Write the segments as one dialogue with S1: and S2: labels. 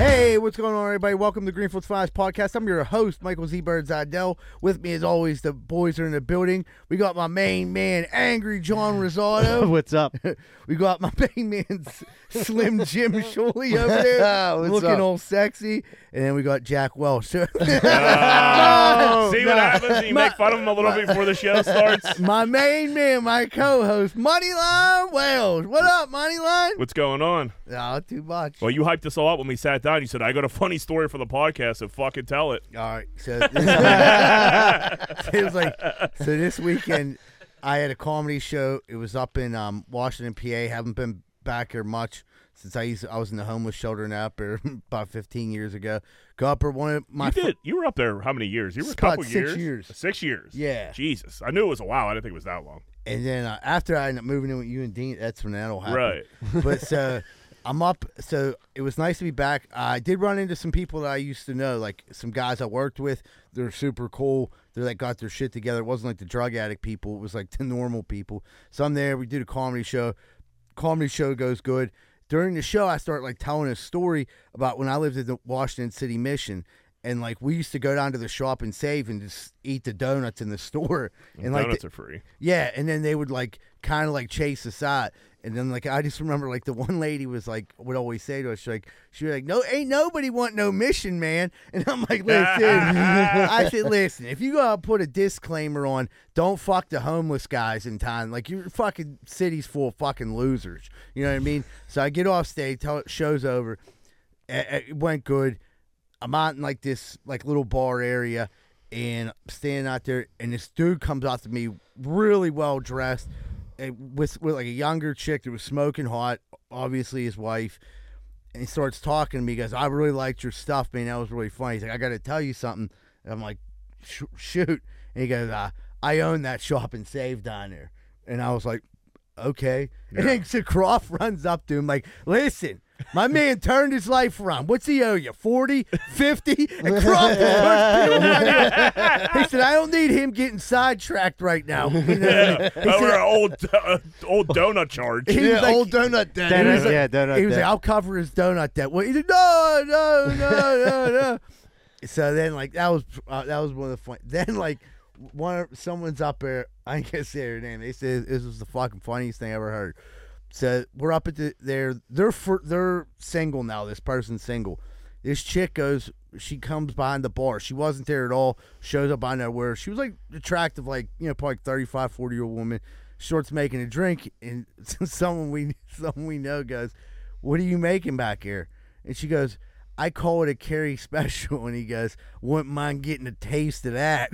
S1: Hey, what's going on, everybody? Welcome to Greenfield Flash Podcast. I'm your host, Michael Z. Bird Zidell. With me, as always, the boys are in the building. We got my main man, Angry John Rosado.
S2: What's up?
S1: we got my main man, S- Slim Jim Shuley over there,
S2: What's
S1: looking
S2: up?
S1: all sexy. And then we got Jack Welch. So- Oh,
S3: See what happens? You make fun of him a little bit before the show starts.
S1: my main man, my co-host, Moneyline Wells. What up, Moneyline?
S3: What's going on?
S1: Oh, too much.
S3: Well, you hyped us all up when we sat down. You said, I got a funny story for the podcast, so fucking tell it.
S1: All right. So it was like so this weekend I had a comedy show. It was up in um, Washington, PA. Haven't been back here much since I used I was in the homeless shelter in Upper about 15 years ago. Go up or one of my
S3: you
S1: fr-
S3: did. You were up there how many years? You were a
S1: About
S3: couple
S1: six
S3: years.
S1: years.
S3: Six years.
S1: Yeah.
S3: Jesus. I knew it was a while. I didn't think it was that long.
S1: and then uh, after I ended up moving in with you and Dean, that's when that'll happen.
S3: Right.
S1: but so I'm up. So it was nice to be back. I did run into some people that I used to know, like some guys I worked with. They're super cool. They're like got their shit together. It wasn't like the drug addict people. It was like the normal people. So I'm there. We did a comedy show. Comedy show goes good. During the show, I start like telling a story about when I lived in the Washington City Mission. And like we used to go down to the shop and save and just eat the donuts in the store. And like the-
S3: Donuts are free.
S1: yeah, and then they would like kind of like chase us out. And then like I just remember like the one lady was like would always say to us she, like she was like no ain't nobody want no mission man and I'm like listen I said listen if you go out and put a disclaimer on don't fuck the homeless guys in town like your fucking city's full of fucking losers you know what I mean so I get off stage tell show's over it, it went good. I'm out in like this like little bar area, and I'm standing out there, and this dude comes out to me really well dressed, and with with like a younger chick that was smoking hot, obviously his wife, and he starts talking to me. He goes, "I really liked your stuff, man. That was really funny." He's like, "I got to tell you something," and I'm like, "Sh- "Shoot," and he goes, uh, "I own that shop and save down there," and I was like. Okay. And then so Croft runs up to him like, listen, my man turned his life around. What's he owe you? 40? 50? And Croft was like, He said, I don't need him getting sidetracked right now. You know,
S3: Oh, we're an old, uh, old donut charge.
S1: He was like-
S4: donut day.
S1: he was
S2: Donut,
S1: like-
S2: uh, yeah, donut.
S1: He was
S2: day.
S1: like, I'll cover his donut debt. Well, he said, no, no, no, no, no. So then, like that was uh, that was one of the fun. Then like one of- someone's up there. I can't say her name. They said this was the fucking funniest thing I ever heard. So we're up at the, there. They're for, they're single now. This person's single. This chick goes. She comes behind the bar. She wasn't there at all. Shows up out of nowhere. She was like attractive, like you know, probably like 35, 40 year old woman. Shorts making a drink, and someone we someone we know goes, "What are you making back here?" And she goes, I call it a carry special, and he goes, "Wouldn't mind getting a taste of that."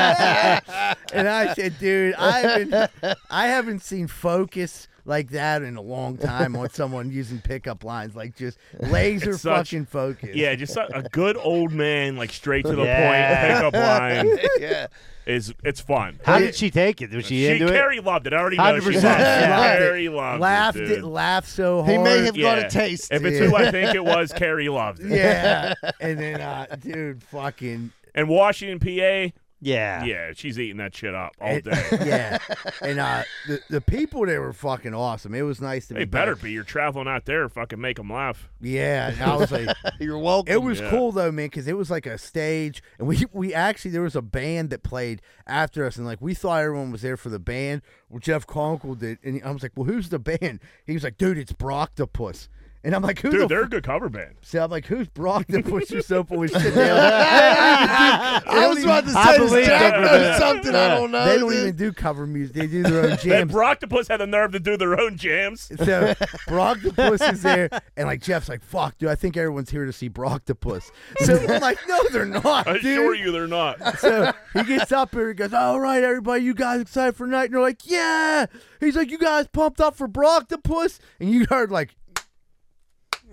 S1: and I said, "Dude, I haven't, I haven't seen focus like that in a long time on someone using pickup lines, like just laser
S3: It's such-
S1: fucking focus."
S3: Yeah, just a, a good old man, like straight to the
S2: Yeah.
S3: point, pickup line
S4: yeah.
S3: is it's fun.
S2: How did she take it? Was she,
S3: she
S2: into
S3: Carrie loved it. I already know she
S2: 100%.
S3: loved it.
S2: Yeah.
S3: Carrie loved
S1: laughed
S3: it.
S1: it,
S3: dude.
S1: laughed so hard.
S4: He may have got a taste.
S3: If it's who I think it was, Carrie loved it.
S1: yeah, and then, uh, dude, fucking,
S3: And Washington, PA,
S2: it? Yeah.
S3: yeah, she's eating that shit up all day.
S1: yeah, and uh, the the people there were fucking awesome. It was nice to
S3: they
S1: be back.
S3: better be. You're traveling out there, fucking make them laugh.
S1: Yeah, and I was like.
S4: You're welcome.
S1: It was
S3: Yeah.
S1: cool though, man, because it was like a stage, and we we actually there was a band that played after us, and like we thought everyone was there for the band. Well, Jeff Conkle did, and I was like, "Well, who's the band?" He was like, "Dude, it's Broctopus," and I'm like, "Who
S3: Dude,
S1: the?"
S3: they're
S1: F-?
S3: a good cover band.
S1: So I'm like, "Who's Broctopus?" You're so full of shit. They don't even do-
S4: I was about to
S2: I
S4: say does
S2: believe
S4: Jack
S2: that.
S4: knows something I don't know.
S1: They don't
S4: dude?
S1: even do cover music. They do their own
S3: That
S1: jams.
S3: Broctopus had the nerve to do their own jams.
S1: So Broctopus is there, and like Jeff's like, "Fuck, dude, I think everyone's here to see Broctopus." So I'm like, "No, they're not."
S3: I
S1: dude.
S3: assure you, they're not.
S1: So he gets up here. He goes, "All right, everybody, you guys excited for tonight?" And they're like, "Yeah." He's like, "You guys pumped up for Broctopus?" And you heard like,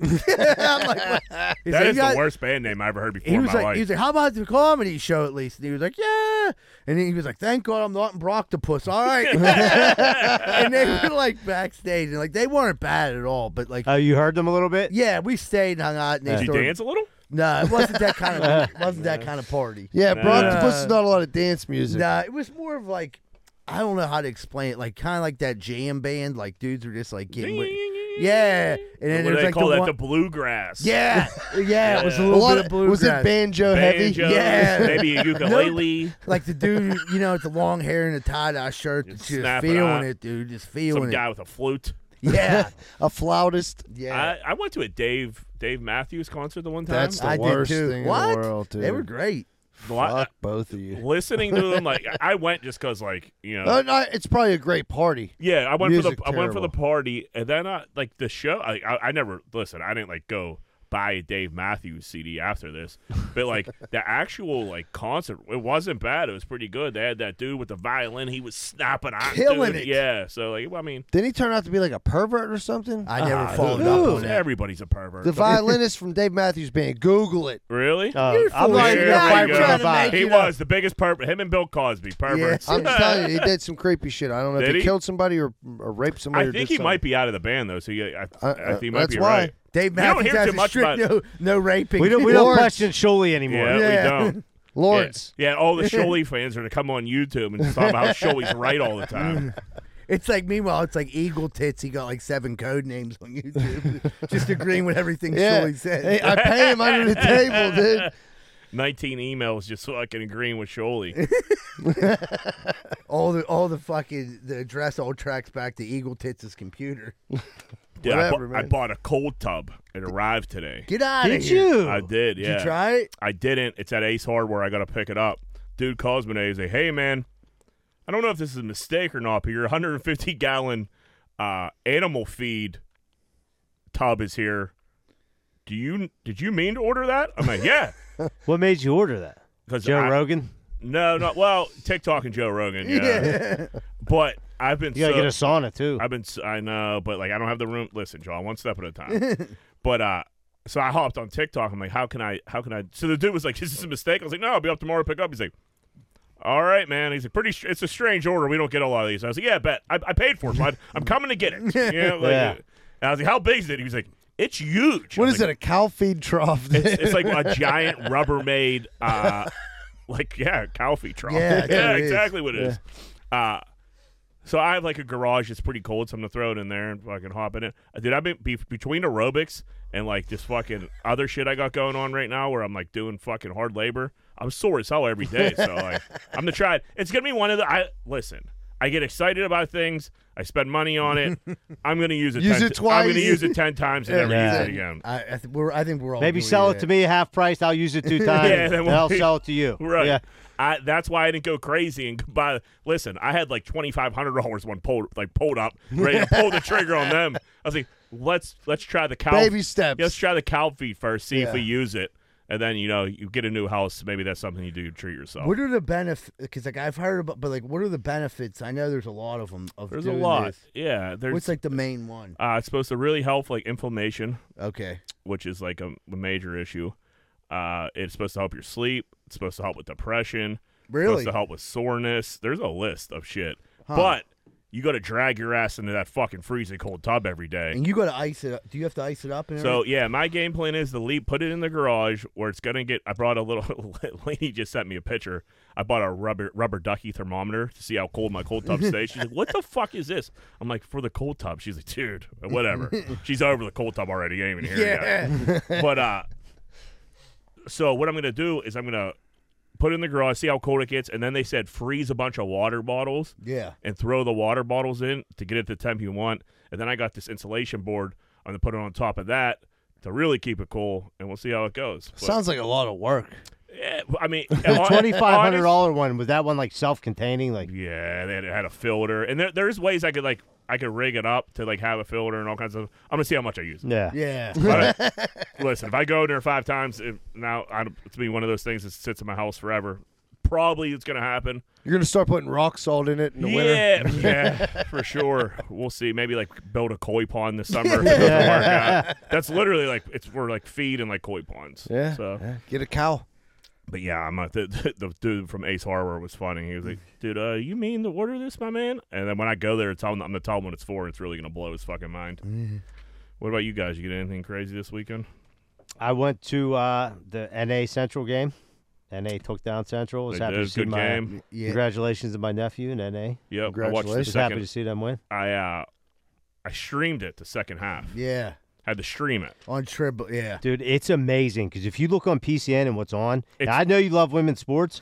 S1: I'm like, what? He's
S3: That
S1: like,
S3: is
S1: "You guys-"
S3: the worst band name I ever heard before
S1: He
S3: in
S1: was
S3: my
S1: like,
S3: life.
S1: he was like, "How about the comedy show at least?" And he was like, "Yeah." And he was like, "Thank God I'm not in Broctopus." All right. and they were like backstage, and like they weren't bad at all, but
S4: Uh,
S1: like.
S2: Oh, you heard them a little bit?
S1: yeah, we stayed and hung out. And they
S3: Did you
S1: started-
S3: dance a little?
S1: No, it wasn't that kind of. it wasn't that kind of party.
S4: Yeah,
S3: Nah.
S4: Broctopus is not a lot of dance music.
S1: Nah, it was more of like I don't know how to explain it. Like kind of like that jam band. Like dudes are just like getting. ri- Yeah, and then
S3: what do
S1: there's
S3: they
S1: like
S3: call
S1: the
S3: that?
S1: one,
S3: the bluegrass.
S4: Yeah.
S1: yeah, it was a
S3: Yeah.
S1: little
S4: lot
S1: bit of
S4: of-
S1: bluegrass.
S4: was it banjo, heavy?
S3: Banjos,
S1: Yeah.
S3: Maybe a ukulele.
S1: like the dude, you know, with the long hair and the tie-dye shirt,
S3: Just
S1: just
S3: snap it
S1: feeling
S3: up.
S1: it, dude, just
S3: Some
S1: feeling it.
S3: guy with a flute.
S1: Yeah,
S4: a flautist.
S1: yeah,
S3: I, I went to a Dave Dave Matthews concert the one time.
S4: That's the
S1: I did
S4: worst
S1: too.
S4: thing
S1: What?
S4: in the world, dude.
S1: they were great.
S3: Li-
S4: Fuck both of you.
S3: listening to them, like I went just because, like you know,
S4: Uh, no, it's probably a great party.
S3: yeah, I went for the
S4: music
S3: I went for the
S4: terrible.
S3: party, and then I like the show. I I, I never listen. I didn't like go buy a Dave Matthews CD after this, but like the actual like concert, it wasn't bad. It was pretty good. They had that dude with the violin. He was snapping on,
S1: Killing
S3: dude.
S1: it.
S3: Yeah, so like I mean,
S4: Didn't he turn out to be like a pervert or something? Uh,
S1: I never
S3: ah,
S1: followed
S3: who
S1: up
S3: knows?
S1: on that.
S3: Everybody's a pervert.
S4: the violinist from Dave Matthews Band. Google it.
S3: really?
S2: Uh,
S1: You're
S2: I'm
S1: full of
S2: not even
S1: shit. You're
S2: gonna fight for
S1: trying to
S2: the vibe.
S1: make-
S3: he
S1: it up.
S3: was the biggest pervert. Him and Bill Cosby, perverts.
S1: Yeah.
S4: I'm just telling you, he did some creepy shit. I don't know
S3: Did
S4: if he,
S3: he?
S4: killed somebody or, or raped somebody.
S3: I think he might be out of the band though, so yeah, I,
S4: Uh,
S3: I think he
S4: uh,
S3: might
S4: that's
S3: be
S4: why.
S3: right.
S1: Dave
S3: don't
S1: Matthews
S3: hear
S1: has
S3: too
S1: a
S3: much
S1: strict
S3: about-
S1: no, no raping.
S2: We don't we don't
S4: Lawrence.
S2: question Sholey anymore.
S3: Yeah,
S1: Yeah.
S3: we don't.
S4: Lawrence.
S3: Yeah, yeah, all the Sholey fans are to come on YouTube and talk about how Sholey's right all the time.
S1: It's like meanwhile, it's like Eagle Tits. He got like seven code names on YouTube, just agreeing with everything
S4: Yeah.
S1: Shirley said.
S4: Hey, I pay him under the table, dude.
S3: 19 emails just fucking agreeing with Sholey.
S1: all the all the fucking the address all tracks back to Eagle Tits' computer.
S3: Dude, I,
S4: Whatever,
S3: bu- I
S4: man.
S3: bought a cold tub. It arrived today.
S1: Get out of
S2: Did
S1: here.
S2: you?
S3: I did,
S1: Did
S3: yeah.
S1: you try it?
S3: I didn't. It's at Ace Hardware. I got to pick it up. Dude calls me today. He's like, hey, man, I don't know if this is a mistake or not, but your 150 gallon uh, animal feed tub is here. Do you did you mean to order that? I'm like, yeah,
S2: What made you order that?
S3: because
S2: Joe Rogan?
S3: No, not well. TikTok and Joe Rogan, yeah. But I've been
S2: You gotta
S3: so,
S2: get a sauna too.
S3: I've been s- Uh, I know, but like I don't have the room. Listen, John, one step at a time. but uh, so I hopped on TikTok. I'm like, how can I? How can I? So the dude was like, is this a mistake? I was like, no, I'll be up tomorrow to pick up. He's like. All right, man. He's like, pretty. Str- it's a strange order. We don't get a lot of these. I was like, yeah, bet. I, I paid for it, bud. I'm coming to get it. You know, like,
S2: Yeah.
S3: And I was like, how big is it? He was like, it's huge.
S4: What
S3: I
S4: is
S3: was like,
S4: it? A cow feed trough?
S3: It's, it's like a giant Rubbermaid, uh, like yeah, cow feed trough.
S1: Yeah, that's what it is.
S3: exactly what it is. Uh, so I have like a garage that's pretty cold, so I'm gonna throw it in there and fucking hop in it. Uh, Dude, I've been be- between aerobics and like this fucking other shit I got going on right now, where I'm like doing fucking hard labor. I'm sore as hell every day, so like I'm gonna try it. It's gonna be one of the. I listen. I get excited about things. I spend money on it. I'm gonna use it.
S4: Use
S3: 10
S4: it
S3: ti- I'm gonna
S4: twice.
S3: use it ten times and never
S2: Yeah.
S3: use it again.
S1: I I, th- we're, I think we're all
S2: Maybe
S1: guilty
S2: sell
S1: of
S2: it
S1: that.
S2: to me half price. I'll use it two times.
S3: Yeah, then
S2: and
S3: we'll-
S2: I'll sell it to you.
S3: Right.
S2: Yeah.
S3: I, that's why I didn't go crazy and buy. Listen, I had like twenty five hundred dollars one pulled like pulled up, ready to pull the trigger on them. I was like, let's let's try the cow.
S4: Baby
S3: yeah,
S4: steps.
S3: let's try the cow feed first, see if
S4: Yeah.
S3: we use it, and then you know you get a new house. Maybe that's something you do to treat yourself.
S1: What are the benefits? Because like I've heard about, but like, what are the benefits? I know there's a lot of them. Of
S3: there's a
S1: doing
S3: lot.
S1: this.
S3: Yeah, there's.
S1: What's like the main one?
S3: uh, it's supposed to really help like inflammation,
S1: Okay,
S3: which is like a, a major issue. Uh, it's supposed to help your sleep. It's supposed to help with depression.
S1: really?
S3: supposed to help with soreness. There's a list of shit.
S1: Huh.
S3: But you got to drag your ass into that fucking freezing cold tub every day.
S1: And you got to ice it. up. Do you have to ice it up? And
S3: So yeah, my game plan is to leave, put it in the garage where it's gonna get. I brought a little. Lady just sent me a picture. I bought a rubber rubber ducky thermometer to see how cold my cold tub stays. She's like, "What the fuck is this?" I'm like, "For the cold tub." She's like, "Dude, whatever." She's over the cold tub already. Ain't even here yet
S1: everything? yeah.
S3: but uh so what i'm gonna do is i'm gonna put it in the garage see how cold it gets and then they said freeze a bunch of water bottles
S1: yeah.
S3: and throw the water bottles in to get it the temp you want and then i got this insulation board i'm gonna put it on top of that to really keep it cool and we'll see how it goes But,
S4: Sounds like a lot of work.
S3: eh, i mean
S2: The
S3: hon-
S2: twenty five hundred
S3: honest-
S2: dollar one was that one like self containing like
S3: yeah they had- it had a filter and there, there's ways i could like i could rig it up to like have a filter and all kinds of i'm gonna see how much i use
S2: yeah.
S1: Yeah.
S3: But I- listen, if I go in there five times, it, now I, don't- it's be one of those things that sits in my house forever. Probably it's gonna happen.
S4: You're gonna start putting rock salt in it in the winter.
S3: yeah, yeah, for sure. We'll see. Maybe like build a koi pond this summer. if it doesn't work out. That's literally like it's for like feed and like koi ponds.
S4: Yeah.
S3: So,
S4: yeah. Get a cow.
S3: but yeah, I'm not, the, the, the dude from Ace Hardware was funny. He was like, "Dude, uh, you mean to order this, my man?" And then when I go there, it's all, I'm gonna tell him what it's for. It's really gonna blow his fucking mind.
S4: Mm-hmm.
S3: What about you guys? You get anything crazy this weekend?
S2: I went to uh, the NA Central game. NA took down Central. Was
S3: They
S2: happy
S3: did.
S2: to see
S3: Good
S2: my
S3: game.
S1: Yeah.
S2: congratulations to my nephew and
S3: Yep. I
S2: NA.
S3: watched the
S4: Congratulations.
S2: Was happy
S3: second
S2: to see them win.
S3: I uh I streamed it the second half.
S1: Yeah.
S3: Had to stream it.
S1: On triple. Yeah.
S2: Dude, it's amazing because if you look on PCN and what's on, and
S3: It's-
S2: I know you love women's sports.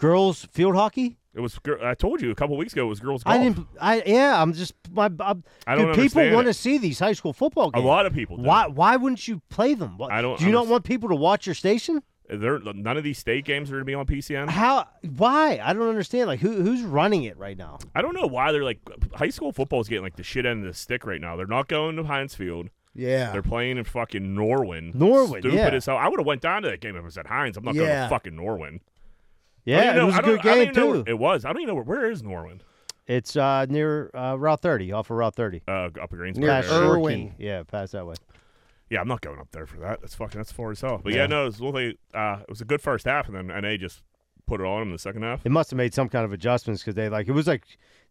S2: girls field hockey?
S3: It was. gir- I told you a couple weeks ago. It was girls golf.
S2: I didn't. I yeah. I'm just my. I'm,
S3: I don't
S2: dude, people
S3: understand
S2: want
S3: it.
S2: to see these high school football
S3: a
S2: games.
S3: lot of people. Did.
S2: Why? Why wouldn't you play them? What,
S3: I don't
S2: Do you not
S3: underst-
S2: want people to watch your station?
S3: There. None of these state games are going to be on PCN.
S2: How? Why? I don't understand. Like who? Who's running it right now?
S3: I don't know why they're like high school football is getting like the shit end of the stick right now. They're not going to Heinz Field.
S1: Yeah.
S3: They're playing in fucking Norwin.
S2: Norwin,
S3: Stupid
S2: yeah.
S3: as hell. I would have went down to that game if it was at Heinz. I'm not going
S1: Yeah.
S3: to fucking Norwin. I don't
S2: Yeah,
S3: even know-
S2: it was
S3: I
S2: a
S3: don't-
S2: good
S3: I don't
S2: game
S3: even know
S2: too.
S3: where- It was. I don't even know where, where is Norwin.
S2: It's uh, near uh, Route 30, off of Route 30.
S3: Uh, up at Greensboro.
S4: Near
S3: area.
S2: Past
S4: Irvine.
S2: Shorkey.
S4: Irwin.
S2: Yeah, past that way.
S3: Yeah, I'm not going up there for that. That's fucking that's far as hell. But yeah, no, it was really, uh, it was a good first half, and then NA just put it on in the second half.
S2: They must have made some kind of adjustments because they like it was like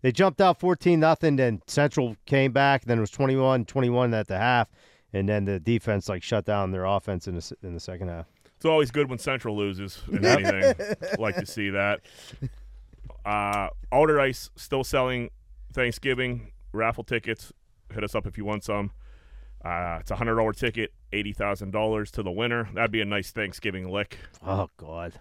S2: they jumped out 14 nothing, then Central came back, then it was 21 21 at the half, and then the defense like shut down their offense in the s- in the second half.
S3: It's always good when Central loses in anything. like to see that. Uh, Alder Ice still selling Thanksgiving raffle tickets. Hit us up if you want some. Uh, it's a hundred dollar ticket, eighty thousand dollars to the winner. That'd be a nice Thanksgiving lick.
S2: Oh God,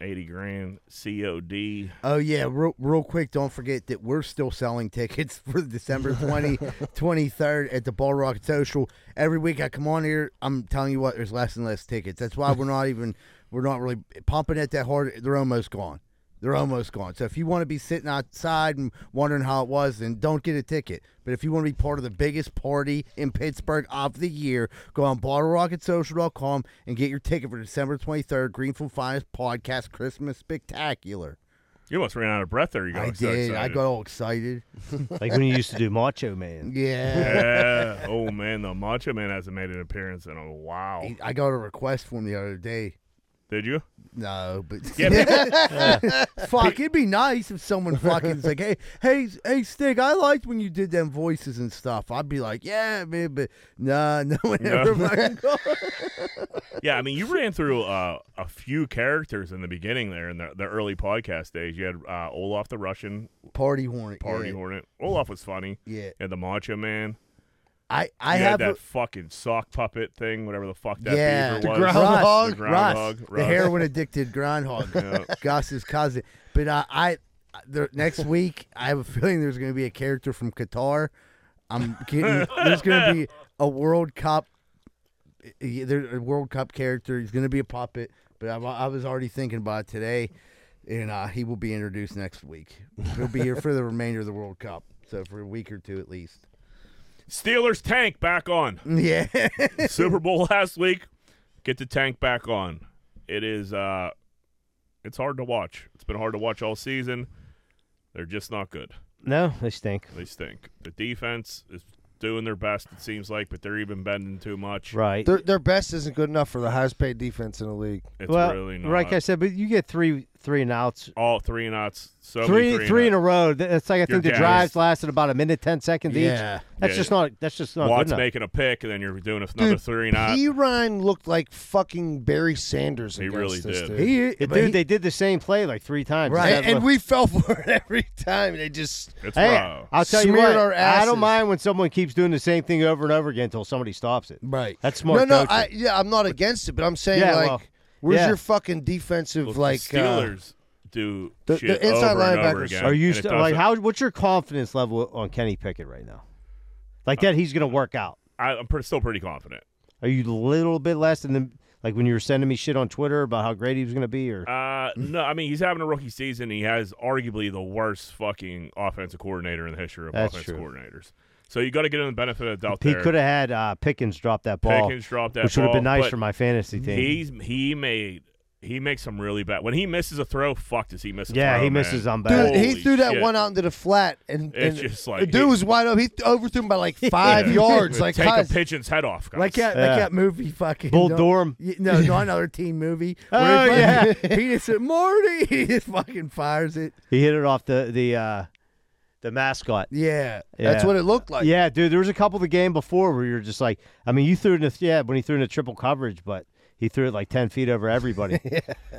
S3: Eighty grand COD.
S1: Oh yeah. Real, real quick, don't forget that we're still selling tickets for December 20, 23rd at the Ball Rocket Social. Every week I come on here, I'm telling you what, there's less and less tickets. That's why we're not even we're not really pumping it that hard. They're almost gone. They're almost gone. So if you want to be sitting outside and wondering how it was, then don't get a ticket. But if you want to be part of the biggest party in Pittsburgh of the year, go on BottleRocketSocial.com and get your ticket for December 23rd, Greenfield Finest Podcast Christmas Spectacular.
S3: You almost ran out of breath there. You got
S1: I
S3: so
S1: did. I
S3: excited.
S1: got all excited.
S2: like when you used to do Macho Man.
S1: Yeah.
S3: Yeah. oh man, the Macho Man hasn't made an appearance in a while.
S1: I got a request for him the other day.
S3: Did you?
S1: No, but
S3: Yeah, people-
S1: fuck, it'd be nice if someone fucking was like, hey, hey, hey, Stig, I liked when you did them voices and stuff. I'd be like, yeah, man, but nah, no one ever fucking called.
S3: Yeah, I mean, you ran through uh, a few characters in the beginning there in the, the early podcast days. You had uh, Olaf the Russian
S1: Party Hornet.
S3: Party
S1: yeah.
S3: Hornet. Olaf was funny.
S1: Yeah.
S3: And the Macho Man.
S1: I, I
S3: You
S1: have
S3: had that
S1: a-
S3: fucking sock puppet thing, whatever the fuck that
S1: yeah,
S3: beaver was.
S4: ground- groundhog.
S1: Russ,
S3: The groundhog,
S1: Russ, the
S3: Russ.
S1: heroin addicted groundhog, Goss's cousin. But uh, I, the, next week, I have a feeling there's going to be a character from Qatar. I'm getting there's going to be a World Cup, yeah, there a World Cup character. He's going to be a puppet. But I, I was already thinking about it today, and uh, he will be introduced next week. He'll be here for the remainder of the World Cup, so for a week or two at least.
S3: Steelers tank back on.
S1: Yeah,
S3: Super Bowl last week. Get the tank back on. It is uh it's hard to watch. It's been hard to watch all season. They're just not good.
S2: No, they stink.
S3: They stink. The defense is doing their best, it seems like, but they're even bending too much.
S2: Right.
S4: Their, their best isn't good enough for the highest paid defense in the league.
S3: It's
S2: well,
S3: really not.
S2: like I said, but you get three three and outs.
S3: all three and outs. So
S2: Three,
S3: many
S2: three,
S3: three
S2: in
S3: and
S2: a row. Th- It's like I think the
S3: gassed.
S2: drives lasted about a minute, ten seconds
S1: yeah.
S2: each. That's
S3: Yeah.
S2: just not. That's just not good
S3: Watt's
S2: enough.
S3: making a pick, and then you're doing another
S4: Dude,
S3: three and out.
S4: P. Ryan looked like fucking Barry Sanders.
S3: He
S4: against
S3: really
S4: this
S3: did.
S4: Dude.
S1: He,
S2: Yeah,
S1: but
S2: dude,
S1: he-
S2: they did the same play like three times.
S1: Right.
S2: Instead
S4: and,
S2: of
S4: and
S2: look-
S4: we fell for it every time. They just
S3: It's
S2: Hey,
S3: row.
S2: I'll tell you
S4: Smeared
S2: what.
S4: our
S2: I
S4: asses.
S2: don't mind when someone keeps doing the same thing over and over again until somebody stops it.
S1: right.
S2: That's smart.
S4: no, no.
S2: coaching.
S4: I, yeah, I'm not against it, but I'm saying
S2: Yeah,
S4: like,
S2: well,
S4: where's
S2: yeah.
S4: your fucking defensive
S3: Look,
S2: uh,
S4: like uh,
S3: the Steelers do
S4: the-
S3: shit
S4: the inside
S3: over and over
S4: linebackers
S3: again,
S2: Are you
S3: and it
S2: st- like
S3: doesn't-
S2: how? What's your confidence level on Kenny Pickett right now? Like that, he's going to work out.
S3: I, I'm pretty, still pretty confident.
S2: Are you a little bit less than the, like when you were sending me shit on Twitter about how great he was going to be? Or
S3: Uh,
S2: Mm.
S3: no, I mean he's having a rookie season. He has arguably the worst fucking offensive coordinator in the history of
S2: That's
S3: offensive
S2: true.
S3: coordinators. So you got to get him the benefit of the doubt.
S2: he
S3: there.
S2: could have had uh, Pickens drop that ball,
S3: Pickens dropped that
S2: which would have been
S3: ball,
S2: nice
S3: but
S2: for my fantasy team.
S3: He's he made he makes some really bad when he misses a throw. Fuck, does he miss? A
S2: yeah,
S3: throw,
S2: he
S3: man.
S2: misses on
S4: Dude,
S2: bad.
S3: Holy
S4: he threw that
S3: shit.
S4: one out into the flat, and,
S3: It's
S4: and
S3: just like-
S4: the dude was wide open. He th- overthrew him by like five yards. Like,
S3: Take
S4: guys,
S3: a pigeon's head off, guys.
S1: Like that,
S2: Yeah.
S1: like that movie, fucking
S2: Bull
S1: no-
S2: Durham.
S1: y- No, not another teen movie.
S2: Oh,
S1: where he fucking- he just said Morty. He just fucking fires it.
S2: he hit it off the the uh, the mascot.
S1: Yeah,
S4: that's
S2: Yeah.
S4: what it looked like.
S2: yeah, dude, there was a couple of the game before where you're just like, I mean, you threw in a yeah when he threw in a triple coverage, but he He threw it like ten feet over everybody.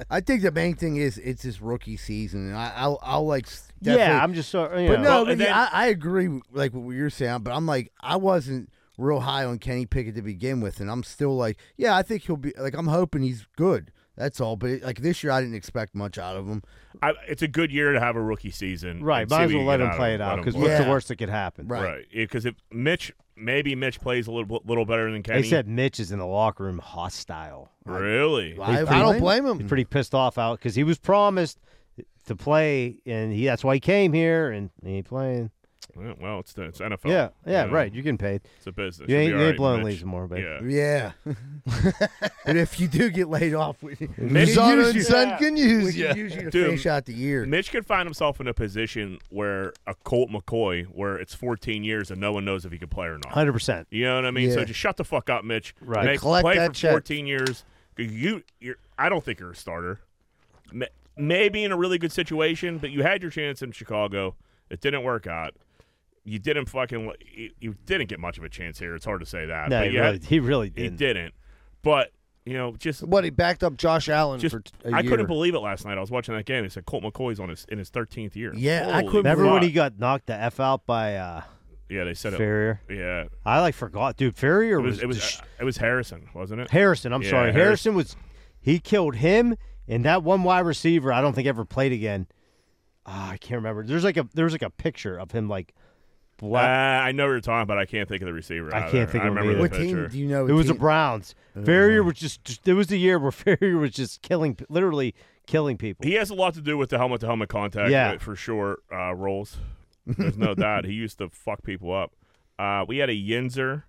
S1: I think the main thing is it's his rookie season. And I, I'll, I'll like. s- definitely-
S2: yeah, I'm just so. You
S1: But
S2: know.
S1: no,
S3: Well,
S1: but
S3: and
S1: yeah,
S3: then-
S1: I, I agree with like what you're saying, but I'm like I wasn't real high on Kenny Pickett to begin with, and I'm still like, yeah, I think he'll be like I'm hoping he's good. That's all. But like this year, I didn't expect much out of him.
S3: I, it's a good year to have a rookie season.
S2: right.
S3: and see
S2: Might
S3: what
S2: as well
S3: you
S2: let
S3: get
S2: him play
S3: of
S2: it out
S3: let him
S2: because
S3: play.
S1: play.
S2: what's the
S1: Yeah.
S2: worst that could happen?
S1: Right.
S3: right. Because if Mitch, maybe Mitch plays a little little better than Kenny.
S2: They said Mitch is in the locker room hostile.
S3: really.
S1: I,
S2: He's
S1: I don't
S2: pretty-
S1: blame
S2: He's
S1: him.
S2: pretty pissed off out because he was promised to play, and he, that's why he came here, and he ain't playing.
S3: Well, Well, it's the, it's NFL.
S2: yeah, yeah,
S3: you know,
S2: right. You're getting paid.
S3: It's a business.
S2: You
S3: It'll be
S2: ain't, you
S3: all
S2: ain't
S3: right,
S2: blowing
S3: Mitch.
S2: leaves more, baby.
S3: Yeah.
S1: Yeah. but if you do get laid off, we, we can
S3: Mitch-
S1: use
S4: Son and
S1: you-
S4: son can
S1: we
S4: use
S1: can
S4: you.
S1: use you to
S3: Dude.
S1: finish out the year.
S3: Mitch could find himself in a position where a Colt McCoy, where it's 14 years and no one knows if he can play or not.
S2: Hundred percent.
S3: You know what I mean? So
S1: Yeah.
S3: just shut the fuck up, Mitch.
S2: Right.
S3: Make,
S4: Collect
S3: play
S4: that
S3: for
S4: check.
S3: 14 years. You, you're, I don't think you're a starter. Ma- Maybe in a really good situation, but you had your chance in Chicago. It didn't work out. You didn't fucking. You, you didn't get much of a chance here. It's hard to say that.
S2: No,
S3: but
S2: he
S3: you
S2: really,
S3: had-
S2: he really
S3: he
S2: did.
S3: didn't. But you know, just
S4: What he backed up Josh Allen
S3: just
S4: for t- a
S3: I
S4: year.
S3: couldn't believe it last night. I was watching that game. They said Colt McCoy's on his in his thirteenth year.
S1: Yeah, I
S3: Holy
S1: couldn't
S2: Remember
S1: believe
S2: when
S3: fuck.
S2: he got knocked the f out by uh,
S3: Yeah, they said it.
S2: Ferrier?
S3: Yeah,
S2: I like forgot, dude. Ferrier
S3: it was it was
S2: just-
S3: uh, it was Harrison, wasn't it?
S2: Harrison. I'm
S3: Yeah,
S2: sorry,
S3: Harrison.
S2: Harrison was he killed him, and that one wide receiver I don't think ever played again. Ah, I can't remember. There's like a there's like a picture of him like
S3: Uh,
S2: black.
S3: I know what you're talking, but I can't think of the receiver.
S2: I
S3: either.
S2: can't think
S3: I
S2: of him
S3: remember
S2: either.
S3: the
S1: What team
S3: picture.
S1: do you know?
S2: it was the
S1: team-
S2: Browns. Ferrier was just, just it was the year where Ferrier was just killing literally killing people.
S3: He has a lot to do with the helmet to helmet contact.
S2: Yeah.
S3: uh, for sure. Uh, roles. There's no doubt. He used to fuck people up. Uh, we had a Yinzer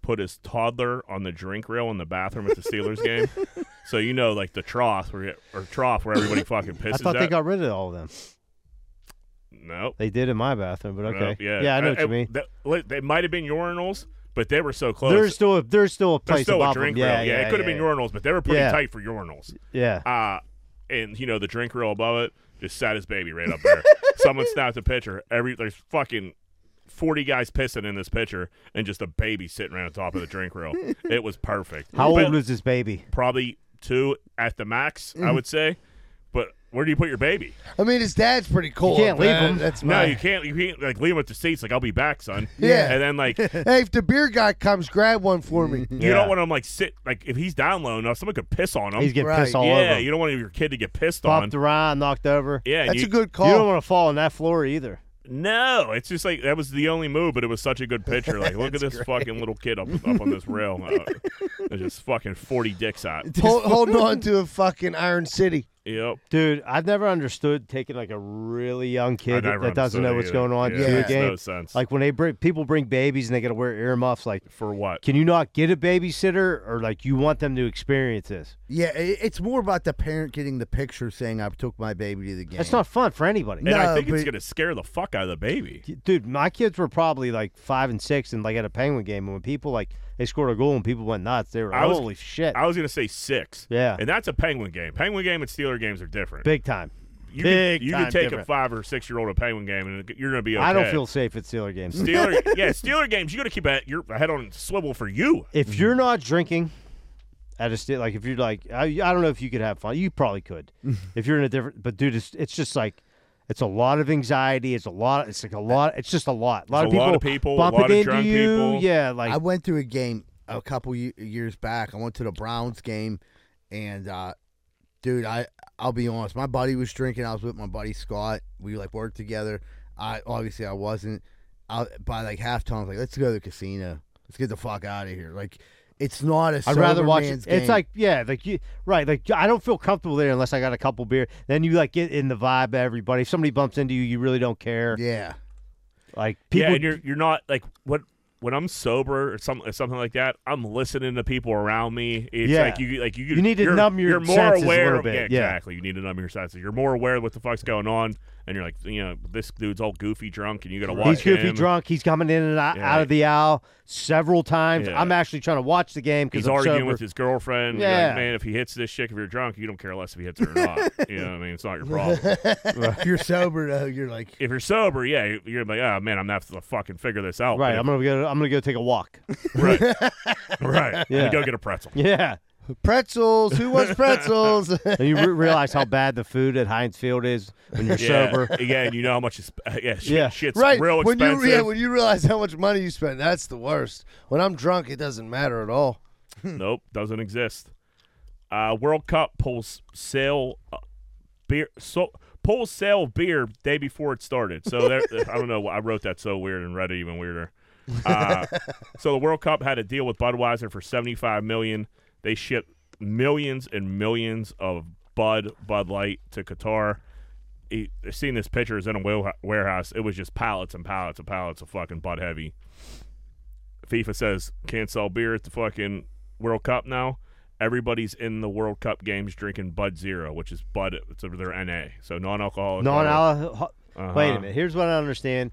S3: put his toddler on the drink rail in the bathroom at the Steelers game. So you know, like the trough where or trough where everybody fucking pisses.
S2: I thought
S3: at.
S2: they got rid of all of them.
S3: nope.
S2: They did in my bathroom, but okay.
S3: Nope, yeah,
S2: I know
S3: Uh,
S2: what you
S3: uh,
S2: mean.
S3: that- li- they might have been urinals, but they were so close.
S2: There's still a there's still a
S3: There's
S2: place
S3: still a
S2: above
S3: drink
S2: them.
S3: rail.
S2: Yeah, yeah,
S3: it could have
S2: yeah,
S3: been urinals, but they were pretty
S2: Yeah.
S3: tight for urinals.
S2: Yeah.
S3: Uh, and you know the drink rail above it just sat his baby right up there. Someone snapped a picture. Every there's fucking. 40 guys pissing in this picture and just a baby sitting right on top of the drink rail. It was perfect.
S2: How
S3: But
S2: old Mm. was this baby?
S3: Probably two at the max, I would say. But where do you put your baby?
S4: I mean, his dad's pretty cool.
S2: can't leave him.
S4: That's
S3: No,
S4: my.
S3: you can't. You can't like leave him at the seats. Like I'll be back, son.
S4: Yeah.
S3: And then like
S4: Hey, if the beer guy comes, grab one for me.
S3: You
S2: Yeah.
S3: don't want him like sit like if he's down low enough, someone could piss on him.
S2: He's getting
S1: Right.
S2: pissed all
S3: yeah,
S2: over.
S3: you don't want your kid to get pissed
S2: Bumped
S3: on.
S2: around, knocked over.
S3: Yeah, and
S4: That's
S3: you,
S4: a good
S2: You don't
S4: call.
S2: want to fall on that floor either.
S3: No, it's just like that was the only move, but it was such a good picture. Like, look at this fucking little kid up up on this rail, uh, there's just fucking forty dicks out.
S4: Hold, holding on to a fucking Iron City.
S3: Yep,
S2: Dude, I've never understood taking like a really young
S3: I
S2: kid that,
S3: never
S2: that doesn't
S3: understood
S2: know
S3: it
S2: what's
S3: either.
S2: going on
S3: Yeah,
S2: to a
S3: makes
S2: game.
S3: no sense.
S2: Like when they bring people bring babies and they got to wear earmuffs. Like,
S3: for what?
S2: can you not get a babysitter or like you want them to experience this?
S1: Yeah, it, it's more about the parent getting the picture saying I took my baby to the game.
S2: That's not fun for anybody.
S3: And I
S1: No,
S3: think it's
S1: but-
S3: gonna scare the fuck out of the baby.
S2: Dude, my kids were probably like five and six and like at a Penguin game. And when people like they scored a goal and people went nuts, they were
S3: I was-
S2: holy shit.
S3: I was gonna say six.
S2: Yeah.
S3: and that's a Penguin game. Penguin game and Steeler games are different.
S2: Big time.
S3: you
S2: big
S3: can, you
S2: time
S3: can take a
S2: different.
S3: five or six year old a Penguin game, and you're gonna be okay.
S2: I don't feel safe at Steeler games.
S3: Steeler. yeah, Steeler games. You gotta keep a, your head on a swivel for you.
S2: if you're not drinking at a state, like if you're like, I, I don't know if you could have fun. You probably could if you're in a different. But dude, it's, it's just like it's a lot of anxiety. It's a lot. It's like a lot. It's just a lot. A lot,
S3: It's
S2: of,
S3: a lot
S2: people
S3: of people, a
S2: bumping
S3: lot of
S2: into
S3: drunk
S2: you.
S3: people.
S2: Yeah, like
S1: I went to a game a couple ye- years back. I went to the Browns game, and uh, dude, I I'll be honest, my buddy was drinking. I was with my buddy Scott. We like worked together. I obviously I wasn't. I, by like halftime, I was like, let's go to the casino. Let's get the fuck out of here. Like, it's not a.
S2: I'd rather
S1: sober
S2: watch
S1: man's
S2: it.
S1: Game.
S2: It's like yeah, like you right. Like I don't feel comfortable there unless I got a couple beer. Then you like get in the vibe. of Everybody. If somebody bumps into you, you really don't care.
S1: yeah,
S2: Like people.
S3: yeah, and you're you're not like what when I'm sober or some or something like that. I'm listening to people around me. It's
S2: Yeah.
S3: like you like you.
S2: You need to
S3: you're-
S2: numb your
S3: you're more
S2: senses a
S3: aware
S2: little
S3: of-
S2: bit,
S3: Yeah,
S2: yeah.
S3: exactly. You need to numb your senses. You're more aware of what the fuck's going on, and you're like, you know, this dude's all goofy drunk, and you got to watch
S2: He's goofy
S3: him.
S2: drunk. He's coming in and out,
S3: Yeah.
S2: out of the aisle several times.
S3: Yeah.
S2: I'm actually trying to watch the game because
S3: He's
S2: I'm
S3: arguing
S2: sober.
S3: with his girlfriend. You're like,
S2: Yeah.
S3: man, if he hits this chick, if you're drunk, you don't care less if he hits her or not. you know, what I mean, it's not your problem.
S1: if you're sober though, you're like,
S3: if you're sober, yeah, you're like, oh man, I'm gonna have to fucking figure this out.
S2: Right,
S3: But
S2: I'm gonna go. I'm gonna go take a walk.
S3: if- right, right.
S2: Yeah.
S3: You go get a pretzel.
S2: Yeah, pretzels. Who wants pretzels? and you re- realize how bad the food at Heinz Field is when you're
S3: Yeah.
S2: sober.
S3: Again, you know how much is yeah, shit,
S2: Yeah.
S3: shit's
S4: right.
S3: real
S4: when you
S3: expensive.
S4: re- yeah, when you realize how much money you spend, that's the worst. When I'm drunk, it doesn't matter at all.
S3: Nope, doesn't exist. Uh, World Cup pulls sale uh, beer so pulls sale of beer day before it started. So there, I don't know. I wrote that so weird and read it even weirder. Uh, so the World Cup had a deal with Budweiser for seventy five million. They shipped millions and millions of Bud Bud Light to Qatar. He, seeing this picture is in a wa- warehouse. It was just pallets and pallets and pallets of fucking Bud Heavy. FIFA says can't sell beer at the fucking World Cup now. Everybody's in the World Cup games drinking Bud Zero, which is Bud. It's their NA, so non-alcoholic.
S2: Non alcohol.
S3: Uh-huh.
S2: Wait a minute. Here's what I understand.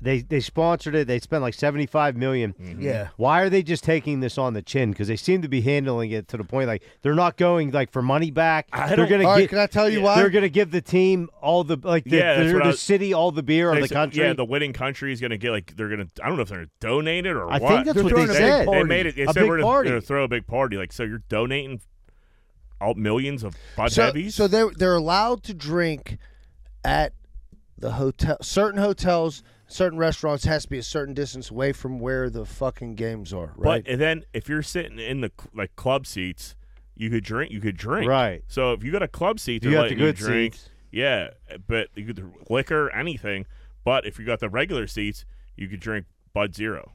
S2: They they sponsored it. They spent like seventy five
S3: Mm-hmm.
S1: Yeah.
S2: Why are they just taking this on the chin? Because they seem to be handling it to the point like they're not going like for money back.
S3: I
S2: they're
S3: don't-
S2: gonna
S4: All right,
S2: get-
S4: can I tell you
S3: Yeah.
S4: why?
S2: they're gonna give the team all the like the,
S3: Yeah, that's
S2: they're
S3: what I
S2: the
S3: was-
S2: city all the beer
S3: They
S2: or the
S3: said-
S2: country.
S3: Yeah, the winning country is going to get like they're going to. I don't know if they're going to donate it or
S2: I
S3: what.
S2: think that's
S1: They're
S2: what
S1: throwing a
S2: they
S1: big
S2: said.
S3: they
S1: party.
S3: made it. They
S2: A
S3: said
S2: big
S3: we're
S2: party.
S3: going to throw a big party. Like so, you're donating all millions of Bud
S4: so,
S3: Heavies.
S4: so they're they're allowed to drink at the hotel. Certain hotels, certain restaurants has to be a certain distance away from where the fucking games are. Right.
S3: But and then if you're sitting in the cl- like club seats, you could drink. You could drink.
S2: Right.
S3: So if you got a club seat,
S2: You
S3: they're
S2: got
S3: letting
S2: the good
S3: you drink.
S2: seats.
S3: Yeah, but you could liquor anything. But if you got the regular seats, you could drink Bud Zero.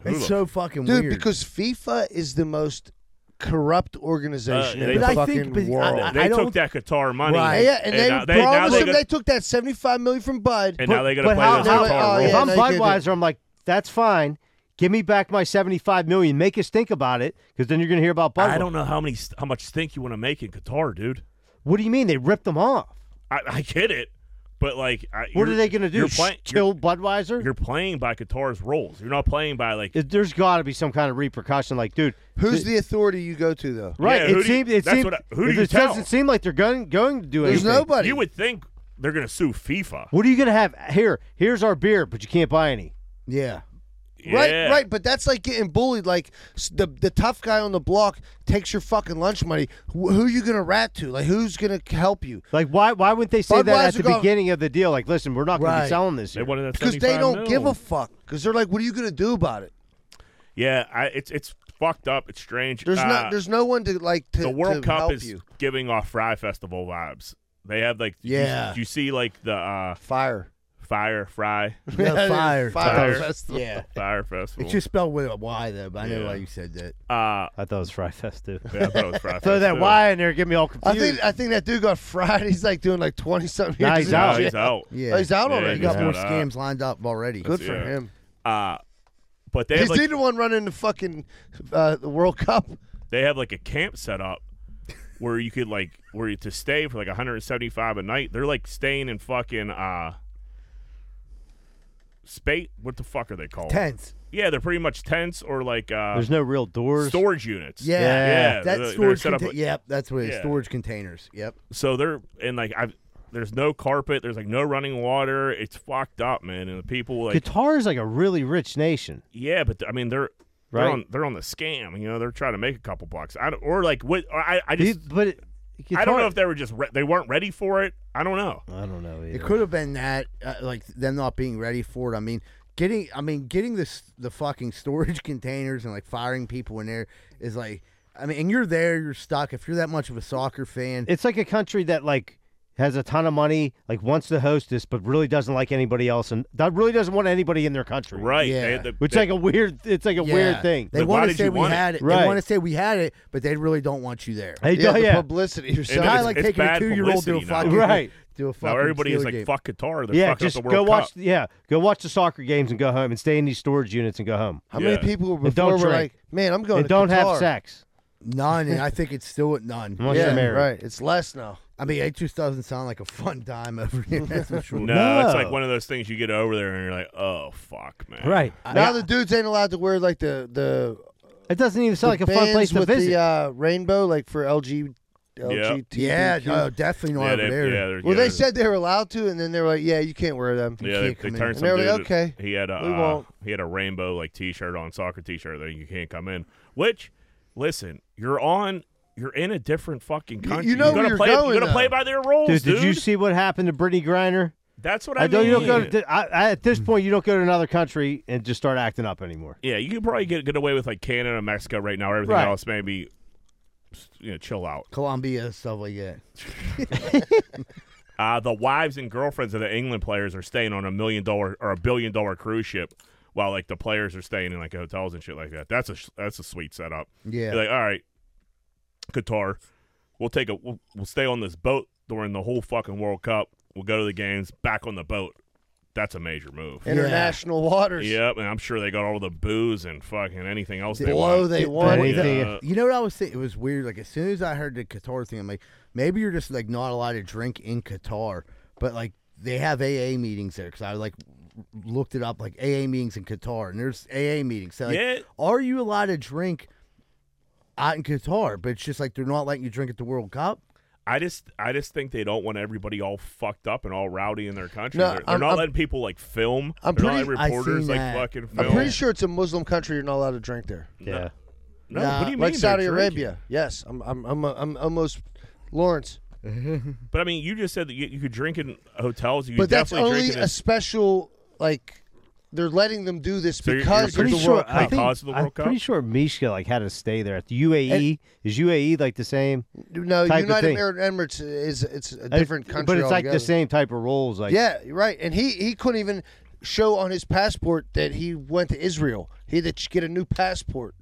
S3: Who the
S1: It's so fucking
S4: Dude,
S1: weird.
S4: because FIFA is the most corrupt organization
S3: Uh,
S4: in
S3: they-
S4: the
S3: But
S1: I
S4: fucking
S1: think- but I-
S4: world.
S1: I-
S3: they took
S1: don't-
S3: that Qatar money,
S1: Right.
S4: Yeah, yeah, and,
S3: now
S4: they,
S3: they, now
S4: promised
S3: they
S4: them
S3: got-
S4: they took that seventy-five million from Bud.
S3: and now they're
S2: but
S3: gonna play
S2: how-
S3: those
S2: how-
S3: Qatar
S4: oh,
S3: rules.
S2: if
S4: yeah,
S2: I'm
S4: they did
S2: Budweiser, I'm like, that's fine. Give me back my seventy-five million. Make us think about it, because then you're going to hear about Budweiser.
S3: I don't know how many st- how much stink you want to make in Qatar, dude.
S2: What do you mean they ripped them off?
S3: I, I get it, but like, I,
S2: What
S3: you're-
S2: are they going to do?
S3: You're,
S2: Sh-
S3: play-
S2: kill Budweiser?
S3: you're, you're playing by Qatar's rules. You're not playing by like.
S2: It- There's got to be some kind of repercussion. Like, dude,
S4: Who's the authority you go to though?
S2: right?
S3: Yeah, who
S2: it
S3: do you-
S2: seems. It
S3: that's
S2: seems.
S3: what I- who do
S2: it
S3: you
S2: just doesn't
S3: tell?
S2: seem like they're going going to do
S4: There's
S2: anything.
S4: nobody.
S3: you would think they're gonna sue FIFA.
S2: What are you going to have here? Here's our beer, but you can't buy any.
S1: yeah.
S4: Right,
S3: Yeah.
S4: right, but that's like getting bullied. Like s- the the tough guy on the block takes your fucking lunch money. Wh- who you gonna rat to? Like who's gonna c- help you?
S2: Like, why? Why wouldn't they say that at
S4: Budweiser
S2: the
S4: got-
S2: beginning of the deal? Like, listen, we're not going to be
S1: Right.
S2: selling this.
S3: They
S2: Here.
S3: wanted that
S4: Because they
S3: 75
S4: don't
S3: mil.
S4: give a fuck. Because they're like, what are you gonna do about it?
S3: Yeah, I, it's it's fucked up. It's strange.
S4: There's
S3: Uh,
S4: not. There's no one to like to
S3: the World
S4: to
S3: Cup
S4: help
S3: is
S4: you.
S3: giving off Fry Festival vibes. They have like you-
S1: Yeah.
S3: You, see like the uh,
S4: Fire.
S3: fire fry
S1: Yeah, fire.
S4: Fire.
S3: Fire.
S4: festival.
S1: Yeah.
S3: fire festival.
S1: It's just spelled with a Y though, but I know
S3: Yeah.
S1: why you said that.
S3: uh,
S2: I thought it was Fry Fest too.
S3: yeah, I thought it was fry
S2: Throw that
S3: festival.
S2: Y in there, get me all
S4: I
S2: confused.
S4: think I think that dude got fried. He's like doing like twenty something.
S2: Nah,
S4: years
S2: he's
S4: in
S3: No,
S2: out.
S4: jail.
S3: he's out.
S1: Yeah.
S4: Oh, he's out
S3: Yeah,
S1: You
S4: already.
S3: he's
S1: got
S4: Good
S1: more
S3: out.
S1: scams lined up already.
S3: Good
S4: for
S3: Yeah.
S4: him.
S3: Uh, but they
S4: He's
S3: have, like,
S4: he the one running the fucking uh, the World Cup.
S3: they have like a camp set up where you could like where you to stay for like 175 a night. They're like staying in fucking uh spate. What the fuck are they called?
S1: Tense.
S3: Yeah, they're pretty much tents or like uh
S2: There's no real doors.
S3: storage units.
S1: Yeah.
S2: Yeah.
S3: they're-
S1: That
S3: they're
S1: storage
S3: set up
S1: contain-
S3: like-
S1: Yep, that's what it is.
S3: Yeah.
S1: Storage containers. Yep.
S3: So they're and like I've there's no carpet. There's like no running water. It's fucked up, man. And the people like
S2: Qatar is like a really rich nation.
S3: yeah, but I mean they're. They're
S2: Right.
S3: on, they're on the scam, you know. They're trying to make a couple bucks. I don't, or like what? or I, I
S2: These-
S3: just
S2: but it,
S3: I don't
S2: Qatar-
S3: know if they were just re- they weren't ready for it. I don't know.
S2: I don't know.
S1: It
S2: Either.
S1: could have been that, uh, like them not being ready for it. I mean, getting, I mean, getting this the fucking storage containers and like firing people in there is like, I mean, and you're there, you're stuck. If you're that much of a soccer fan,
S2: It's like a country that like has a ton of money, like wants to host this, but really doesn't like anybody else, and that really doesn't want anybody in their country.
S3: Right?
S1: Yeah.
S3: They, the,
S2: Which
S3: they-
S2: like a weird. It's like a
S1: yeah,
S2: weird thing.
S1: They
S3: Like, why
S1: want to
S3: did
S1: say
S3: you
S1: we
S3: want it?
S1: had it.
S2: Right.
S1: They want to say we had it, but they really don't want you there.
S2: Hey,
S4: Yeah,
S2: yeah,
S4: the
S2: yeah.
S4: publicity or something.
S1: Kind
S3: it's-
S1: of like
S3: it's
S1: taking a
S3: bad
S1: two year old to a
S3: publicity now.
S1: fucking
S2: Right.
S1: to a fucking
S3: now everybody's
S1: Steeler
S3: like
S1: game.
S3: fuck Qatar. They're
S2: Yeah,
S3: fucking
S2: just
S3: up the
S2: go
S3: World
S2: watch.
S3: Cup.
S2: Yeah, go watch the soccer games and go home and stay in these storage units and go home.
S4: How
S3: Yeah.
S4: many people were
S2: And don't
S4: before were like,
S2: drink.
S4: man, I'm going
S2: And
S4: to
S2: don't have
S4: Qatar."
S2: sex.
S1: none, and I think it's still at none.
S2: Unless
S4: Yeah,
S2: you're married.
S4: right. It's less now.
S1: I mean, it just doesn't sound like a fun time over here. That's for sure.
S3: No, it's like
S2: No.
S3: one of those things you get over there and you're like, oh fuck, man.
S2: Right.
S4: now the dudes ain't allowed to wear like the the,
S2: It doesn't even sound like
S4: the
S2: a fun
S4: bands
S2: place to
S4: with
S2: visit.
S4: the uh, rainbow, like for LG, LGBTQ.
S1: Yeah, no, definitely not
S3: Yeah,
S1: over
S3: they,
S1: there.
S3: yeah, they're-
S4: Well,
S3: yeah,
S4: they
S3: they're-
S4: said they were allowed to, and then they were like, yeah, you can't wear them.
S3: Yeah, they,
S1: can't
S3: they
S1: come in.
S3: turned
S1: And
S3: some
S4: they're
S3: dude.
S4: like,
S3: that-
S4: okay,
S3: he had a
S4: we
S3: uh,
S4: won't.
S3: he had a rainbow like T-shirt on soccer T-shirt that you can't come in, which listen, you're on. You're in a different fucking
S4: You-
S3: country.
S4: you know
S3: are
S4: where
S3: gonna
S4: you're
S3: play.
S4: going,
S3: you're gonna play
S4: though.
S3: by their rules,
S2: Dude,
S3: dude.
S2: did you see what happened to Brittany Griner?
S3: That's what I,
S2: I don't. You
S3: mean.
S2: don't go. To, I, I, at this point, you don't go to another country and just start acting up anymore.
S3: yeah, you can probably get get away with like Canada, and Mexico right now. Everything
S2: Right.
S3: else, maybe, you know, chill out.
S1: Colombia stuff like that.
S3: Uh, the wives and girlfriends of the England players are staying on a million dollar or a billion dollar cruise ship, while like the players are staying in like hotels and shit like that. That's a sh- that's a sweet setup.
S1: Yeah.
S3: You're like, all right, Qatar, we'll take a we'll, we'll stay on this boat during the whole fucking World Cup. We'll go to the games, back on the boat. That's a major move.
S4: International waters.
S3: Yep, and I'm sure they got all the booze and fucking anything else they
S4: Blow
S3: want.
S4: they
S1: The-
S4: want.
S1: the-
S2: Anything.
S3: Uh,
S1: you know what I was thinking? It was weird. Like as soon as I heard the Qatar thing, I'm like, maybe you're just like not allowed to drink in Qatar, but like they have AA meetings there because I like looked it up, like AA meetings in Qatar, and there's AA meetings. So like,
S3: Yeah.
S1: are you allowed to drink out in Qatar? But it's just like they're not letting you drink at the World Cup.
S3: I just I just think they don't want everybody all fucked up and all rowdy in their country.
S4: No,
S3: they're they're
S4: I'm-
S3: not
S4: I'm-
S3: letting people like film.
S4: I'm
S3: they're not
S4: pretty-
S3: letting
S1: I seen
S3: reporters like
S1: that.
S3: fucking
S4: I'm
S3: film.
S4: pretty sure it's a Muslim country. You're not allowed to drink there.
S2: Yeah.
S3: no,
S1: Nah.
S3: what do you mean?
S4: like
S3: they're
S4: Saudi
S3: drinking?
S4: Arabia. Yes, I'm, I'm, I'm, I'm almost Lawrence.
S3: But I mean, you just said that you, you could drink in hotels. You could
S4: but that's
S3: definitely
S4: only
S3: drink in
S4: a special like they're letting them do this
S3: So you're-
S4: because
S3: you're
S4: of
S2: Pretty
S4: the
S3: Because
S2: sure.
S4: World
S2: I
S4: Cup.
S2: think,
S3: Cause of the
S2: I'm
S3: World Cup?
S2: pretty sure Mishka like had to stay there at the UAE. Is UAE like the same?
S4: No,
S2: type of
S4: United
S2: thing.
S4: Arab Emirates is it's a different country.
S2: But it's like
S4: altogether.
S2: the same type of roles. Like
S4: Yeah, you're right. And he he couldn't even show on his passport that he went to Israel. He had to get a new passport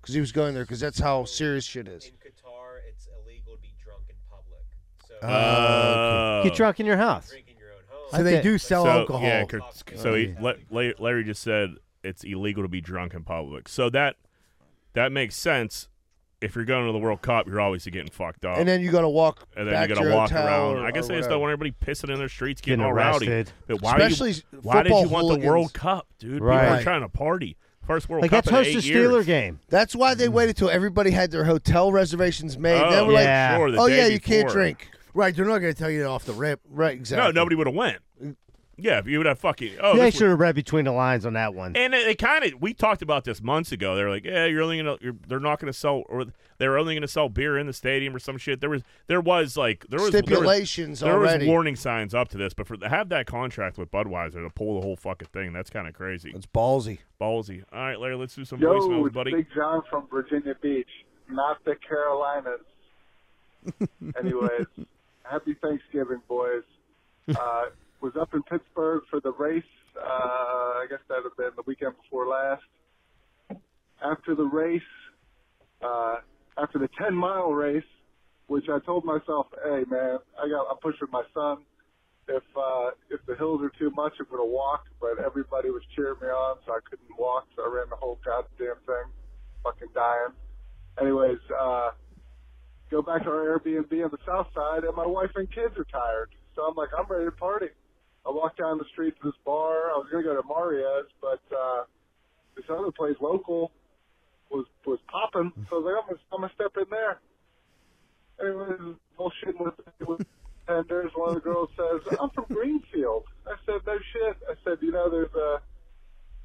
S4: because he was going there because that's how serious shit is.
S5: in Qatar, it's illegal to be drunk in public. So
S3: Uh,
S2: get drunk in your house.
S5: drink in your own home.
S1: So they
S2: think-
S1: do sell
S3: so,
S1: alcohol.
S3: Yeah, c- so he,
S1: Yeah.
S3: Le- La- Larry just said it's illegal to be drunk in public. So that that makes sense. If you're going to the World Cup, you're obviously getting fucked up.
S4: And then you got to walk.
S3: Oh. And
S4: back
S3: then you
S4: to
S3: gotta
S4: your
S3: walk
S4: hotel
S3: around.
S4: or- or
S3: I guess they just
S4: whatever.
S3: don't want everybody pissing in their streets, getting,
S2: Getting
S3: all
S2: arrested.
S3: rowdy. But why
S4: Especially
S3: are
S4: s-
S3: you, why did you
S4: football
S3: want the World
S4: hooligans.
S3: Cup, dude? People
S2: Right.
S3: are trying to party. First World
S2: Like
S3: Cup
S2: that's
S3: in
S2: host
S3: eight
S2: a
S3: years.
S2: Steeler game.
S4: That's why
S2: Mm.
S4: they waited till everybody had their hotel reservations made.
S3: Oh,
S4: then we're
S2: yeah.
S4: like,
S3: sure, the
S4: oh
S3: day
S4: yeah, you can't
S3: before.
S4: drink.
S1: right, they're not going to tell you that off the rip.
S4: Right,
S3: No,
S4: exactly.
S3: nobody would have went. Yeah, if you would have fucking. Oh,
S2: they
S3: this
S2: should have read between the lines on that one.
S3: And they, they kind of we talked about this months ago. They're like, yeah, you're only gonna, you're, they're not gonna sell, or they're only gonna sell beer in the stadium or some shit. There was, there was like, there was there was-
S4: Stipulations
S3: There was,
S4: already.
S3: warning signs up to this, but for to have that contract with Budweiser to pull the whole fucking thing, that's kind of crazy,
S4: It's ballsy.
S3: ballsy. All right, Larry, let's do some
S6: Yo,
S3: voicemails,
S6: it's
S3: buddy.
S6: Big John from Virginia Beach, not the Carolinas. Anyways, happy Thanksgiving, boys. Uh, was up in Pittsburgh for the race. Uh, I guess that would have been the weekend before last. After the race, uh, after the 10 mile race, which I told myself, hey man, I got, I'm pushing my son. If, uh, if the hills are too much, I'm going to walk, but everybody was cheering me on, so I couldn't walk, so I ran the whole goddamn thing, fucking dying. Anyways, uh, go back to our Airbnb on the south side, and my wife and kids are tired. So I'm like, I'm ready to party. I walked down the street to this bar. I was going to go to Mario's, but, uh, this other place local was, was popping. So I was like, I'm going to I'm gonna step in there. Anyways, bullshitting with, with tenders. One of the girls says, I'm from Greenfield. I said, no shit. I said, you know, there's a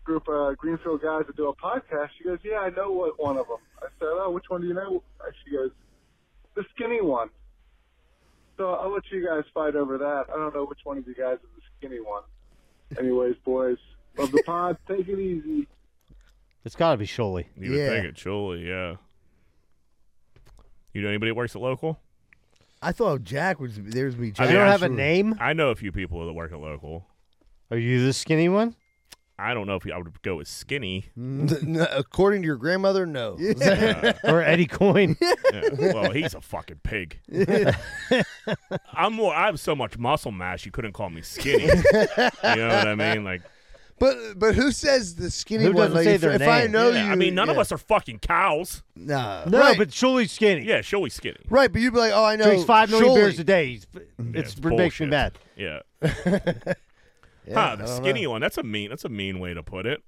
S6: group of Greenfield guys that do a podcast. She goes, yeah, I know what one of them. I said, oh, which one do you know? Uh, She goes, the skinny one. So I'll let you guys fight over that. I don't know which one of you guys is the skinny one. Anyways, boys, love the pod. Take it easy.
S2: It's got to be Sholey.
S3: You would
S1: Yeah.
S3: think it, surely, yeah. You know anybody that works at local?
S1: I thought Jack was there's me.
S3: I
S1: Jack.
S2: You don't have a
S1: Sure.
S2: name.
S3: I know a few people that work at local.
S2: Are you the skinny one?
S3: I don't know if I would go with skinny.
S4: According to your grandmother, no.
S2: or Eddie Coyne.
S3: Yeah, well, he's a fucking pig. I'm more. I have so much muscle mass. You couldn't call me skinny. you know what I mean? Like,
S4: But but who says the skinny
S2: Who
S4: one?
S2: doesn't
S4: Like,
S2: say
S4: if,
S2: their
S4: if I
S2: name?
S4: know
S3: yeah,
S4: you,
S3: I mean, none of
S4: yeah.
S3: us are fucking cows.
S1: No.
S2: No,
S4: Right.
S2: but Sholey's skinny.
S3: Yeah, Shelly's skinny.
S4: Right, but you'd be like, oh, I know.
S2: Drinks five million
S4: Sholey.
S2: beers a day. He's-
S3: Yeah,
S2: It's, makes me
S3: bullshit.
S2: mad.
S3: Yeah.
S4: Yeah,
S3: Huh,
S4: I
S3: the
S4: don't
S3: skinny
S4: know.
S3: one. That's a mean. That's a mean way to put it.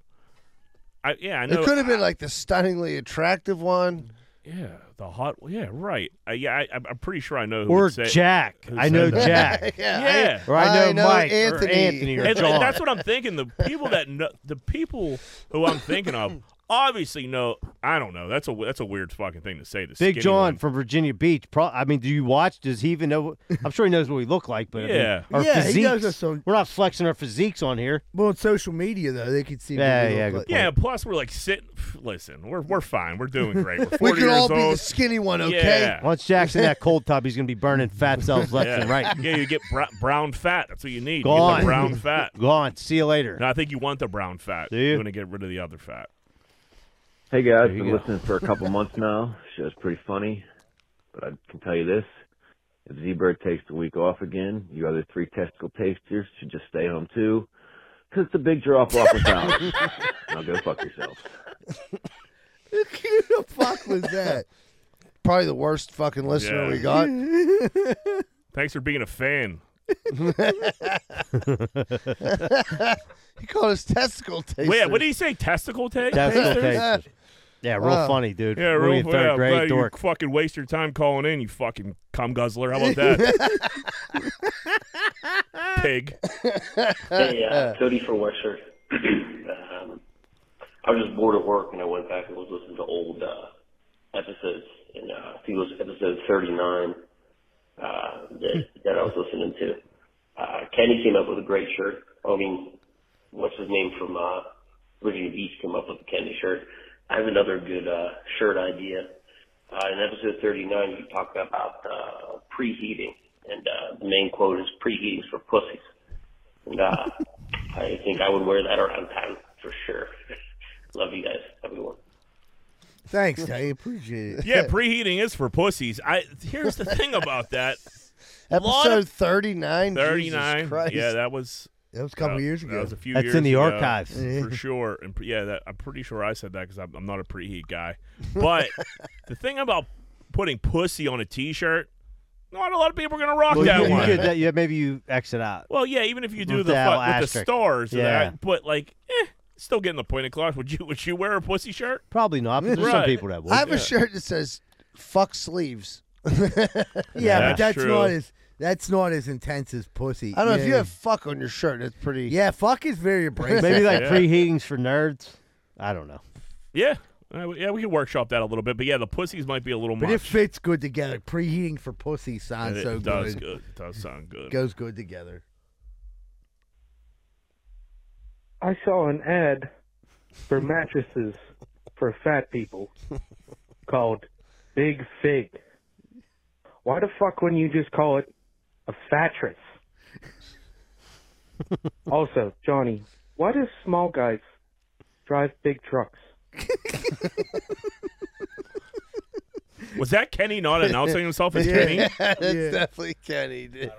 S3: I yeah. I know.
S4: It could have been like the stunningly attractive one.
S3: yeah, the hot. Yeah, right. I yeah, I, I'm- I'm pretty sure I know who
S2: Or
S3: would say-
S2: Jack.
S3: who
S2: I
S3: said
S2: know
S3: that?
S2: Jack.
S4: yeah.
S3: Yeah.
S2: Or I know,
S4: I know
S2: Mike
S4: Anthony.
S2: or Anthony or
S3: And, and
S2: John.
S3: that's what I'm thinking. The people that know, the people who I'm thinking of obviously no. I don't know. That's a that's a weird fucking thing to say. The
S2: Big
S3: skinny
S2: John
S3: one.
S2: from Virginia Beach. Pro- I mean, do you watch? Does he even know? I'm sure he knows what we look like, but I mean,
S3: Yeah.
S2: our
S1: Yeah, he knows
S2: physiques.
S1: us on-
S2: We're not flexing our physiques on here.
S1: Well, on social media though, they could see. what
S2: Yeah,
S1: we
S2: yeah,
S1: look
S2: good
S1: like.
S2: point.
S3: Yeah, plus we're like sitting. Listen, we're we're fine. We're doing great. We're 40
S4: We could
S3: years
S4: all
S3: old.
S4: be the skinny one, okay?
S3: Yeah.
S2: Once Jack's in that cold tub, he's gonna be burning fat cells left
S3: yeah.
S2: and right.
S3: Yeah, you get br- brown fat. That's what you need. You get
S2: Gone.
S3: the brown fat.
S2: Gone. See you later.
S3: And I think you want the brown fat.
S2: Do
S3: You
S2: you?
S3: want to get rid of the other fat.
S7: Hey guys,
S2: There you
S7: been
S2: go.
S7: listening for a couple months now. Show's pretty funny, but I can tell you this: if Z-Bird takes the week off again, you other three testicle tasters should just stay home too, 'cause it's a big drop off of dollars. now go fuck yourself.
S1: Who the fuck was that?
S4: Probably the worst fucking listener
S3: Yeah.
S4: we got.
S3: Thanks for being a fan.
S4: He called us testicle taste.
S3: Wait, what did he say? Testicle taste?
S2: Testicle
S3: Tasters?
S2: taste. Yeah, real
S4: Wow.
S2: funny, dude.
S3: Yeah,
S2: We were
S3: real
S2: in third
S3: yeah,
S2: grade,
S3: glad you
S2: dork.
S3: fucking waste your time calling in, you fucking cum guzzler. How about that? Pig.
S8: Hey, uh, Cody from Western. um, I was just bored at work, and I went back and was listening to old uh, episodes, and uh, I think it was episode 39 uh, that, that I was listening to. Uh, Kenny came up with a great shirt. I mean, what's his name from uh, Virginia Beach came up with a Kenny shirt. I have another good uh, shirt idea. Uh, in episode 39, you talk about uh, preheating, and uh, the main quote is preheating's for pussies. And, uh, I think I would wear that around town for sure. Love you guys. Have a good one.
S1: Thanks, I appreciate it.
S3: Yeah, preheating is for pussies. I here's the thing about that. lot
S4: Episode
S3: of-
S4: 39.
S3: Thirty
S4: Jesus
S3: nine.
S4: Christ.
S3: Yeah, that was
S1: That was a couple
S3: that-
S1: years
S3: That
S1: ago.
S3: was a few
S2: That's
S3: years
S2: in the
S3: ago,
S2: archives.
S3: for sure. And pre- yeah, that, I'm pretty sure I said that because I'm, I'm not a preheat guy. But the thing about putting pussy on a T-shirt, not a lot of people are gonna rock
S2: Well,
S3: that
S2: you, you
S3: one.
S2: could- that- yeah, maybe you exit out.
S3: Well, yeah, even if you do
S2: With
S3: the
S2: the
S3: fu- with the
S2: asterisk.
S3: stars, yeah.
S2: Yeah.
S3: but like, eh, still getting the point across. Would you would you wear a pussy shirt?
S2: Probably not, but there's some
S3: Right.
S2: people that would.
S4: I have a shirt that says fuck sleeves.
S1: yeah,
S3: Yeah,
S1: but that's
S3: true.
S1: not as that's not as intense as pussy.
S4: I don't know
S1: yeah.
S4: if you have fuck on your shirt. That's pretty.
S1: Yeah, fuck is very abrasive.
S2: Maybe like
S3: Yeah.
S2: preheatings for nerds. I don't know.
S3: Yeah, Uh, yeah, we could workshop that a little bit. But yeah, the pussies might be a little
S1: but
S3: much.
S1: it fits good together. Preheating for pussy
S3: And
S1: sounds
S3: it
S1: so
S3: does
S1: good.
S3: good. It does sound good.
S1: Goes good together.
S9: I saw an ad for mattresses for fat people called Big Fig. Why the fuck wouldn't you just call it a fatress? also, Johnny, why do small guys drive big trucks?
S3: Was that Kenny not announcing himself as Kenny?
S4: that's
S1: Yeah.
S4: definitely Kenny, dude.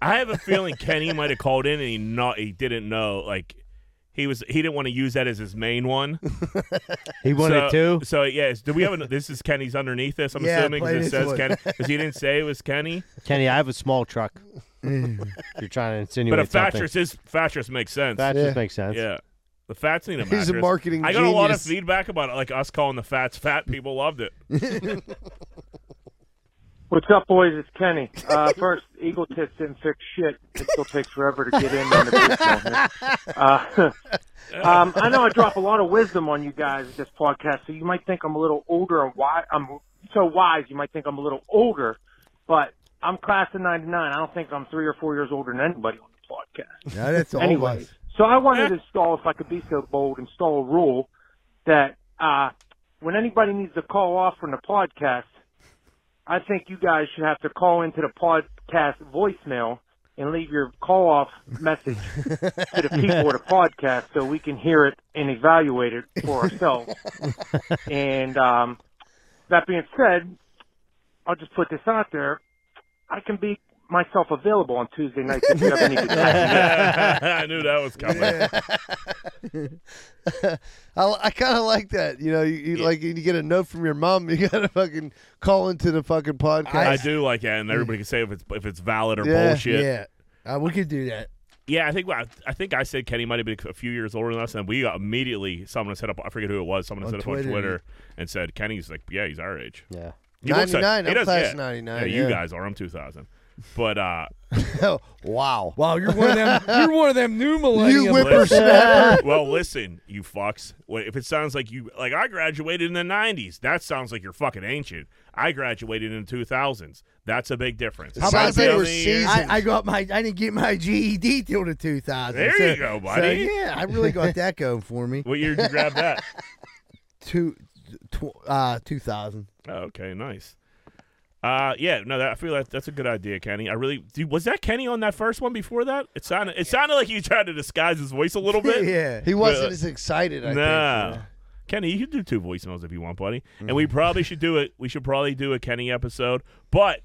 S3: I have a feeling Kenny might have called in and he not he didn't know like. He was. He didn't want to use that as his main one.
S2: He wanted
S3: so,
S2: to.
S3: So yes. Do we have? An, this is Kenny's underneath this. I'm
S1: Yeah,
S3: assuming 'cause
S1: play
S3: it
S1: this
S3: says
S1: one.
S3: Kenny because he didn't say it was Kenny.
S2: Kenny, I have a small truck.
S4: Mm.
S2: If You're trying to insinuate
S3: But a
S2: something.
S3: Fatris is Fatris makes sense.
S2: That
S4: Yeah.
S2: just makes sense.
S3: Yeah. The fats need a mattress.
S4: He's a marketing
S3: I got a lot of
S4: genius.
S3: feedback about it, like us calling the fats fat. People loved it.
S9: What's up, boys? It's Kenny. Uh, first, Eagle Tits didn't fix shit. It still takes forever to get in on the baseball here. Uh, um, I know I drop a lot of wisdom on you guys at this podcast, so you might think I'm a little older and wise. I'm so wise, you might think I'm a little older, but I'm class of '99. I don't think I'm three or four years older than anybody on the podcast.
S1: No, that's all of
S9: Anyway,
S1: us.
S9: so I wanted to install, if I could be so bold, install a rule that uh, when anybody needs to call off from the podcast, I think you guys should have to call into the podcast voicemail and leave your call off message to the people of the podcast so we can hear it and evaluate it for ourselves. and um, that being said, I'll just put this out there. I can be myself available on Tuesday nights if you have any good
S3: I knew that was coming.
S4: I, I kind of like that. You know, you, you like you get a note from your mom. You got to fucking call into the fucking podcast.
S3: I do like that, and everybody can say if it's if it's valid or
S4: Yeah,
S3: bullshit. Yeah.
S1: Yeah, Uh, we could do that.
S3: I think I, I think I said Kenny might have been a few years older than us, and we got immediately someone set up. I forget who it was. Someone
S1: On
S3: set up on
S1: Twitter.
S3: Twitter and said Kenny's like, yeah, he's our age.
S2: Yeah.
S3: He looks like-
S4: 99,
S3: he
S4: I'm
S3: does-
S4: class
S3: yeah.
S4: 99,
S3: Yeah, you
S4: yeah.
S3: guys are. I'm 2000. But uh,
S4: wow.
S10: Wow, you're one of them. You're one of them new millennials.
S3: listen, well, listen, you fucks. Well, If it sounds like you, like I graduated in the '90s, that sounds like you're fucking ancient. I graduated in the 2000s. That's a big difference.
S4: How about
S3: That's the
S4: they were
S3: only year-
S4: seasoned?
S1: I, I got my I didn't get my GED till the 2000.
S3: There
S1: so-
S3: you go, buddy.
S1: So, yeah, I really got that going for me.
S3: What year did you grab that?
S1: Two, tw- uh, 2000.
S3: Oh, okay, nice. Uh, yeah, no, that, I feel that that's a good idea, Kenny. I really dude, was that Kenny on that first one before that. It sounded it sounded like he tried to disguise his voice a little bit.
S1: yeah.
S4: He wasn't
S3: But-
S4: as excited, I
S3: No.
S4: think.
S3: Kenny, you can do two voicemails if you want, buddy. And
S4: Mm-hmm.
S3: we probably should do it. We should probably do a Kenny episode. But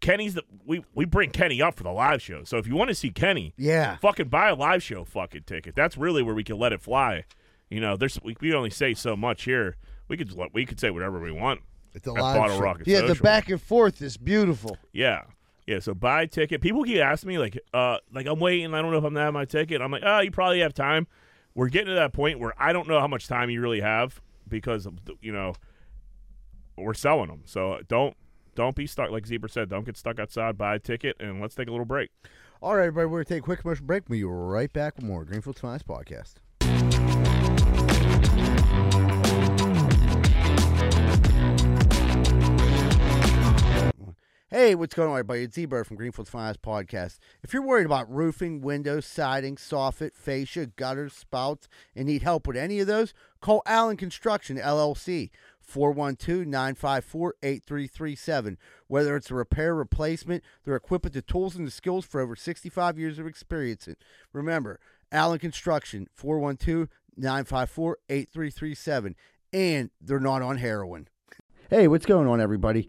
S3: Kenny's the we we bring Kenny up for the live show. So if you want to see Kenny,
S1: Yeah.
S3: fucking buy a live show fucking ticket. That's really where we can let it fly. You know, there's we, we only say so much here. We could let- we could say whatever we want.
S1: It's a
S3: at
S1: live
S3: Bottle
S1: show.
S3: Rocket
S4: Yeah, the
S3: Social.
S4: back and forth is beautiful.
S3: Yeah. Yeah, so buy a ticket. People keep asking me, like, uh, like I'm waiting. I don't know if I'm gonna have my ticket. I'm like, oh, you probably have time. We're getting to that point where I don't know how much time you really have because of the- you know we're selling them. So don't don't be stuck. Like Zebra said, don't get stuck outside. Buy a ticket and let's take a little break.
S1: All right, everybody, we're going to take a quick commercial break. We'll be right back with more Greenfield Tonight's podcast. Hey, what's going on, everybody? It's Z-Bird from Greenfield's Finance Podcast. If you're worried about roofing, windows, siding, soffit, fascia, gutters, spouts, and need help with any of those, call Allen Construction, LLC, 412-954-8337. Whether it's a repair, replacement, they're equipped with the tools and the skills for over 65 years of experience. And Remember, Allen Construction, 412-954-8337. And they're not on heroin. Hey, what's going on, everybody?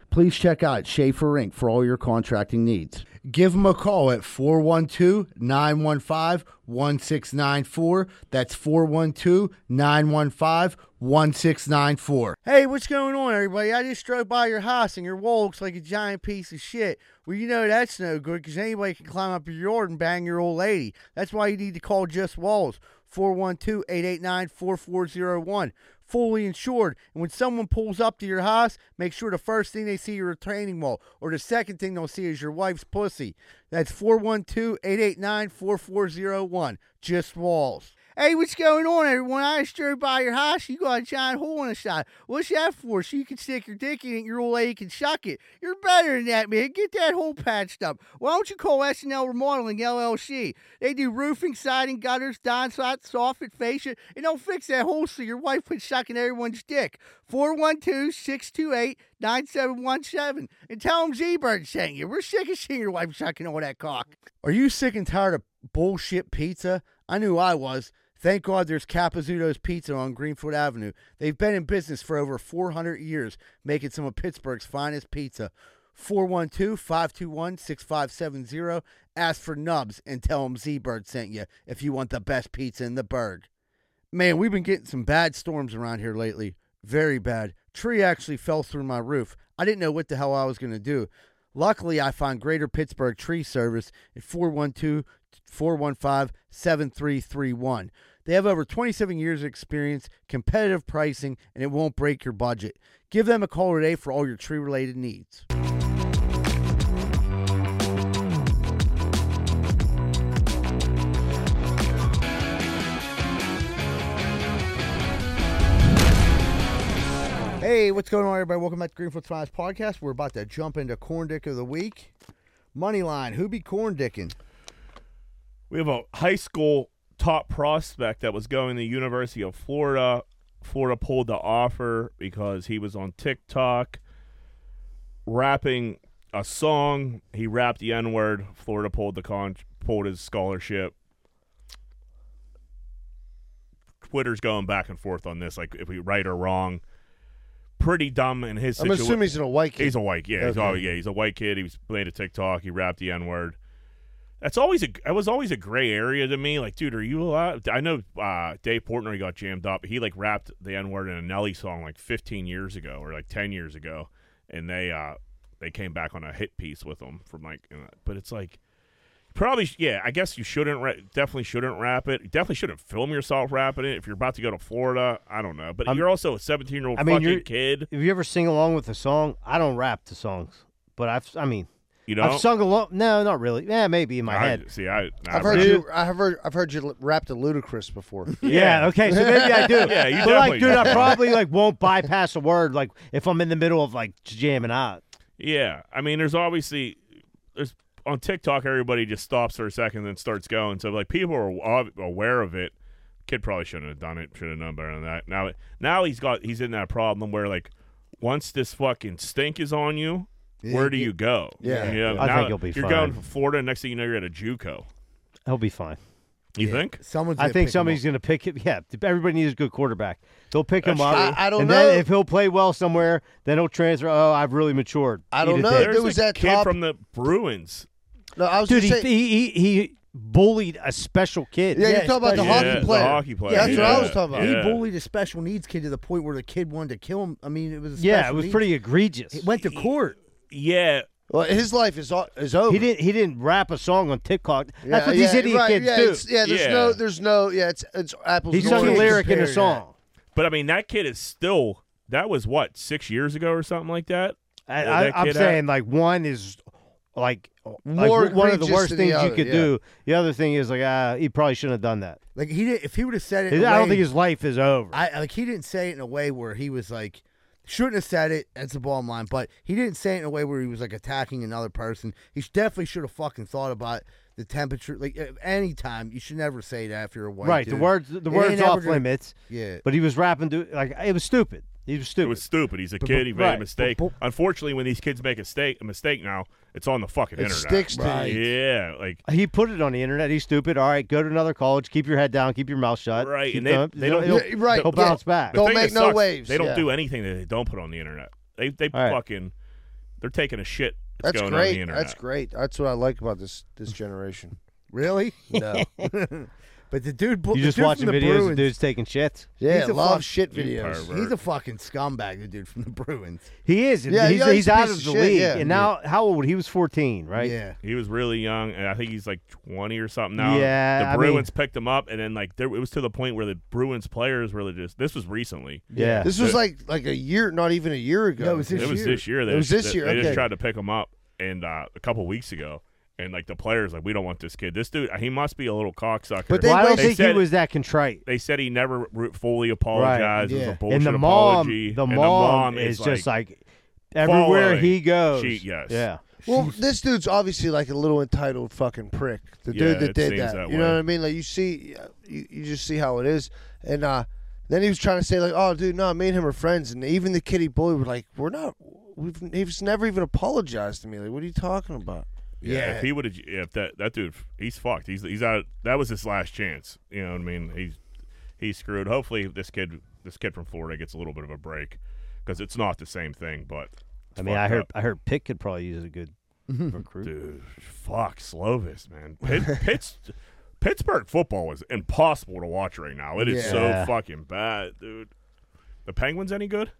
S1: Please check out Schaefer Inc. for all your contracting needs. Give them a call at 412 915 1694. That's 412 915 1694. Hey, what's going on, everybody? I just drove by your house and your wall looks like a giant piece of shit. Well, you know that's no good because anybody can climb up your yard and bang your old lady. That's why you need to call Just Walls. 412 889 4401. Fully insured. And when someone pulls up to your house, make sure the first thing they see is your retaining wall, or the second thing they'll see is your wife's pussy. That's 412 889 4401. Just Walls. Hey, what's going on, everyone? I just drove by your house. You got a giant hole in the side. What's that for? So you can stick your dick in it, and your old lady can suck it. You're better than that, man. Get that hole patched up. Why don't you call SNL Remodeling LLC? They do roofing, siding, gutters, downspout, soffit, fascia, and they'll fix that hole so your wife quits sucking everyone's dick. 412 628 9717. And tell them Z-Bird sent you. We're sick of seeing your wife sucking all that cock. Are you sick and tired of bullshit pizza? I knew I was. Thank God there's Capizzuto's Pizza on Greenfield Avenue. They've been in business for over 400 years, making some of Pittsburgh's finest pizza. 412 521 6570. Ask for Nubs and tell them Z Bird sent you if you want the best pizza in the burg. Man, we've been getting some bad storms around here lately. Very bad. Tree actually fell through my roof. I didn't know what the hell I was going to do. Luckily, I found Greater Pittsburgh Tree Service at 412 415 7331. They have over 27 years of experience, competitive pricing, and it won't break your budget. Give them a call today for all your tree related needs. Hey, what's going on, everybody? Welcome back to Greenfield Finance Podcast. We're about to jump into Corn Dick of the Week. Moneyline, who be corn dicking?
S3: We have a high school top prospect that was going to the University of Florida. Florida pulled the offer because he was on TikTok rapping a song. He rapped the N word. Florida pulled the con pulled his scholarship. Twitter's going back and forth on this, like if we right or wrong. Pretty dumb in his
S4: I'm
S3: situation.
S4: assuming he's in a white kid.
S3: He's a white, yeah. He's,
S4: Okay.
S3: oh, yeah, he's a white kid. He was playing a TikTok. He rapped the N word. That's always a that was always a gray area to me. Like, dude, are you allowed? I know uh, Dave Portnoy got jammed up. He like rapped the N word in a Nelly song like 15 years ago or like 10 years ago, and they uh they came back on a hit piece with him from like. you know, But it's like probably sh- yeah. I guess you shouldn't ra- definitely shouldn't rap it. You definitely shouldn't film yourself rapping it if you're about to go to Florida. I don't know, but
S2: I'm-
S3: you're also a 17 year old
S2: I mean,
S3: fucking
S2: you're-
S3: kid.
S2: Have you ever sing along with a song? I don't rap to songs, but I've I mean,
S3: You
S2: I've
S3: don't?
S2: sung along. No, not really. Yeah, maybe in my
S3: I-
S2: head.
S3: See, I
S4: I've heard you. I've heard. I've heard you rap to Ludacris before.
S2: Yeah. Okay. So maybe I do.
S3: Yeah, you
S2: but
S3: definitely
S2: like, dude,
S3: do.
S2: I probably like won't bypass a word. Like if I'm in the middle of like jamming out.
S3: Yeah, I mean, there's obviously there's on TikTok everybody just stops for a second and starts going. So like people are ob- aware of it. Kid probably shouldn't have done it. Should have known better than that. Now now he's got he's in that problem where like once this fucking stink is on you, where do you go?
S4: Yeah.
S3: You know,
S2: I
S3: now
S2: think he'll be
S3: You're
S2: fine.
S3: going from Florida. Next thing you know, you're at a JUCO.
S2: He'll be fine.
S3: You think?
S1: Someone's.
S2: I
S1: gonna
S2: think
S1: pick 'em
S2: somebody's
S1: up.
S2: going to pick him. Yeah, everybody needs a good quarterback. They'll pick him
S3: That's
S2: up.
S4: true. I- I don't
S2: and Then
S4: know.
S2: if he'll play well somewhere, then he'll transfer. Oh, I've really matured.
S4: I
S2: Eat
S4: don't
S2: a
S4: know.
S2: dick.
S4: Uh, There
S3: There's
S4: was
S3: a
S4: that
S3: kid
S4: top-
S3: from the Bruins.
S4: No, I was
S2: dude.
S4: just
S2: He,
S4: saying.
S2: he he he bullied a special kid.
S4: yeah, you're talking about the
S1: especially-
S3: Yeah,
S4: hockey
S3: the
S4: player.
S3: hockey player,
S4: that's what I was
S3: yeah,
S4: talking about.
S1: He
S3: Yeah.
S1: bullied a special needs kid to the point where the kid wanted to kill him. I mean, it was. a
S2: Yeah, it
S1: special
S2: was
S1: needs-
S2: pretty egregious.
S1: It went to court.
S3: Yeah,
S4: Well, his life is o- is over.
S2: He didn't. He didn't rap a song on TikTok. That's
S4: Yeah,
S2: what these
S4: yeah,
S2: idiot
S4: right,
S2: kids
S4: yeah,
S2: do.
S4: it's- Yeah, there's
S3: Yeah.
S4: no, there's no, yeah, it's it's apples.
S2: He
S4: and
S2: sung a
S1: can't
S4: oranges.
S2: lyric in a
S1: compare
S2: song.
S3: but I mean that kid is still. That was what six years ago or something like that.
S2: I,
S3: Yeah, that
S2: I, I'm
S3: kid
S2: saying like one is like, like
S4: More
S2: one of the
S4: egregious
S2: worst
S4: than
S2: things
S4: the
S2: you
S4: other,
S2: could
S4: yeah.
S2: do. The other thing is like uh, he probably shouldn't have done that.
S1: Like he did. If he would have said it,
S2: I
S1: in a
S2: don't
S1: way-
S2: think his life is over.
S1: I like he didn't say it in a way where he was like shouldn't have said it. That's the bottom line. But he didn't say it in a way where he was like attacking another person. He sh- definitely should have fucking thought about the temperature. Like at any time, you should never say that if you're a white.
S2: right. The
S1: dude.
S2: words. The
S1: It
S2: words
S1: ain't ever
S2: off
S1: gonna-
S2: limits.
S1: Yeah.
S2: But he was rapping to like it was stupid. He was stupid.
S3: It was stupid. He's a kid. He made
S2: right.
S3: a mistake.
S1: But-
S3: Unfortunately, when these kids make a mistake, a mistake now, it's on the fucking
S4: It
S3: internet.
S4: sticks to Right. you.
S3: Yeah, like
S2: he put it on the internet. He's stupid. All right, go to another college. Keep your head down. Keep your mouth shut.
S3: Right,
S2: keep
S3: and they-
S2: the-
S3: they don't-
S2: he'll-
S4: Yeah, right,
S2: He'll
S4: yeah.
S2: bounce back.
S3: the
S4: Don't
S3: thing
S4: make
S3: that
S4: no
S3: sucks,
S4: waves,
S3: They don't
S4: yeah.
S3: do anything that they don't put on the internet. They they
S2: All right.
S3: fucking they're taking a shit. That's,
S4: That's
S3: going on the
S4: great.
S3: internet.
S4: That's great. That's what I like about this this generation.
S1: Really?
S4: No.
S1: But the dude, bu-
S2: You
S1: the
S2: just
S1: dude from
S2: watching
S1: the
S2: videos
S1: Bruins,
S2: of dudes taking shits.
S4: Yeah,
S1: He's a
S4: love
S1: fuck-
S4: shit
S3: You
S4: videos.
S3: pervert.
S1: He's a fucking scumbag. The dude from the Bruins.
S2: He is.
S4: Yeah,
S2: he's,
S4: yeah, he's
S2: he's
S4: a
S2: out
S4: piece
S2: of the
S4: of shit,
S2: league.
S4: yeah.
S2: And now, how old? He was 14, right?
S1: Yeah.
S3: He was really young, and I think he's like twenty or something now.
S2: Yeah,
S3: the
S2: I
S3: Bruins picked him up, and then like there, it was to the point where the Bruins players really just. This was recently.
S2: Yeah.
S4: This was like like a year, not even a year ago.
S1: No, it was this
S3: it was
S1: year.
S3: this year. They
S4: It was
S3: just,
S4: this
S3: they-
S4: year,
S3: They
S4: okay.
S3: just tried to pick him up, and uh, a couple weeks ago, and like the players, like we don't want this kid. This dude, he must be a little cocksucker.
S4: But they
S2: well, I don't
S4: they
S2: think he
S3: said-
S2: was that contrite.
S3: they said he never re- fully apologized. It was
S1: yeah.
S3: a bullshit
S2: And the mom,
S3: apology.
S2: the mom,
S3: and the mom
S2: is, just
S3: like,
S2: like everywhere
S3: following.
S2: he goes.
S3: She- yes.
S2: Yeah.
S4: Well, this dude's obviously like a little entitled fucking prick. The
S3: Yeah,
S4: dude that
S3: it
S4: did
S3: seems
S4: that.
S3: that
S4: you know
S3: way.
S4: what I mean? Like you see, you, you just see how it is. And uh, then he was trying to say like, "Oh, dude, no, me and him are friends." And even the kitty boy were like, "We're not. We've he's never even apologized to me. Like, what are you talking about?"
S3: yeah. If he would have, if that that dude, he's fucked. He's he's out. That was his last chance. You know what I mean? He's he's screwed. Hopefully, this kid this kid from Florida gets a little bit of a break because it's not the same thing. But it's
S2: I mean, I
S3: fucked
S2: heard
S3: up.
S2: I heard Pitt could probably use a good recruit.
S3: dude, fuck Slovis, man. Pitt, Pitt's, Pittsburgh football is impossible to watch right now. It is
S2: Yeah.
S3: so fucking bad, dude. The Penguins any good?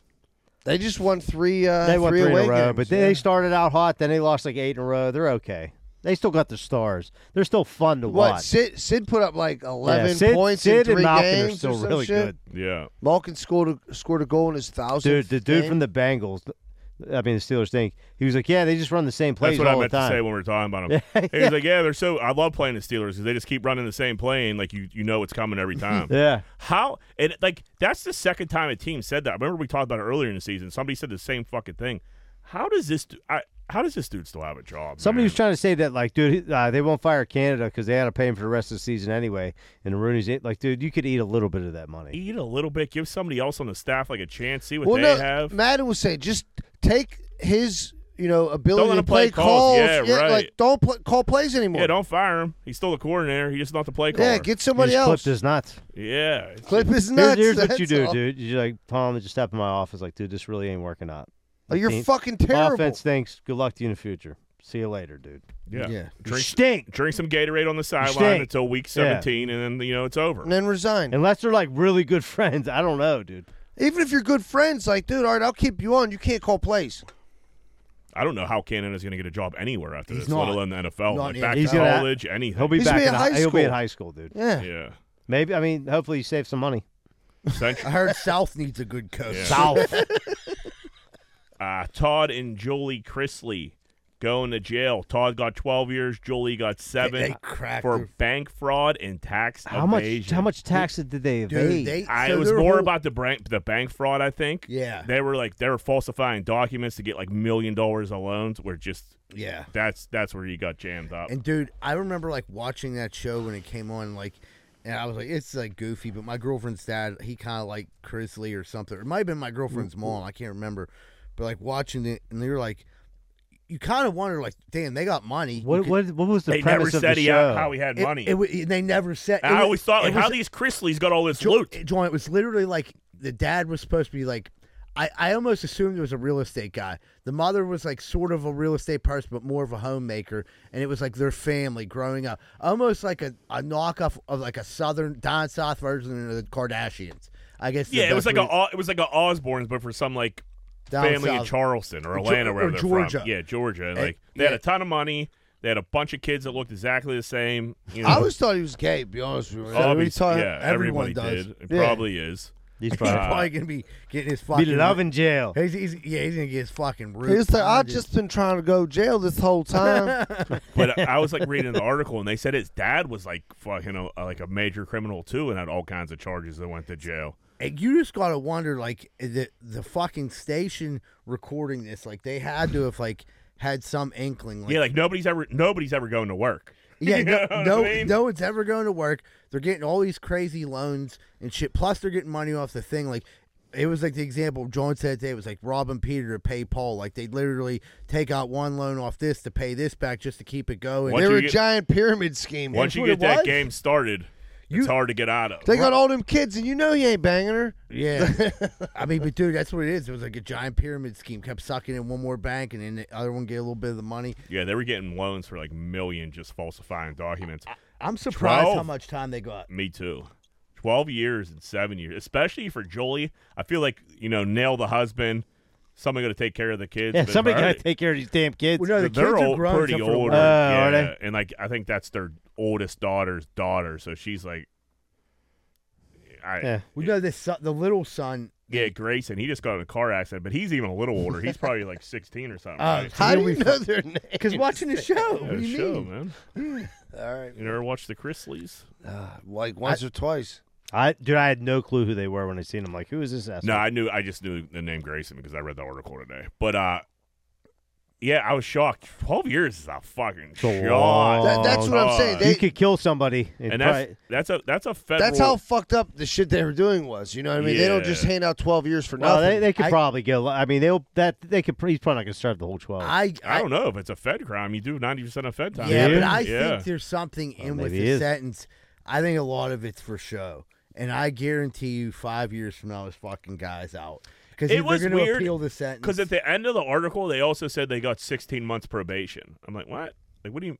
S4: They just won three. Uh,
S2: They won three, in
S4: away
S2: a row,
S4: games,
S2: but
S4: yeah.
S2: they started out hot. Then they lost like eight in a row. They're okay. They still got the stars. They're still fun to
S4: what
S2: watch.
S4: Sid Sid put up like eleven
S2: yeah, Sid,
S4: points
S2: Sid
S4: in three
S2: and Malkin
S4: games
S2: are still
S4: or some
S2: really
S4: shit.
S2: good.
S3: Yeah.
S4: Malkin scored a, scored a goal in his thousand.
S2: Dude, the dude from the Bengals, I mean the Steelers think he was like, yeah, they just run the same
S3: That's
S2: plays
S3: what
S2: all
S3: I meant
S2: the
S3: to
S2: time.
S3: say when we were talking about them. He was like, "Yeah, they're so I love playing the Steelers because they just keep running the same play and like you you know it's coming every time."
S2: yeah,
S3: How and like that's the second time a team said that. I remember we talked about it earlier in the season. Somebody said the same fucking thing. How does this? du- I, how does this dude still have a job?
S2: somebody
S3: man?
S2: was trying to say that like, dude, he- uh, they won't fire Canada because they had to pay him for the rest of the season anyway. And Rooney's in- like, dude, you could eat a little bit of that money.
S3: eat a little bit, give somebody else on the staff like a chance, see what
S4: well,
S3: they
S4: no,
S3: have.
S4: Madden was saying just take his you know ability
S3: let
S4: to
S3: him play calls. Yeah, right.
S4: like don't pl- call plays anymore.
S3: Yeah, don't fire him. He's still a coordinator. He's just not the play caller.
S4: Yeah, get
S2: You
S4: somebody
S2: just
S4: else.
S2: clipped his nuts.
S3: yeah. it's-
S4: Clip his
S2: Here-
S4: nuts.
S2: here's what
S4: that's
S2: you do,
S4: all.
S2: dude. You're like, Tom, just step in my office. Like, dude, this really ain't working out.
S4: Oh, you're
S2: Team-
S4: fucking terrible.
S2: Offense, thanks. Good luck to you in the future. See you later, dude.
S3: Yeah.
S1: Yeah.
S3: Drink,
S2: Stink.
S3: drink some Gatorade on the sideline
S2: stink.
S3: until week
S2: Yeah.
S3: 17, and then, you know, it's over.
S4: and then resign.
S2: Unless they're like really good friends. I don't know, dude.
S4: Even if you're good friends, like, dude, all right, I'll keep you on. You can't call plays.
S3: I don't know how Canada's going to get a job anywhere after
S1: He's
S3: this, let
S1: not.
S3: alone the NFL.
S1: Not
S3: Like,
S1: yet.
S3: back
S2: He's
S3: to
S2: gonna-
S3: college, anything.
S2: He'll be
S4: He's
S2: back
S4: gonna be
S2: in
S4: at
S2: hi-
S4: high
S2: He'll be at
S4: school.
S2: high school, dude.
S4: Yeah.
S3: yeah.
S2: Maybe I mean, hopefully you save some money.
S3: Central-
S1: I heard South needs a good coach.
S3: Yeah.
S2: South.
S3: uh, Todd and Julie Chrisley going to jail. Todd got 12 years. Julie got
S1: They,
S3: seven
S1: they cracked
S3: for
S1: her.
S3: bank fraud and tax
S2: how
S3: evasion.
S2: much? How much taxes did they evade?
S1: Dude, they,
S3: I
S1: so
S3: it was
S1: their
S3: more
S1: whole-
S3: about the bank, the bank fraud. I think.
S1: Yeah.
S3: They were like they were falsifying documents to get like million dollars of loans. Where just
S1: Yeah.
S3: that's that's where you got jammed up.
S1: And dude, I remember like watching that show when it came on, like, and I was like, it's like goofy, but my girlfriend's dad, he kind of like Chris Lee or something. It might have been my girlfriend's
S3: Mm-hmm.
S1: mom, I can't remember, but like watching it, and they were like, you kind of wonder, like, damn, they got money. You
S2: what,
S1: could-
S2: what? What was the
S3: they never
S2: premise of
S3: said
S2: the
S3: he
S2: show?
S3: had, how he had
S1: It,
S3: money.
S1: It, wa- they never said.
S3: And I
S1: it wa-
S3: always thought
S1: it
S3: like
S1: was-
S3: how these Chrisleys got all this
S1: Jo-
S3: loot.
S1: John, eh, it was literally like the dad was supposed to be like, I, I almost assumed it was a real estate guy. The mother was like sort of a real estate person, but more of a homemaker. And it was like their family growing up, almost like a, a knockoff of like a southern, down south version of the Kardashians. I guess. the
S3: Yeah, it
S1: best
S3: was like
S1: way-
S3: a Os- it was like a Osborne's, but for some like
S1: down
S3: family in
S1: south.
S3: Charleston or
S1: Or Ge-
S3: Atlanta,
S1: or
S3: wherever they're
S1: Georgia.
S3: from. Yeah, Georgia. And,
S1: Eh,
S3: like they had
S1: yeah.
S3: a ton of money. They had a bunch of kids that looked exactly the same. You know,
S4: I always thought he was gay, to be honest with you.
S3: obvious-
S4: Every time-
S3: yeah,
S1: everyone
S3: everybody
S1: does.
S3: did. It
S4: Yeah.
S3: probably is.
S2: He's
S1: He's
S2: probably
S1: probably gonna be getting his
S2: be
S1: fucking.
S2: loving jail.
S1: He's, he's, yeah, he's gonna get his fucking roof.
S4: He's like, I've just been trying to go to jail this whole time.
S3: But I I was like reading the article, and they said his dad was like fucking a, like a major criminal too, and had all kinds of charges that went to jail.
S1: And you just gotta wonder, like the the fucking station recording this, like they had to have like had some inkling. Like,
S3: yeah, like nobody's ever nobody's ever going to work.
S1: yeah,
S3: You
S1: no,
S3: know what I
S1: no,
S3: mean?
S1: no one's ever going to work. They're getting all these crazy loans and shit. Plus, they're getting money off the thing. Like it was like the example John said today. It was like robbing Peter to pay Paul. Like they literally take out one loan off this to pay this back just to keep it going.
S3: What
S4: they were
S3: you
S4: a
S3: get-
S4: giant pyramid scheme.
S3: Once you
S1: what
S3: get
S1: it
S3: that
S1: was.
S3: game started,
S1: You-
S3: it's hard to get out of.
S4: They got all them kids, and you know he ain't banging her.
S1: Yeah, I mean, but dude, that's what it is. It was like a giant pyramid scheme. Kept sucking in one more bank, and then the other one get a little bit of the money.
S3: yeah, they were getting loans for like million just falsifying documents.
S1: I'm surprised how
S3: Twelve.
S1: much time they got.
S3: Me too. 12 years and seven years, especially for Jolie. I feel like, you know, nail the husband. Somebody got to take care of the kids.
S2: Yeah,
S3: but
S2: somebody
S3: they're-
S2: got to take care of these damn kids.
S1: Well, no, the
S3: they're
S1: kids are
S3: old-
S1: grown
S3: pretty
S1: except for
S3: old.
S1: one.
S2: Uh, are they?
S3: yeah. And, like, I think that's their oldest daughter's daughter. So she's like, I,
S2: Yeah.
S3: yeah.
S1: We know this. Son, the little son.
S3: Grayson, he just got in a car accident, but he's even a little older. He's probably like 16 or something.
S1: Uh,
S3: right?
S4: How do
S1: we
S4: you know their name?
S1: Because watching the show. What
S3: Yeah,
S1: do you
S3: show,
S1: mean?
S3: man.
S4: All right.
S3: You never watched the Chrisleys?
S4: Uh, like once or twice.
S2: I dude, I had no clue who they were when I seen them. Like, who is this asshole?
S3: No, I knew. I just knew the name Grayson because I read the article today. But uh, yeah, I was shocked. Twelve years is a fucking
S2: a
S3: shot.
S4: That- that's what I'm saying.
S3: Oh, God.
S4: They-
S2: you could kill somebody.
S3: and that's
S2: probably-
S3: that's a that's a federal.
S4: That's how fucked up the shit they were doing was. You know what I mean? They don't just
S3: Yeah.
S4: hand out 12 years for
S2: well,
S4: nothing.
S2: they, they could
S1: I-
S2: probably go. I mean, they'll that they could. He's probably not gonna serve the whole twelve.
S1: I,
S3: I
S1: I,
S3: don't know if it's a Fed crime. You do ninety percent of Fed time.
S1: yeah,
S2: Dude.
S1: but I
S3: Yeah.
S1: think there's something in with
S2: maybe
S1: the
S2: it is.
S1: sentence. I think a lot of it's for show, and I guarantee you, five years from now, this fucking guy's out because
S3: It
S1: they're
S3: was
S1: going to
S3: weird,
S1: appeal the sentence.
S3: Because at the end of the article, they also said they got sixteen months probation. I'm like, what? Like, what do you?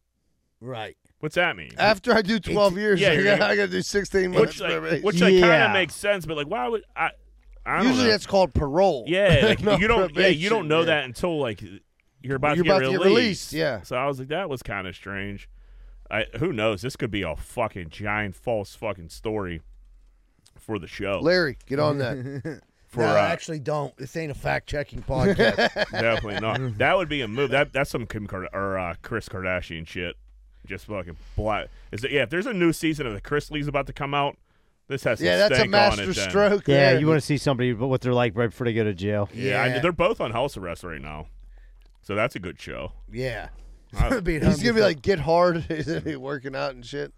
S1: right,
S3: What's that mean?
S4: After I do 12 years,
S3: yeah,
S4: I,
S3: you're
S4: gotta,
S3: gonna-
S4: I gotta do 16 months.
S3: which like,
S4: probation.
S3: which like kind
S2: Yeah.
S3: of makes sense, but like, why would I? I don't
S4: Usually
S3: know.
S4: that's called parole.
S3: Yeah, like,
S4: Not
S3: you don't. Yeah, you
S4: probation,
S3: don't know
S4: yeah.
S3: that until like you're about,
S4: You're
S3: to, get
S4: about to get
S3: released.
S4: released, yeah.
S3: So I was like, that was kind of strange. I who knows? This could be a fucking giant false fucking story for the show.
S4: Larry, get on that.
S3: for
S1: no,
S3: uh,
S1: actually, don't. This ain't a fact checking podcast.
S3: definitely not. That would be a move. That that's some Kim Card- or uh, Chris Kardashian shit. Just fucking black. Is it, yeah? If there's a new season of the Chrisleys about to come out, this has some
S4: yeah, that's a
S3: stank on it
S4: master
S3: then.
S4: stroke.
S2: yeah,
S4: there.
S2: you want to see somebody but what they're like right before they go to jail.
S3: Yeah, I-
S1: Yeah.
S3: they're both on house arrest right now, so that's a good show.
S1: yeah,
S3: I-
S1: Be at home
S4: He's gonna be
S1: yourself.
S4: like, get hard. He's gonna be working out and shit.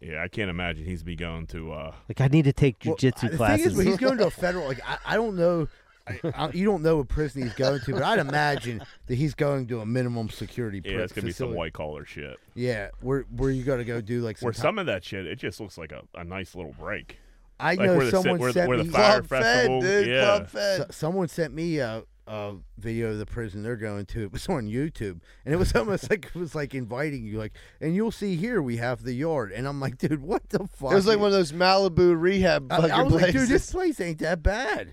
S3: Yeah, I can't imagine he's be going to. uh
S2: Like, I need to take
S1: Well,
S2: jujitsu
S1: I- the
S2: classes.
S1: Thing is, when he's going to a federal. Like I, I don't know. I, I, you don't know what prison he's going to, but I'd imagine that he's going to a minimum security.
S3: Yeah, it's gonna be some
S1: facility.
S3: white collar shit.
S1: Yeah, where where you got to go do like some
S3: Where
S1: ti-
S3: some of that shit, it just looks like a, a nice little break.
S1: I
S3: like
S1: know
S3: where the sit-
S1: someone
S3: where the-
S1: sent
S3: where the
S1: me
S3: Fire
S4: Club
S3: festival,
S4: fed, dude.
S3: yeah.
S4: Club fed.
S1: so- someone sent me a, uh, video of the prison they're going to. It was on YouTube, and it was almost like it was like inviting you, like, and you'll see here we have the yard, and I'm like, dude, what the fuck?
S4: It was like one of those Malibu rehab
S1: I,
S4: fucking
S1: I was like, dude,
S4: places.
S1: this place ain't that bad.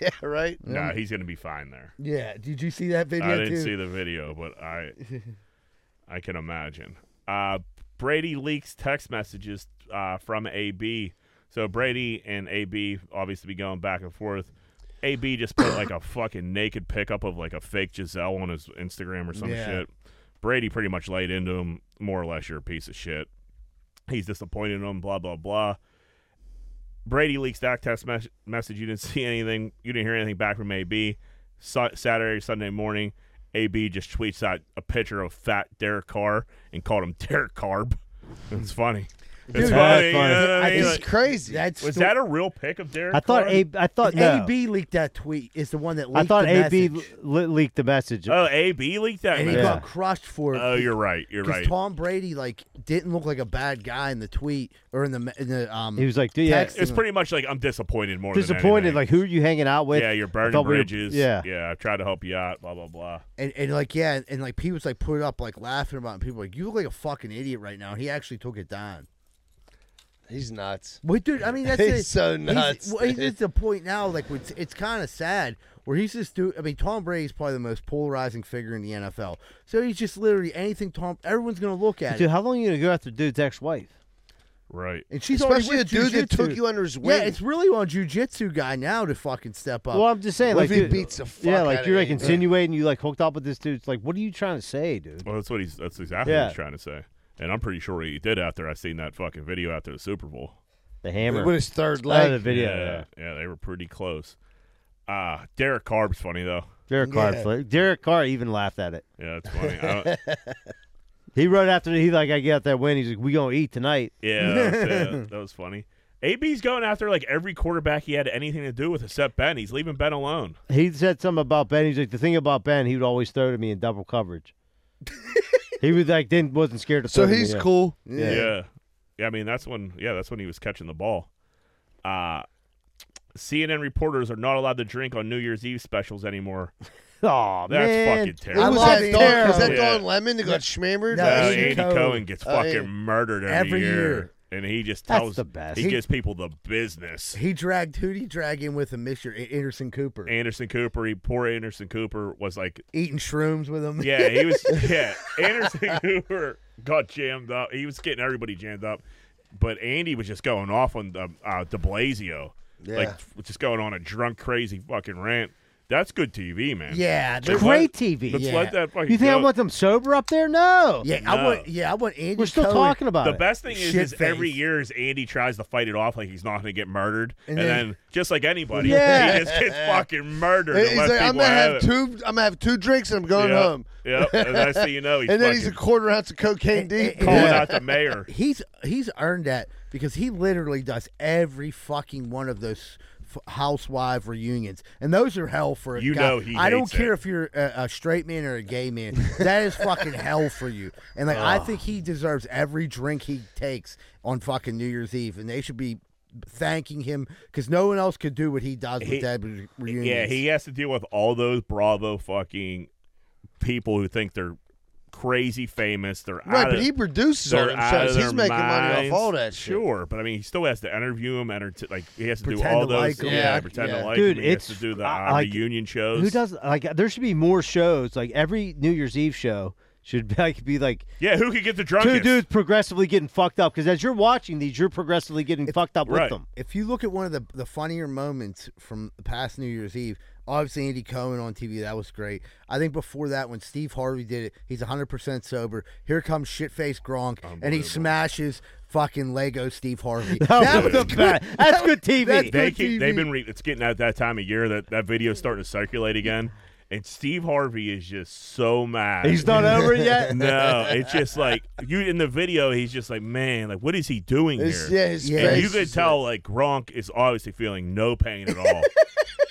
S4: yeah, right.
S3: Nah, he's gonna be fine there.
S1: Yeah, did you see that video
S3: I didn't
S1: too?
S3: see the video, but I I can imagine. Uh, Brady leaks text messages uh, from AB. So Brady and AB obviously be going back and forth. AB just put like a fucking naked pickup of like a fake Giselle on his Instagram or some
S1: Yeah.
S3: shit. Brady pretty much laid into him, more or less, you're a piece of shit. He's disappointed in him, blah, blah, blah. Brady leaks that text mes- message. You didn't see anything. You didn't hear anything back from AB. Sa- Saturday, Sunday morning, AB just tweets out a picture of fat Derek Carr and called him Derek Carb. It's funny. It's
S1: Dude,
S3: funny.
S2: that's funny.
S3: you know what I mean?
S1: I
S3: Like,
S4: It's crazy.
S1: That's
S3: was that a real pic of Derek?
S2: I thought
S3: Carr?
S2: A. I thought no.
S1: AB Oh, leaked that tweet. Is the one that leaked
S2: I thought
S1: the
S2: AB
S1: message,
S2: le- leaked the message.
S3: Oh, AB leaked that.
S1: and he
S3: message?
S2: Yeah.
S1: got crushed for it.
S3: Oh, you're right. You're
S1: because
S3: right.
S1: Tom Brady like didn't look like a bad guy in the tweet or in the me- in the um.
S2: he was like, dude, yeah,
S1: Text
S3: It's pretty much like I'm disappointed more
S2: disappointed.
S3: Than anything.
S2: Like, who are you hanging out with?
S3: yeah, you're
S2: I
S3: burning
S2: thought we were-
S3: bridges.
S2: yeah,
S3: yeah. I tried to help you out. Blah blah blah.
S1: And, and like yeah, and, like he was like put it up like laughing about it. And people were like you look like a fucking idiot right now. And he actually took it down.
S4: He's nuts.
S1: But dude, I mean that's
S4: He's
S1: it.
S4: so nuts,
S1: He's, well, he's
S4: dude.
S1: at the point now like where it's, it's kind of sad where he's just do. I mean Tom Brady's probably the most polarizing figure in the NFL. So he's just literally anything Tom. Everyone's gonna look at
S2: dude,
S1: it.
S2: how long are you gonna go after dude's ex-wife?
S3: Right.
S1: And she's already
S4: Especially a
S1: with
S4: dude that
S1: jujitsu.
S4: took you under his wing.
S1: Yeah, it's really on jujitsu guy now to fucking step up.
S2: Well, I'm just saying,
S4: What
S2: like,
S4: if he
S2: dude-
S4: beats the fuck
S2: yeah,
S4: out
S2: like
S4: of
S2: you're like
S4: AB?
S2: insinuating you like hooked up with this dude. It's like, what are you trying to say, dude?
S3: Well, that's what he's. That's exactly what
S2: Yeah.
S3: he's trying to say. And I'm pretty sure he did after I seen that fucking video after the Super Bowl.
S2: The hammer.
S4: with his third
S2: Oh, the
S4: leg.
S2: video.
S3: yeah, yeah, they were pretty close. Uh Derek Carb's funny though.
S2: Derek Carr. fl- Derek Carr even laughed at it.
S3: Yeah, it's funny. I don't,
S2: He wrote after he like I got that win. He's like, we gonna eat tonight.
S3: yeah, that was, yeah, that was funny. AB's going after like every quarterback he had anything to do with except Ben. He's leaving Ben alone.
S2: He said something about Ben. He's like, the thing about Ben, he would always throw to me in double coverage. he was like, then wasn't scared to throw.
S4: So
S2: to me,
S4: he's
S2: yeah.
S4: cool.
S3: Yeah.
S2: Yeah.
S3: yeah. I mean, that's when yeah, that's when he was catching the ball. Uh CNN reporters are not allowed to drink on New Year's Eve specials anymore.
S2: Aw,
S3: That's
S2: man.
S3: fucking
S1: I
S4: What
S3: terrible.
S4: was
S1: love
S4: that
S1: it.
S4: dog? Was that
S3: Yeah.
S4: dog Lemon that got schmammered?
S1: No,
S3: Uh,
S1: Yeah,
S3: Andy
S1: Andy
S3: Cohen,
S1: Cohen
S3: gets
S4: Oh,
S3: fucking
S4: yeah.
S3: murdered every,
S1: Every
S3: year.
S1: year.
S3: and he just
S2: That's
S3: tells
S2: the best.
S3: He,
S2: He-
S3: gives people the business.
S1: He dragged who did he drag in with him this year? A- Anderson Cooper.
S3: Anderson Cooper, he, poor Anderson Cooper was like,
S1: Eating shrooms with him.
S3: yeah, he was, yeah, Anderson Cooper got jammed up. He was getting everybody jammed up, but Andy was just going off on the uh, DeBlasio, like
S4: Yeah.
S3: f- just going on a drunk, crazy fucking rant. That's good TV, man.
S1: Yeah,
S3: Dude,
S1: dude.
S2: Great
S3: let-
S2: TV,
S3: Let's
S1: yeah.
S3: let that fucking.
S2: You think I
S3: go.
S2: want them sober up there? No.
S1: yeah.
S3: No.
S1: I want. Yeah, I want Andy.
S2: We're still
S1: Cohen-
S2: talking about
S3: The
S2: it.
S3: best thing is,
S1: Shit
S3: is every
S1: face.
S3: year is Andy tries to fight it off like he's not going to get murdered, and,
S1: And
S3: then,
S1: then-
S3: just like anybody,
S2: Yeah.
S3: he just gets fucking murdered.
S4: He's
S3: and lets
S4: like, I'm
S3: people
S4: gonna have,
S3: it.
S4: two. I'm gonna have two drinks and I'm going
S3: Yep,
S4: home.
S3: Yep, and that's how you know he's
S4: and then he's a
S3: fucking
S4: quarter ounce of cocaine deep.
S1: and-
S3: calling
S1: Yeah.
S3: out the mayor.
S1: He's he's earned that because he literally does every fucking one of those f- housewife reunions, and those are hell for a
S3: You
S1: guy.
S3: know he
S1: I don't
S3: hates
S1: care
S3: it.
S1: if you're a, a straight man or a gay man. That is fucking hell for you. And like, I think he deserves every drink he takes on fucking New Year's Eve, and they should be thanking him because no one else could do what he does with
S3: He-
S1: that re- reunion.
S3: Yeah, he has to deal with all those Bravo fucking people who think they're crazy famous. They're
S4: Right,
S3: out
S4: but
S3: of,
S4: he produces all
S3: they're
S4: them
S3: out
S4: shows.
S3: of
S4: He's
S3: their
S4: making money
S3: minds.
S4: off all that shit.
S3: Sure, but I mean, he still has to interview him, enter like he has to do
S1: Pretend
S3: all
S1: to
S3: those.
S1: like 'em.
S3: yeah,
S4: Yeah,
S3: pretend
S4: yeah.
S3: to like.
S2: Dude,
S3: him. He has
S2: it's-
S3: to do the
S2: I-
S3: uh,
S2: like-
S3: reunion shows.
S2: Who does like? There should be more shows. Like every New Year's Eve show should like be like
S3: Yeah, who could get the
S2: two
S3: drunkest?
S2: dudes progressively getting fucked up. Because as you're watching these, you're progressively getting fucked up
S3: right.
S2: with them.
S1: if you look at one of the, the funnier moments from the past New Year's Eve, obviously Andy Cohen on TV, that was great. I think before that, when Steve Harvey did it, he's 100% sober. Here comes shitface Gronk, and he smashes fucking Lego Steve Harvey.
S2: That was bad. That's good TV.
S3: They keep, they've been re- it's getting at that time of year that that video's starting to circulate again, and Steve Harvey is just so mad.
S2: He's not over it yet.
S3: no, it's just like you in the video. He's just like, man, like what is he doing
S4: It's-
S3: here?
S4: yeah, his
S1: Yeah.
S3: and
S4: face
S3: you could
S4: is-
S3: tell like Gronk is obviously feeling no pain at all.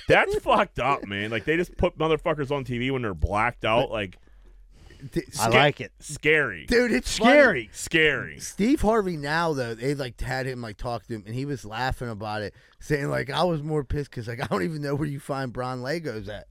S3: That's fucked up, man. Like they just put motherfuckers on TV when they're blacked out. Like
S2: I like it.
S3: scary,
S1: Dude, it's funny.
S2: Scary.
S3: scary.
S1: Steve Harvey now though they like had him like talk to him and he was laughing about it saying like I was more pissed because like I don't even know where you find Bron Legos at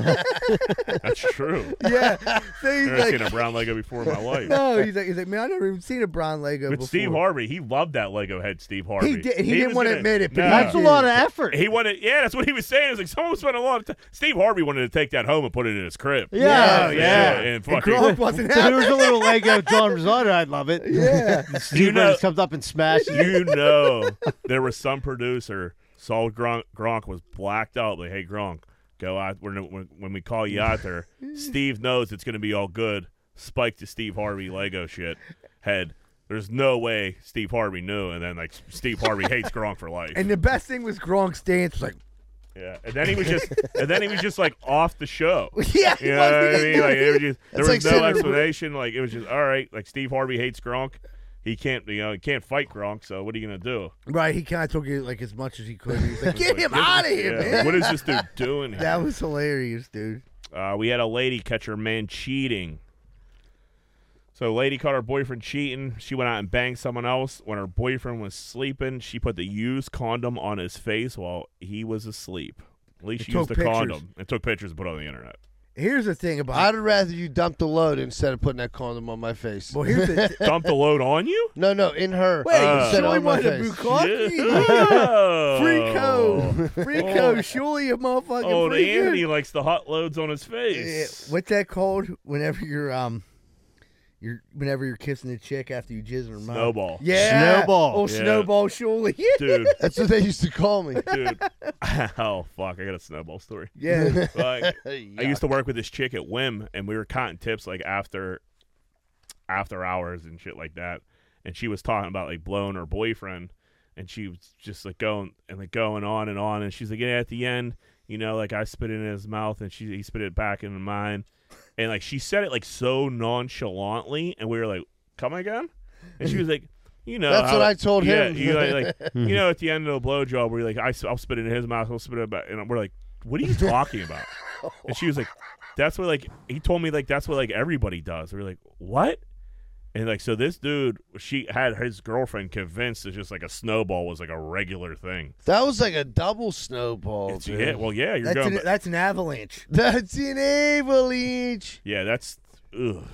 S3: That's true.
S1: Yeah. So he's
S3: Never
S1: like,
S3: seen a brown Lego before in my life.
S1: no, he's like, he's like, man, I never even seen a brown Lego
S3: But
S1: before.
S3: Steve Harvey, he loved that Lego head. Steve Harvey.
S1: did- he didn't
S3: was
S1: wanna
S3: gonna-
S1: admit it, but
S3: No.
S1: he
S2: That's a lot of effort.
S3: He wanted, yeah, that's what he was saying. It was like someone spent a lot of time. Steve Harvey wanted to take that home and put it in his crib.
S2: Yeah, Oh, yeah.
S3: and
S1: And
S3: fucking.
S1: Gronk wasn't
S2: If there
S1: having
S2: was a little Lego John Rosado, I'd love it. Yeah. Steve
S3: You know-
S2: just comes up and smashes it.
S3: you know, there was some producer saw Gronk, Gronk was blacked out. Like, hey, Gronk, go out. We're, gonna- when, when we call you out there, Steve knows it's going to be all good. Spike to Steve Harvey Lego shit head. There's no way Steve Harvey knew, and then like Steve Harvey hates Gronk for life.
S1: And the best thing was Gronk's dance. Like,
S3: yeah, and then he was just, and then he was just like off the show.
S1: yeah, he
S3: You know
S1: was,
S3: what
S1: he
S3: I
S1: didn't
S3: mean?
S1: do
S3: Like, it was just, there was
S4: like
S3: no
S4: sitting in a-
S3: explanation. Like it was just all right. Like Steve Harvey hates Gronk. He can't, you know, he can't fight Gronk. So what are you gonna do?
S1: Right, he kind of took it like as much as he could. He was like, "Get
S3: Like,
S1: him
S3: what-
S1: out of here,
S3: yeah,
S1: man!"
S3: What is this dude doing here?
S1: that was hilarious, dude.
S3: uh, we had a lady catch her man cheating. So, a lady caught her boyfriend cheating. She went out and banged someone else. When her boyfriend was sleeping, she put the used condom on his face while he was asleep. At least she
S1: took
S3: used the
S1: pictures.
S3: condom and took pictures and put it on the internet.
S1: Here's the thing about
S4: I'd rather you dump the load instead of putting that condom on my face.
S1: well, here's the th-
S3: Dump the load on you?
S4: no, no, in her.
S1: wait.
S3: Uh,
S4: instead
S1: Shuli
S4: on my
S1: wanted a
S4: face.
S1: bukkake.
S3: Yeah.
S1: Free code, free
S3: Oh.
S1: code. Shuli a motherfucking
S3: Oh,
S1: free code.
S3: Andy likes the hot loads on his
S1: Yeah,
S3: face.
S1: What's that called? Whenever you're um, you're whenever you're kissing a chick after you jizz in her mouth.
S3: Snowball.
S1: Yeah,
S2: Snowball.
S1: Oh,
S3: Yeah.
S1: snowball, Shuli.
S3: Dude,
S4: That's what they used to call me.
S3: dude. Oh, fuck. I got a snowball story.
S1: yeah.
S3: Like, I
S4: Yuck.
S3: used to work with this chick at Wim, and we were cotton tips like after, after hours and shit like that. And she was talking about like blowing her boyfriend, and she was just like going and like going on and on. And she's like, yeah, at the end, you know, like I spit it in his mouth, and she he spit it back into mine, and like she said it like so nonchalantly, and we were like, come again, and she was like. You know,
S4: That's
S3: how-
S4: what I told
S3: yeah,
S4: him.
S3: You like, like, you know, at the end of the blowjob, we're like, I, will spit it in his mouth, I'll spit it back, and we're like, what are you talking about? And she was like, that's what like he told me like that's what like everybody does. We were like, what? And like so this dude, she had his girlfriend convinced that just like a snowball was like a regular thing.
S4: That was like a double snowball,
S3: It's-
S4: Oh, dude.
S3: yeah, well yeah, you're
S1: That's
S3: going
S1: an,
S3: ba-
S1: that's an avalanche.
S4: That's an avalanche.
S3: Yeah, that's ugh,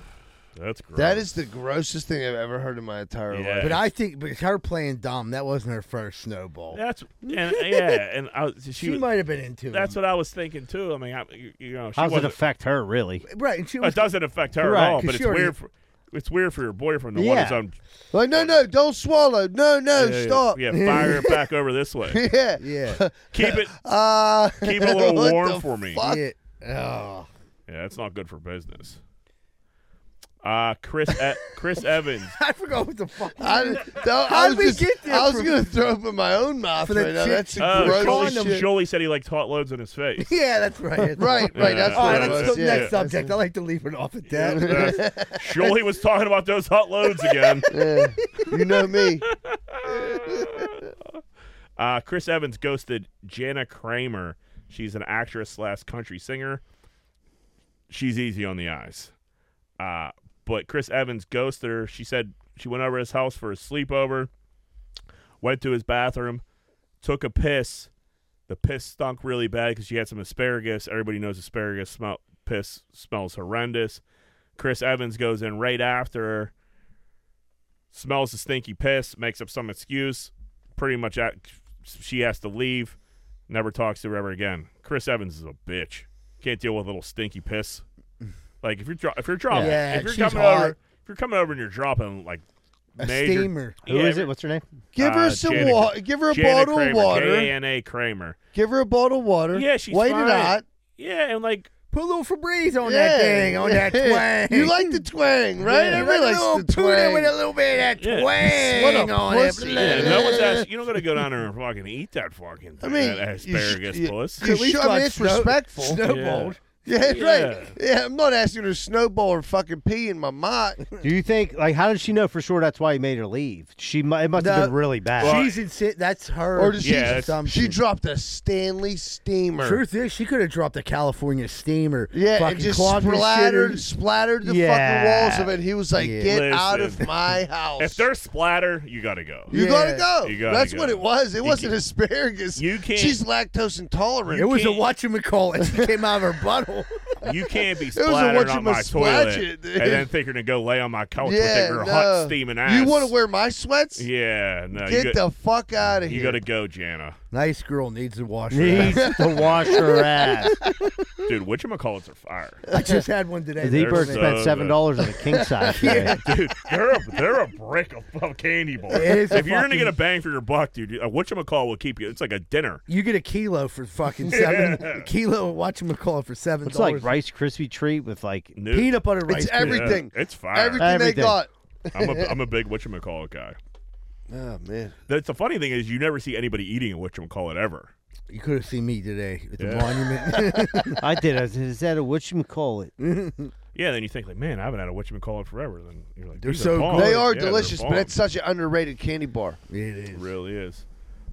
S3: that's gross.
S4: That is the grossest thing I've ever heard in my entire
S3: Yeah.
S4: life.
S1: But I think, but her playing dumb, that wasn't her first snowball.
S3: that's and, yeah, and I was- she,
S1: she
S3: was,
S1: might have been into it.
S3: that's what I was thinking too. I mean, I, you, you know, she
S2: How does it
S3: wasn't-
S2: affect her, really?
S1: right. And she was
S3: It doesn't affect her
S2: Right,
S3: at all,
S1: 'cause
S3: but
S1: she
S3: it's
S1: already-
S3: weird. For, it's weird for your boyfriend to want his
S2: Yeah.
S3: own.
S4: Like, no, no, don't swallow. No, no,
S3: Yeah, yeah,
S4: stop.
S3: Yeah, fire it back over this way.
S4: Yeah.
S1: Yeah.
S3: Keep it.
S4: Uh,
S3: Keep it a little
S4: what
S3: warm
S4: the
S3: for me.
S4: fuck?
S1: yeah. Oh.
S3: Yeah, that's not good for business. Uh Chris E- Chris Evans.
S1: I forgot what the fuck.
S4: I, didn't- no, I
S1: How'd
S4: was
S1: we
S4: just-
S1: get there
S4: I was
S1: from-
S4: gonna throw up in my own mouth
S1: For the
S4: right now.
S1: chick-
S4: That's the
S3: Uh,
S1: Gross
S3: Colin
S4: grossest
S1: condom
S4: shit.
S3: Jolie said he liked hot loads in his face.
S1: yeah, that's right. That's
S4: Right, right. That's
S3: Yeah.
S1: All
S4: what
S1: right,
S4: it
S1: let's
S4: was.
S1: go
S4: yeah.
S1: next subject. I like to leave it off at that.
S3: Jolie was talking about those hot loads again.
S4: Yeah. You know me.
S3: Uh, Chris Evans ghosted Jana Kramer. She's an actress slash country singer. She's easy on the eyes. Uh, but Chris Evans ghosted her. She said she went over to his house for a sleepover, went to his bathroom, took a piss. The piss stunk really bad because she had some asparagus. Everybody knows asparagus smell piss smells horrendous. Chris Evans goes in right after her, smells the stinky piss, makes up some excuse, pretty much act, she has to leave. Never talks to her ever again. Chris Evans is a bitch. Can't deal with little stinky piss. Like if you're dro- if you're dropping
S1: Yeah,
S3: if you're
S1: she's
S3: coming
S1: hot.
S3: over if you're coming over and you're dropping like
S1: A
S3: major
S1: steamer.
S2: Who is it? What's her name?
S4: Give her
S3: Uh,
S4: some
S3: Janet-
S4: water. Give her a
S3: Janet
S4: bottle
S3: Kramer,
S4: of water.
S3: J A N A Kramer.
S4: Give her a bottle of water.
S3: Yeah, she's
S4: Wait
S3: fine.
S4: it out.
S3: Yeah, and like
S1: Put a little Febreze on
S4: yeah.
S1: that thing, on that twang.
S4: You like the twang, right?
S1: You
S4: Everybody
S1: like
S4: likes
S1: a little
S4: the
S1: tuna
S4: twang.
S1: with a little bit of that
S3: Yeah.
S1: twang
S4: What a
S1: on it.
S4: pussy.
S3: yeah,
S1: Blah.
S3: no one's asked, you don't gotta go down there and fucking eat that fucking thing,
S4: I mean,
S3: that
S4: you sh-
S3: asparagus
S4: you-
S3: puss.
S4: you
S1: At least
S4: should- I mean,
S1: got
S4: it's
S1: snow-
S4: respectful.
S1: Snowballed.
S4: Yeah, that's right. Yeah, I'm not asking her to snowball or fucking pee in my mop.
S2: Do you think like how did she know for sure that's why he made her leave? She mu- it must have
S1: No.
S2: been really bad.
S1: she's insi- that's her.
S4: Or does she- Yeah, that's-
S1: assumption.
S4: She dropped a Stanley steamer.
S1: Truth is, she could have dropped a California steamer.
S4: Yeah,
S1: fucking
S4: and just
S1: quadra
S4: splattered,
S1: shitter.
S4: splattered the
S1: Yeah.
S4: fucking walls of it. He was like,
S1: Yeah.
S4: "Get out
S3: Listen.
S4: of my house."
S3: If there's splatter, you gotta go.
S4: You gotta go.
S3: You gotta
S4: That's
S3: go.
S4: what it was. It
S3: You
S4: wasn't
S3: can't-
S4: asparagus.
S3: You can't-
S4: She's lactose intolerant.
S1: It was a
S3: can't-
S1: whatchamacallit that came out of her butthole.
S3: You can't be
S4: was a
S3: splattered on my
S4: whatchamasplash
S3: toilet
S4: it, dude.
S3: and then thinking to go lay on my couch
S4: yeah,
S3: with your
S4: no.
S3: hot steaming ass.
S4: You want to wear my sweats?
S3: Yeah, no. you
S4: Get
S3: got-
S4: the fuck out of
S3: You
S4: here.
S3: gotta go, Jana.
S1: Nice girl needs to wash her
S2: Needs
S1: ass.
S2: to wash her ass.
S3: Dude, whatchamacallits are fire.
S1: I just had one today.
S2: Z Bird
S3: so
S2: spent
S3: good.
S2: seven dollars on a king size. yeah.
S3: Dude, they're a, they're a brick of, of candy bars.
S1: It is a
S3: if you're gonna get a
S1: fucking-
S3: bang for your buck, dude, a whatchamacall will keep you. It's like a dinner.
S1: You get a kilo for fucking seven.
S3: Yeah.
S1: A kilo of whatchamacallit for seven
S2: It's like
S1: dollars.
S2: Rice Krispie treat with like
S3: New,
S1: Peanut butter rice.
S4: It's
S1: crisp.
S4: everything.
S3: it's fire.
S4: Everything, they
S2: Everything.
S4: got.
S3: I'm a, I'm a big whatchamacallit guy.
S4: Oh man.
S3: The, the funny thing is, you never see anybody eating a whatchamacallit ever.
S1: You could have seen me today at the
S3: Yeah.
S1: monument.
S2: I did. I said, is that a what you call it?
S3: Yeah, then you think like, man, I haven't had a whatchamacallit forever. Then you're like,
S1: They're
S3: these
S1: so
S3: bomb.
S1: good.
S4: They are
S3: Oh, Yeah, they're
S4: delicious, but
S3: bomb.
S4: it's such an underrated candy bar.
S1: it
S3: It
S1: is.
S3: really is.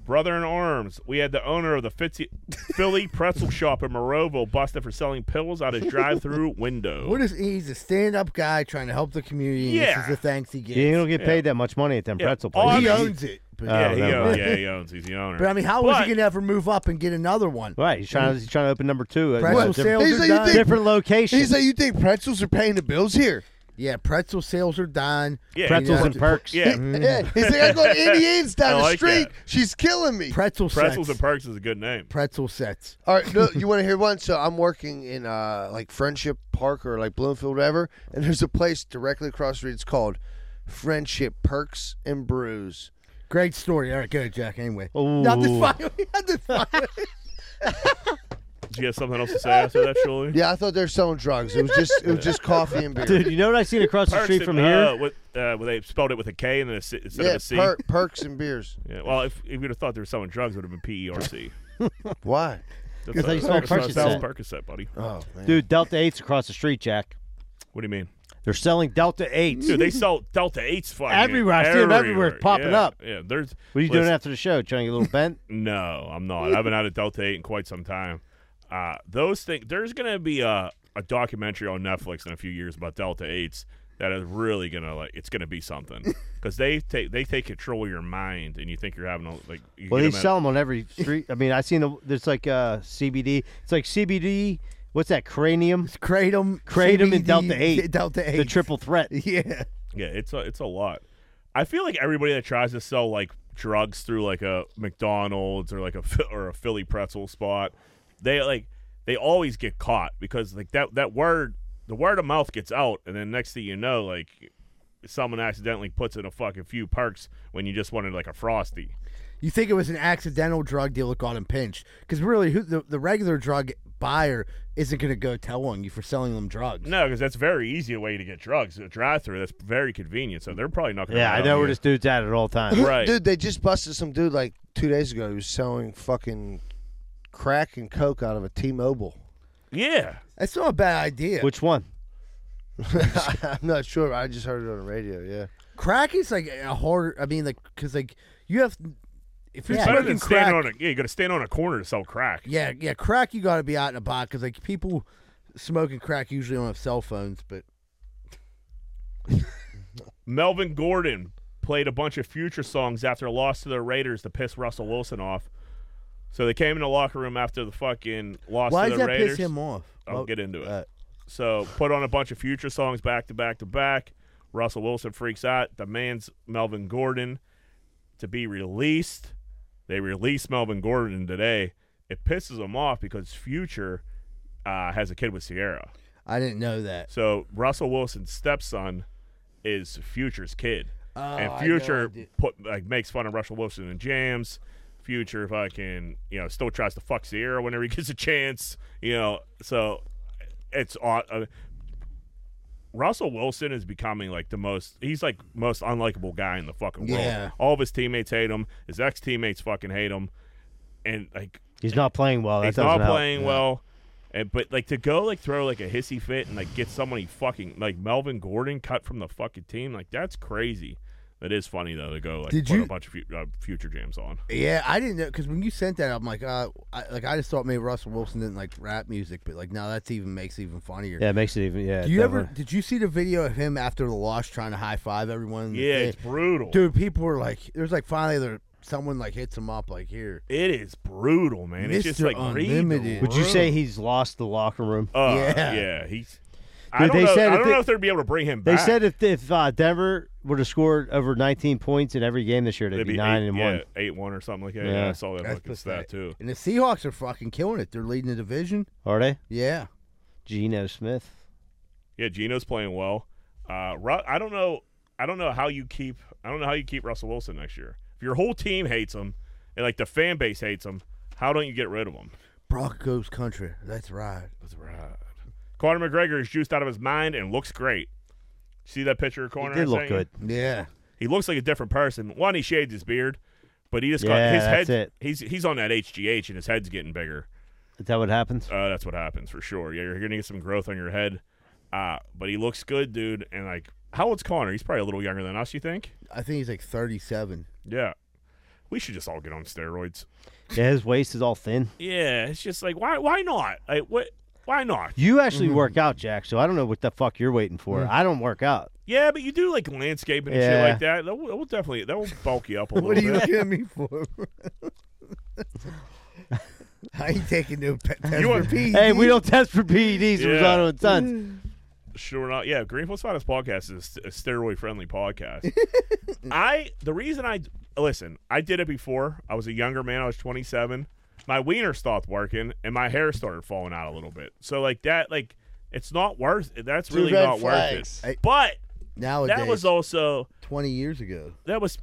S3: Brother in arms, we had the owner of the Fitzy- Philly pretzel shop in Moroville busted for selling pills out his drive-through window.
S1: What is he's a stand-up guy trying to help the community? And
S3: Yeah.
S1: this is the thanks he gets.
S2: You don't get paid that much money at them
S3: Yeah.
S2: pretzel
S3: All
S2: places.
S1: he
S3: I mean-
S1: owns it. But,
S3: yeah,
S2: Oh,
S3: he
S2: never
S3: owns.
S2: mind.
S3: Yeah, he owns. He's the owner.
S1: but I mean, how was
S3: But-
S1: he gonna ever move up and get another one?
S2: Right. He's trying to he's trying to open number two. at a
S1: Pretzel
S2: different-
S1: sales
S4: He's
S1: are
S4: like, you
S1: done.
S4: think-
S2: different location.
S4: He's like, you think pretzels are paying the bilbills here?
S1: Yeah, pretzel sales are done.
S3: Yeah,
S2: pretzels
S1: you know,
S2: and perks.
S3: yeah,
S4: Yeah. He's like, I got Indians
S3: I
S4: down the
S3: like
S4: street.
S3: that.
S4: She's killing me.
S1: Pretzel
S3: pretzels
S1: sets.
S3: and perks is a good name.
S1: pretzel sets.
S4: All right, no, you want to hear one? So I'm working in uh, like Friendship Park or like Bloomfield, whatever, and there's a place directly across the street. It's called Friendship Perks and Brews.
S1: Great story. All right, good, Jack. Anyway,
S2: Ooh.
S1: not this finally. Not this finally.
S3: Did you have something else to say after that, Shirley?
S4: Yeah, I thought they were selling drugs. It was just it was just coffee and beer.
S2: Dude, you know what I seen across the
S3: Perks
S2: street from
S3: and,
S2: here?
S3: Uh, with, uh, well, they spelled it with a K and then a C, instead of
S4: yeah,
S3: a C.
S4: per- perks and beers.
S3: Yeah, well, if, if you'd have thought they were selling drugs, it would have been P E R C.
S4: Why?
S2: Because they smell Percocet.
S3: Percocet, buddy.
S4: Oh man,
S2: Dude, Delta Eight's across the street, Jack.
S3: What do you mean?
S2: They're selling Delta Eights.
S3: Dude, they sell Delta 8s fucking
S2: Everywhere. I see 'em everywhere popping
S3: Yeah,
S2: up.
S3: Yeah, there's.
S2: What are you doing
S3: listen,
S2: after the show? Trying to get a little bent?
S3: No, I'm not. I haven't had a Delta 8 in quite some time. Uh, those things, there's going to be a, a documentary on Netflix in a few years about Delta 8s that is really going to, like, it's going to be something. Because they take they take control of your mind and you think you're having a, like, you
S2: Well, they
S3: get 'em at-
S2: sell them on every street. I mean, I seen the. There's like uh, CBD. It's like CBD. What's that? Cranium.
S1: Kratom,
S2: Kratom
S1: CBD,
S2: and Delta Eight.
S1: Delta Eight.
S2: The triple threat.
S1: Yeah.
S3: Yeah, it's a, it's a lot. I feel like everybody that tries to sell like drugs through like a McDonald's or like a Ph- or a Philly pretzel spot, they like they always get caught because like that that word the word of mouth gets out, and then next thing you know, like someone accidentally puts in a fucking few perks when you just wanted like a frosty.
S1: You think it was an accidental drug deal that got him pinched? Because really, who the, the regular drug buyer isn't going to go tell on you for selling them drugs.
S3: No, because that's very easy way to get drugs. A drive through that's very convenient, so they're probably not. gonna
S2: Yeah, I
S3: let
S2: know
S3: on
S2: where
S3: you.
S2: this dude's at at all times.
S3: right.
S4: dude, they just busted some dude like two days ago. He was selling fucking crack and coke out of a T-Mobile.
S3: Yeah,
S1: That's not a bad idea.
S2: Which one?
S4: I'm not sure. I just heard it on the radio. Yeah.
S1: crack is like a hard. I mean, like because like you have if you're
S3: it's better
S1: smoking
S3: than standing
S1: crack.
S3: on a yeah. You got to stand on a corner to sell crack.
S1: yeah, yeah, crack. You got to be out and about because like people smoking crack usually don't have cell phones, but
S3: Melvin Gordon played a bunch of future songs after a loss to the Raiders to piss Russell Wilson off. So they came in the locker room after the fucking loss
S1: why
S3: to
S1: does
S3: the
S1: that
S3: Raiders.
S1: piss him off?
S3: I'll
S1: Well,
S3: get into it.
S1: uh,
S3: So put on a bunch of future songs back to back to back. Russell Wilson freaks out, demands Melvin Gordon to be released. They release Melvin Gordon today. It pisses him off because Future uh, has a kid with Sierra.
S1: I didn't know that.
S3: So Russell Wilson's stepson is Future's kid,
S1: Oh, I know,
S3: and
S1: I
S3: Future
S1: did-
S3: put like makes fun of Russell Wilson and jams. Future fucking you know still tries to fuck Sierra whenever he gets a chance. You know, so it's aw- uh, Russell Wilson is becoming like the most he's like most unlikable guy in the fucking world.
S1: Yeah.
S3: All of his teammates hate him. His ex teammates fucking hate him, and like
S2: He's not playing well. That
S3: he's
S2: doesn't
S3: not
S2: help.
S3: playing well. And but like to go like throw like a hissy fit and like get somebody fucking like Melvin Gordon cut from the fucking team like that's crazy. That is funny though to go like
S1: Did
S3: put
S1: you-
S3: a bunch of fu- uh, future jams on.
S1: Yeah, I didn't know because when you sent that, I'm like, uh, I, like I just thought maybe Russell Wilson didn't like rap music, but like now that's even makes it even funnier.
S2: Yeah, it makes it even. Yeah.
S1: Do you ever
S2: definitely.
S1: did you see the video of him after the loss trying to high five everyone?
S3: Yeah, it's brutal.
S1: Dude, people were like, there's like finally there someone like hits him up like here.
S3: It is brutal, man. It's just
S1: Mr.
S3: like read the
S1: Unlimited.
S2: Would you say
S3: room.
S2: he's lost the locker room?
S3: Uh,
S1: Yeah.
S3: yeah. he's. I
S2: Dude,
S3: don't,
S2: they
S3: know,
S2: said
S3: I
S2: if
S3: don't
S2: they-
S3: know if they'd be able to bring him
S2: They
S3: back.
S2: said if if uh, Denver would have scored over 19 points in every game this year, they'd,
S3: They'd
S2: be, nine
S3: eight,
S2: and
S3: yeah,
S2: one.
S3: eight one or something like that. Yeah,
S2: Yeah.
S3: I saw that
S1: That's
S3: fucking
S1: pathetic.
S3: stat too.
S1: And the Seahawks are fucking killing it. They're leading the division.
S2: Are they?
S1: Yeah.
S2: Geno Smith.
S3: Yeah, Gino's playing well. Uh, Ru- I don't know. I don't know how you keep. I don't know how you keep Russell Wilson next year. If your whole team hates him, and like the fan base hates him, how don't you get rid of him?
S1: Broncos country. That's right.
S3: That's right. Conor McGregor is juiced out of his mind and looks great. See that picture of Conor?
S2: he did
S3: I
S2: look
S3: sent you?
S2: good.
S1: Yeah.
S3: He looks like a different person. One, he shaved his beard, but he just
S2: Yeah,
S3: got his
S2: that's
S3: head.
S2: it.
S3: He's he's on that HGH and his head's getting bigger.
S2: Is that what happens?
S3: Uh, that's what happens for sure. Yeah, you're gonna get some growth on your head. Uh, but he looks good, dude. And like, how old's Connor? He's probably a little younger than us. You think?
S1: I think he's like 37.
S3: Yeah. We should just all get on steroids.
S2: Yeah, his waist is all thin.
S3: Yeah, it's just like why? Why not? Like what? Why not?
S2: You actually
S1: Mm-hmm.
S2: work out, Jack. So I don't know what the fuck you're waiting for. I don't work out.
S3: Yeah, but you do like landscaping and
S2: Yeah.
S3: shit like that. That will, that will definitely that will bulk you up a little
S1: What are you
S3: bit.
S1: looking at me for? I ain't taking no pe- test
S3: You want-
S1: for PEDs.
S2: Hey, we don't test for E PEDs. We're
S3: Yeah.
S2: not on
S1: Mm,
S2: tons.
S3: Sure not. Yeah, Greenfield's Finest Podcast is a steroid friendly podcast. I the reason I listen, I did it before. I was a younger man. I was 27. My wiener stopped working, and my hair started falling out a little bit. So like that, like it's not worth. That's really
S4: red
S3: not
S4: flags.
S3: worth
S1: I-
S3: it. But
S1: Nowadays,
S3: that was also
S1: 20 years ago.
S3: that was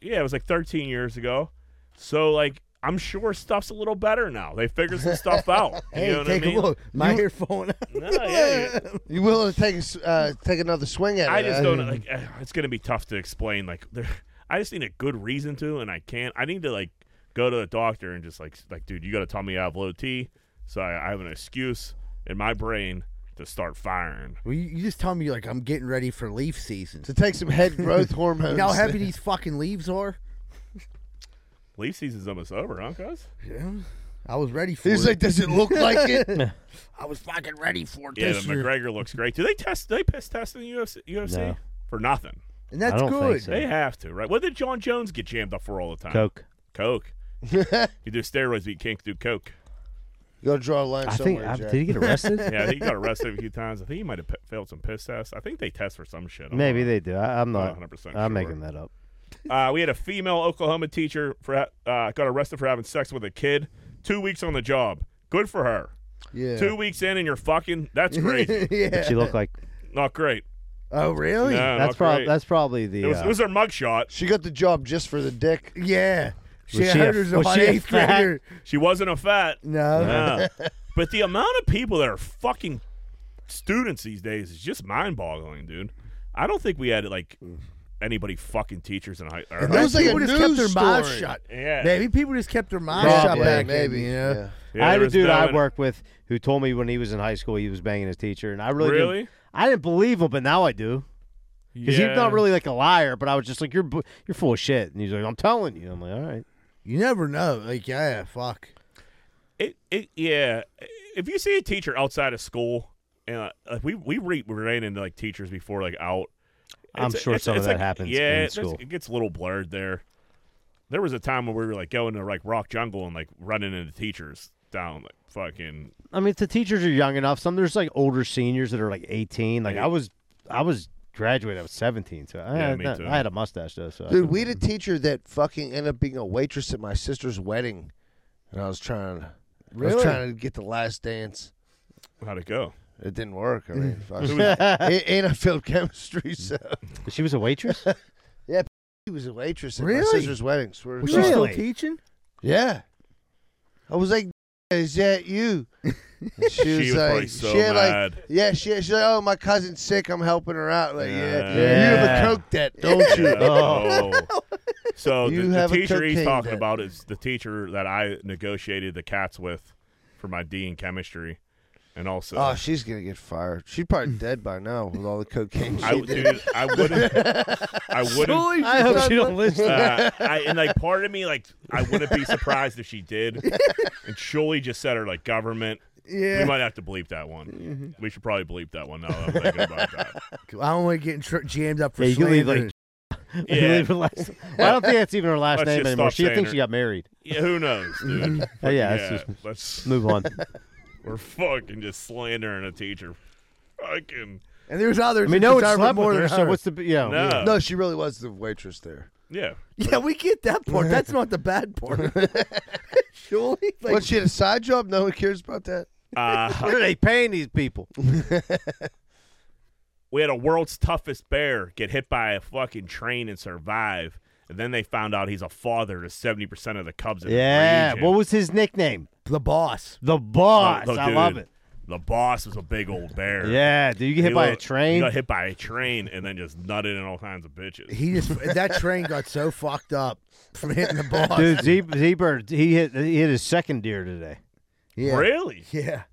S3: yeah, it was like 13 years ago. So like I'm sure stuff's a little better now. They figured some stuff out. You
S1: Hey,
S3: know what
S1: take
S3: I mean?
S1: a look. My hair falling out.
S3: No, yeah, yeah.
S4: You willing to take a s- uh, take another swing at it?
S3: I just
S4: huh?
S3: don't like. uh, It's gonna be tough to explain. Like, there, I just need a good reason to, and I can't. I need to like go to the doctor and just like, s- like, dude, you gotta tell me I have low T, so I, I have an excuse in my brain to start firing.
S1: Well, you, you just tell me like I'm getting ready for leaf season.
S4: to take some head growth
S1: You
S4: hormones.
S1: know how heavy these fucking leaves are?
S3: Leaf season's almost over, huh, guys?
S1: I was ready for
S4: He's
S1: it.
S4: like, does it look like it?
S1: I was fucking ready for it
S3: Yeah, the
S1: this year.
S3: McGregor looks great. Do they test? Do they piss test in the UFC? UFC?
S2: No.
S3: For nothing.
S1: And that's
S2: I don't
S1: good.
S2: think so.
S3: They have to, right? What did John Jones get jammed up for all the time?
S2: Coke.
S3: Coke. you do steroids, but you can't do coke.
S4: You gotta draw a line
S2: I think.
S4: somewhere.
S2: I,
S4: Jack.
S2: did he get arrested?
S3: Yeah, I think he got arrested a few times. I think he might have p- failed some piss tests. I think they test for some shit. I'm
S2: Maybe
S3: not-
S2: they do. I, I'm
S3: not
S2: not.
S3: Oh, 100%
S2: I'm
S3: sure.
S2: making that up.
S3: Uh, we had a female Oklahoma teacher for ha- uh, got arrested for having sex with a kid. Two weeks on the job. Good for her.
S1: yeah.
S3: Two weeks in and you're fucking. That's crazy.
S1: yeah.
S2: She looked like
S3: not great.
S1: oh, really?
S3: No,
S2: that's
S3: not great.
S2: probably that's probably the.
S3: it, was,
S2: uh,
S3: it was her mugshot.
S4: She got the job just for the dick.
S1: Yeah. She
S2: she a-
S1: heard her's a
S2: was
S1: hot
S2: she a
S1: eighth
S2: fat?
S1: grader.
S3: She wasn't a fat.
S1: No.
S3: No. but the amount of people that are fucking students these days is just mind boggling, dude. I don't think we had like
S2: Mm.
S3: anybody fucking teachers in high. or
S1: And
S4: That
S1: those
S3: high-
S4: was like
S1: people
S4: a
S1: just kept their
S4: news
S1: mouths
S4: story.
S1: shut.
S3: Yeah.
S1: Maybe people just kept their mouths shut
S4: Probably,
S1: back then,
S4: maybe.
S1: you know?
S4: Yeah.
S3: Yeah,
S2: I had
S3: there
S2: a
S3: was
S2: dude
S3: no
S2: I
S3: in-
S2: worked with who told me when he was in high school he was banging his teacher, and I really,
S3: Really?
S2: didn't, I didn't believe him, but now I do because
S3: yeah.
S2: he's not really like a liar. But I was just like, you're bu- you're full of shit, and he's like, I'm telling you. I'm like, all right,
S1: You never know. Like, yeah, fuck.
S3: It, it, yeah. If you see a teacher outside of school, and uh, like we we re- ran into like teachers before, like out.
S2: I'm sure some of that
S3: like-
S2: happens
S3: Yeah,
S2: in
S3: it's-
S2: school.
S3: it gets a little blurred there. There was a time when we were like going to like rock jungle and like running into teachers down like fucking
S2: I mean, if the teachers are young enough, some there's like older seniors that are like 18. Like
S3: Yeah.
S2: I was, I was graduated. I was 17, so I,
S3: Yeah,
S2: had,
S3: me
S2: not-
S3: too.
S2: I had a mustache though. So I
S4: Dude,
S2: couldn't-
S4: we had a teacher that fucking ended up being a waitress at my sister's wedding, and I was trying to, I
S1: Really?
S4: was trying to get the last dance.
S3: how'd it go?
S4: It didn't work. I mean, fuck. and, and I failed chemistry, so
S2: she was a waitress.
S4: he was a waitress at my
S1: Really?
S4: sister's wedding. Swear to
S1: Was
S4: God.
S1: she still
S2: Really?
S1: teaching?
S4: Yeah, I was like, "Is that you?" And she,
S3: She
S4: was,
S3: was
S4: like,
S3: probably so
S4: she had
S3: mad.
S4: like, yeah, she she's like, "Oh, my cousin's sick. I'm helping her out." Like, yeah,
S2: Yeah.
S4: you have a coke debt, don't you?
S3: Oh. So
S4: You
S3: the, the
S4: have a
S3: teacher he's
S4: cocaine
S3: talking
S4: debt.
S3: about is the teacher that I negotiated the cats with for my D in chemistry, and also
S4: Oh, she's gonna get fired. She's probably dead by now with all the cocaine. She
S3: I
S4: did.
S3: dude, I wouldn't, I wouldn't.
S2: I hope she don't listen.
S3: Uh, I, and like part of me, like I wouldn't be surprised if she did. And Shuley just said her like government. We
S1: Yeah.
S3: might have to bleep that one.
S2: Mm-hmm.
S3: We should probably bleep that one now. That I'm thinking about that.
S1: I don't want to get in tr- jammed up for
S2: Yeah, you can leave,
S1: slavery.
S2: like,
S3: Yeah.
S2: Leave her last- I don't think that's even her last
S3: Let's
S2: name
S3: just
S2: anymore.
S3: stop
S2: She
S3: saying
S2: thinks
S3: her-
S2: she got married.
S3: Yeah, who knows, dude?
S2: Oh, yeah,
S3: yeah,
S2: that's just-
S3: let's
S2: Move on.
S3: we're fucking just slandering a teacher. Fucking
S1: and there's others.
S2: I mean,
S1: that
S2: no one
S1: deserve it
S2: slept
S1: more
S2: with
S1: than
S2: her, so
S1: her.
S2: what's the b- yeah?
S3: no,
S2: Oh, yeah.
S4: No, she really was the waitress there.
S3: yeah.
S1: Yeah, we get that part. That's not the bad part. Surely, like,
S4: what she had a side job? No one cares about that.
S3: Uh,
S2: What are they paying these people?
S3: we had a world's toughest bear get hit by a fucking train and survive. And then they found out he's a father to seventy percent of the Cubs. In
S2: Yeah.
S3: the
S2: What
S3: region.
S2: was his nickname?
S1: the boss.
S2: The boss.
S3: Oh,
S2: I
S3: dude,
S2: love it.
S3: The boss was a big old bear.
S2: Yeah. Did you get hit
S3: He
S2: by
S3: wa-
S2: a train?
S3: He got hit by a train and then just nutted in all kinds of bitches.
S1: He just that train got so fucked up from hitting the boss.
S2: Dude, Z Z Bird, he hit he hit his second deer today.
S1: yeah.
S3: Really?
S1: Yeah.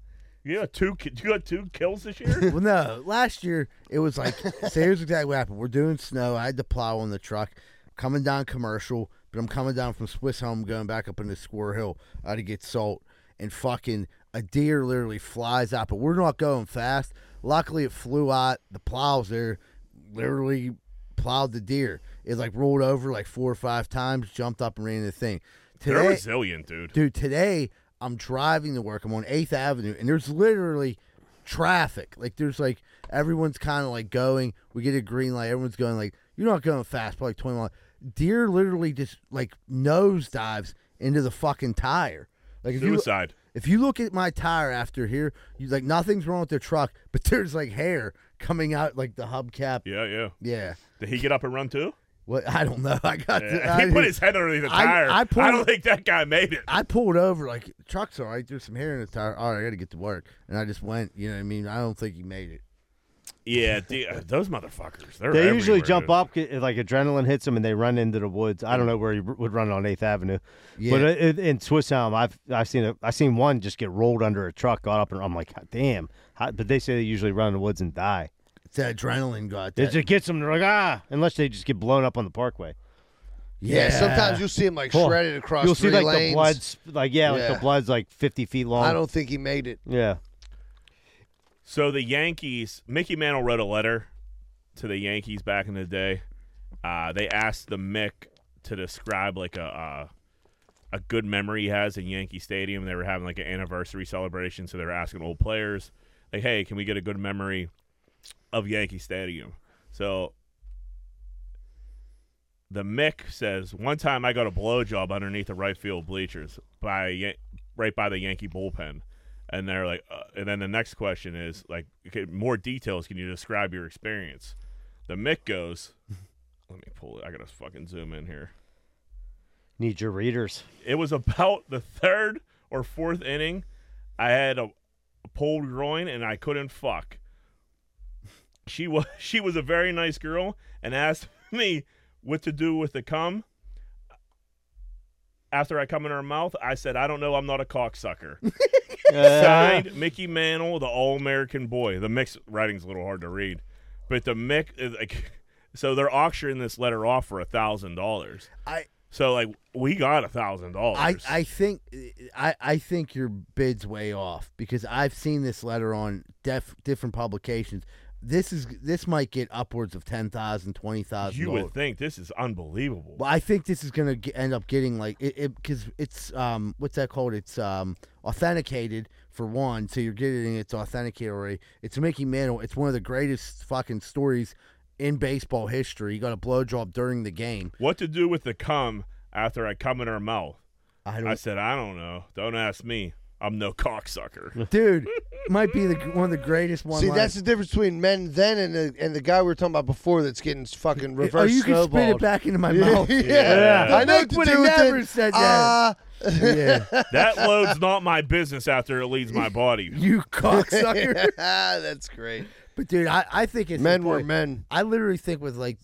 S3: You got two? ki- You got two kills this year?
S1: Well, no. Last year it was like. so here's exactly what happened. We're doing snow. I had to plow on the truck, coming down commercial, but I'm coming down from Swiss Home, going back up into Squirrel Hill. I had to get salt, and fucking a deer literally flies out, but we're not going fast. Luckily, it flew out. The plow's there, literally plowed the deer. It like rolled over like four or five times, jumped up and ran into the thing.
S3: They're
S1: Today-
S3: resilient, dude.
S1: Dude, today I'm driving to work. I'm on 8th Avenue, and there's literally traffic. Like, there's like everyone's kind of like going. We get a green light. Everyone's going like, you're not going fast, probably like 20 miles. Deer literally just like nose dives into the fucking tire. Like, if you,
S3: Suicide.
S1: if you look at my tire after here, you like nothing's wrong with the truck, but there's like hair coming out like the hubcap. Yeah.
S3: Yeah, yeah. Did he get up and run too?
S1: What? I don't know. I got.
S3: Yeah.
S1: I
S3: he put
S1: didn't-
S3: his head underneath the
S1: I-
S3: tire.
S1: I
S3: I,
S1: pulled-
S3: don't think that guy made it.
S1: I pulled over, like, truck's all right. There's some hair in the tire. All right, I got to get to work. And I just went, you know what I mean? I don't think he made it.
S3: Yeah, dude, uh, those motherfuckers. They're
S2: They usually
S3: everywhere,
S2: jump
S3: dude.
S2: up, get- like adrenaline hits them, and they run into the woods. I don't know where he r- would run on Eighth Avenue,
S1: Yeah.
S2: but it, in Swiss Elm, I've I've seen a, I've seen one just get rolled under a truck, got up, and I'm like, God damn! How, but they say they usually run in the woods and die.
S1: It's that adrenaline got
S2: It
S1: that.
S2: just gets them. They're like, ah, unless they just get blown up on the parkway.
S1: yeah.
S4: Sometimes you'll see him like
S2: Cool.
S4: shredded across.
S2: You'll see
S4: three
S2: like the
S4: lanes.
S2: bloods, like yeah, like
S4: Yeah.
S2: the bloods like 50 feet long.
S4: I don't think he made it.
S2: Yeah.
S3: So the Yankees, Mickey Mantle wrote a letter to the Yankees back in the day. Uh, they asked the Mick to describe like a uh, a good memory he has in Yankee Stadium. They were having like an anniversary celebration, so they were asking old players like, "Hey, can we get a good memory of Yankee Stadium?" So the Mick says, "One time I got a blowjob underneath the right field bleachers by Yan- right by the Yankee bullpen." and they're like, uh, and then the next question is like, okay, more details. Can you describe your experience? The Mick goes, let me pull it. I gotta fucking zoom in here.
S2: Need your readers.
S3: It was about the third or fourth inning. I had a, a pulled groin and I couldn't fuck. She was she was a very nice girl and asked me what to do with the cum. After I come in her mouth, I said, "I don't know. I'm not a cocksucker."
S1: Uh-huh.
S3: Signed, Mickey Mantle, the All American Boy. The mix writing's a little hard to read, but the Mick, is like, so they're auctioning this letter off for a thousand dollars.
S1: I-
S3: so like we got a thousand
S1: I,
S3: dollars.
S1: I think I, I think your bid's way off because I've seen this letter on def, different publications. This is this might get upwards of ten thousand, twenty thousand.
S3: you would think this is unbelievable.
S1: Well, I think this is going to end up getting like it because it's um what's that called? It's um authenticated for one, so you're getting it's authenticated already. It's Mickey Mantle. It's one of the greatest fucking stories in baseball history. You got a blowjob during the game.
S3: What to do with the cum after I come in her mouth?
S1: I
S3: I
S1: don't,
S3: said, I don't know. Don't ask me. I'm no cocksucker.
S1: dude, might be the one of the greatest one.
S4: See, that's the difference between men then and the and the guy we were talking about before that's getting fucking reverse
S1: Oh, you can spit
S4: snowballed.
S1: it back into my mouth.
S4: yeah.
S3: Yeah.
S4: I know what
S1: Nick
S4: to
S1: would've
S4: do with
S1: never
S4: it.
S1: said that.
S4: Ah,
S1: Yeah,
S3: that load's not my business after it leaves my body.
S1: you cocksucker.
S4: that's great.
S1: But dude, I, I think it's
S4: Men were
S1: important.
S4: men.
S1: I literally think with like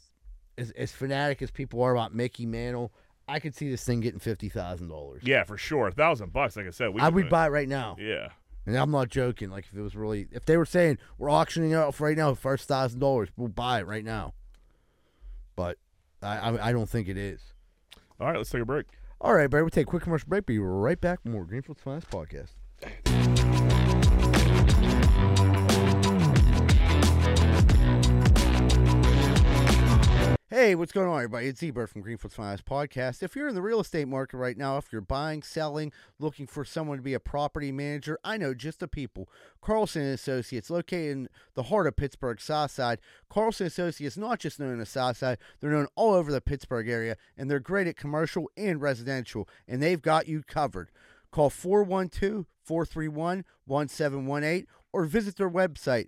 S1: as, as fanatic as people are about Mickey Mantle, I could see this thing getting fifty thousand dollars.
S3: Yeah, for sure. A thousand bucks, like I said. We
S1: I
S3: could
S1: would
S3: win.
S1: buy it right now.
S3: Yeah.
S1: And I'm not joking. Like if it was really, if they were saying we're auctioning it off right now, first thousand dollars, we'll buy it right now. But I, I, I don't think it is.
S3: All right, let's take a break.
S1: All right, Barry, we'll take a quick commercial break. Be right back. with More Greenfield Finance Podcast. Hey, what's going on, everybody? It's Z-Bird from Greenfield's Finance Podcast. If you're in the real estate market right now, if you're buying, selling, looking for someone to be a property manager, I know just the people. Carlson and Associates, located in the heart of Pittsburgh South Side. Carlson Associates, not just known as South Side, they're known all over the Pittsburgh area, and they're great at commercial and residential, and they've got you covered. Call 412-431-1718 or visit their website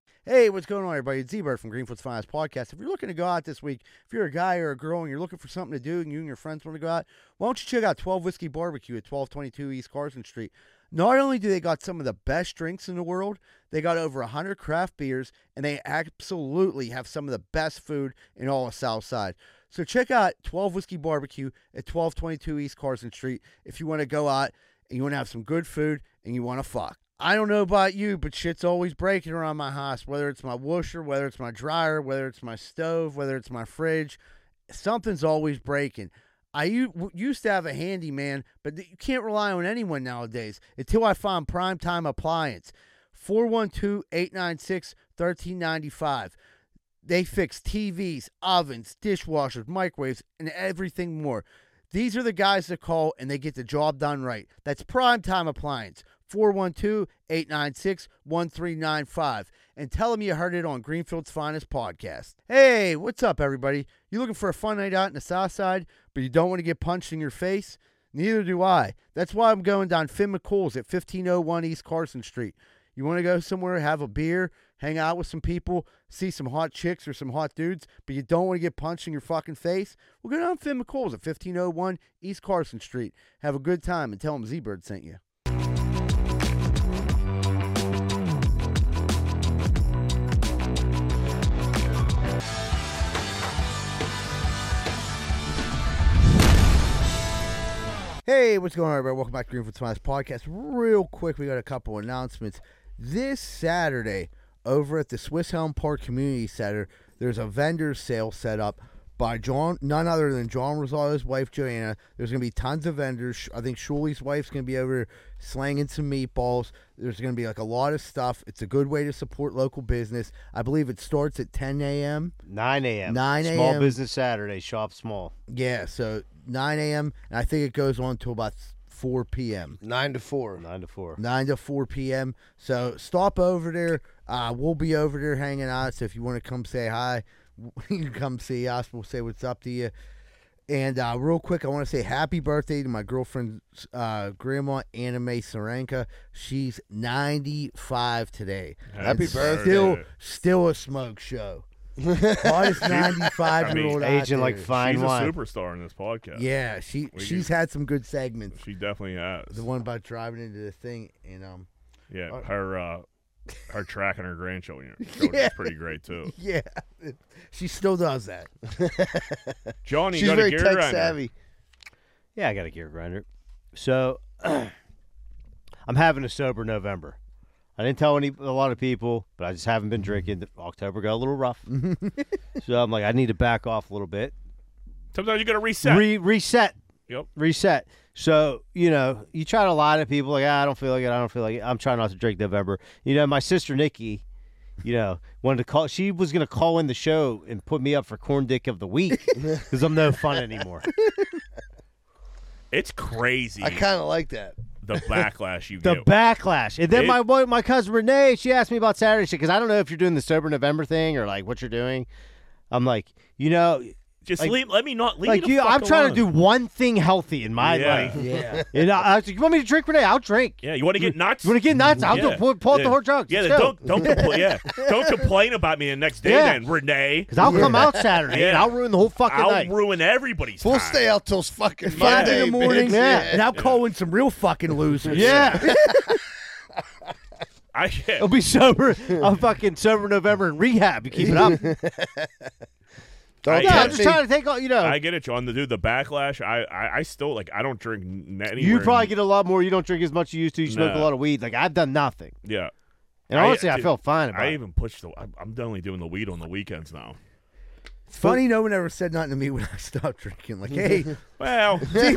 S1: Hey, what's going on, everybody? It's Z-Bird from Greenfield's Finest Podcast. If you're looking to go out this week, if you're a guy or a girl and you're looking for something to do and you and your friends want to go out, why don't you check out 12 Whiskey Barbecue at 1222 East Carson Street? Not only do they got some of the best drinks in the world, they got over 100 craft beers, and they absolutely have some of the best food in all of Southside. So check out 12 Whiskey Barbecue at 1222 East Carson Street if you want to go out and you want to have some good food and you want to fuck. I don't know about you, but shit's always breaking around my house, whether it's my washer, whether it's my dryer, whether it's my stove, whether it's my fridge. Something's always breaking. I u- w- used to have a handyman, but th- you can't rely on anyone nowadays until I find Primetime Appliance. 412 896 1395. They fix TVs, ovens, dishwashers, microwaves, and everything more. These are the guys that call and they get the job done right. That's Primetime Appliance, 412 896 1395. And tell them you heard it on Greenfield's Finest Podcast. Hey, what's up, everybody? You looking for a fun night out in the South Side, but you don't want to get punched in your face? Neither do I. That's why I'm going down Finn McCool's at 1501 East Carson Street. You want to go somewhere, have a beer, hang out with some people, see some hot chicks or some hot dudes, but you don't want to get punched in your fucking face? Well, go down to Finn McCool's at 1501 East Carson Street. Have a good time and tell them Z-Bird sent you. Hey, what's going on, everybody? Welcome back to Greenfield Smiles Podcast. Real quick, we got a couple announcements. This Saturday, over at the Swiss Helm Park Community Center, there's a vendor sale set up by John, none other than John Rosado's wife, Joanna. There's going to be tons of vendors. Sh- I think Shuli's wife's going to be over slanging some meatballs. There's going to be like a lot of stuff. It's a good way to support local business. I believe it starts at 10 a.m.
S2: 9 a.m.
S1: 9
S2: Small
S1: a.m..
S2: business Saturday. Shop small.
S1: Yeah, so 9 a.m. and I think it goes on till about 4 p.m.
S4: Nine to four.
S2: Nine to four.
S1: 9 to 4 p.m. So stop over there. Uh, we'll be over there hanging out. So if you want to come say hi, you can come see us. We'll say what's up to you. And uh, real quick, I want to say happy birthday to my girlfriend's uh, grandma, Anime Saranka. She's 95 today.
S4: Happy
S1: And
S4: birthday.
S1: Still, still a smoke show. Hottest 95 year old
S2: Aging like fine
S3: She's
S2: wine.
S3: a superstar in this podcast.
S1: Yeah, she
S3: We
S1: she's had some good segments.
S3: She definitely has.
S1: The one about driving into the thing and um
S3: Yeah,
S1: Uh,
S3: her uh, her tracking her grandchildren children
S1: Yeah.
S3: is pretty great too.
S1: yeah, she still does that.
S3: Johnny, you
S4: She's
S3: got a
S4: very
S3: gear
S4: tech
S3: grinder.
S4: savvy.
S2: Yeah, I got a gear grinder. So I'm having a sober November. I didn't tell any a lot of people, but I just haven't been drinking. October got a little rough, so I'm like, I need to back off a little bit,
S3: Sometimes you got to reset.
S2: Re- reset,
S3: yep.
S2: reset. So you know, you try to lie to people like, ah, I don't feel like it. I don't feel like it. I'm trying not to drink November. You know, my sister Nikki, you know, wanted to call. She was gonna call in the show and put me up for corn dick of the week because I'm no fun anymore.
S3: It's crazy
S4: I kind of like that.
S3: the backlash you
S2: the
S3: get.
S2: backlash. And then
S3: It-
S2: my wife, my cousin Renee, she asked me about Saturday shit because I don't know if you're doing the sober November thing or like what you're doing. I'm like, you know,
S3: Just
S2: Like-
S3: leave. Let me not leave.
S2: like you, I'm trying to do one thing healthy in my
S3: Yeah.
S2: life.
S3: Yeah.
S2: You know, I was like, you want me to drink, Renee? I'll drink.
S3: Yeah, you want to get nuts?
S2: You want to get nuts? I'll
S3: Mm-hmm. Yeah.
S2: do, pull, pull out
S3: Yeah.
S2: the whole drugs.
S3: Yeah,
S2: Let's
S3: then
S2: go.
S3: don't don't compl- yeah don't complain about me the next day
S2: Yeah.
S3: then, Renee.
S2: Because I'll come out Saturday and
S3: Yeah.
S2: I'll ruin the whole fucking
S3: I'll
S2: night.
S3: ruin everybody's
S4: We'll
S3: time.
S4: stay out till fucking
S1: Five
S4: Monday,
S1: in the morning,
S4: bitch.
S2: Yeah.
S1: and I'll call in some real fucking losers.
S2: yeah,
S3: I
S2: I'll be sober. I'm fucking sober November in rehab. You keep it up. yeah,
S4: Don't
S3: Yeah,
S2: I'm
S4: tempt
S2: just
S4: me.
S2: trying to take all. You know,
S3: I get it, John. The dude, the backlash. I, I, I still like. I don't drink n- anywhere.
S2: you probably get a lot more. You don't drink as much as you used to. You smoke
S3: No.
S2: a lot of weed. Like I've done nothing,
S3: Yeah.
S2: and
S3: I-
S2: honestly, I,
S3: dude,
S2: felt fine about
S3: I
S2: it.
S3: even pushed the. I'm, I'm only doing the weed on the weekends now.
S1: It's funny no one ever said nothing to me when I stopped drinking. Like, hey,
S3: Well,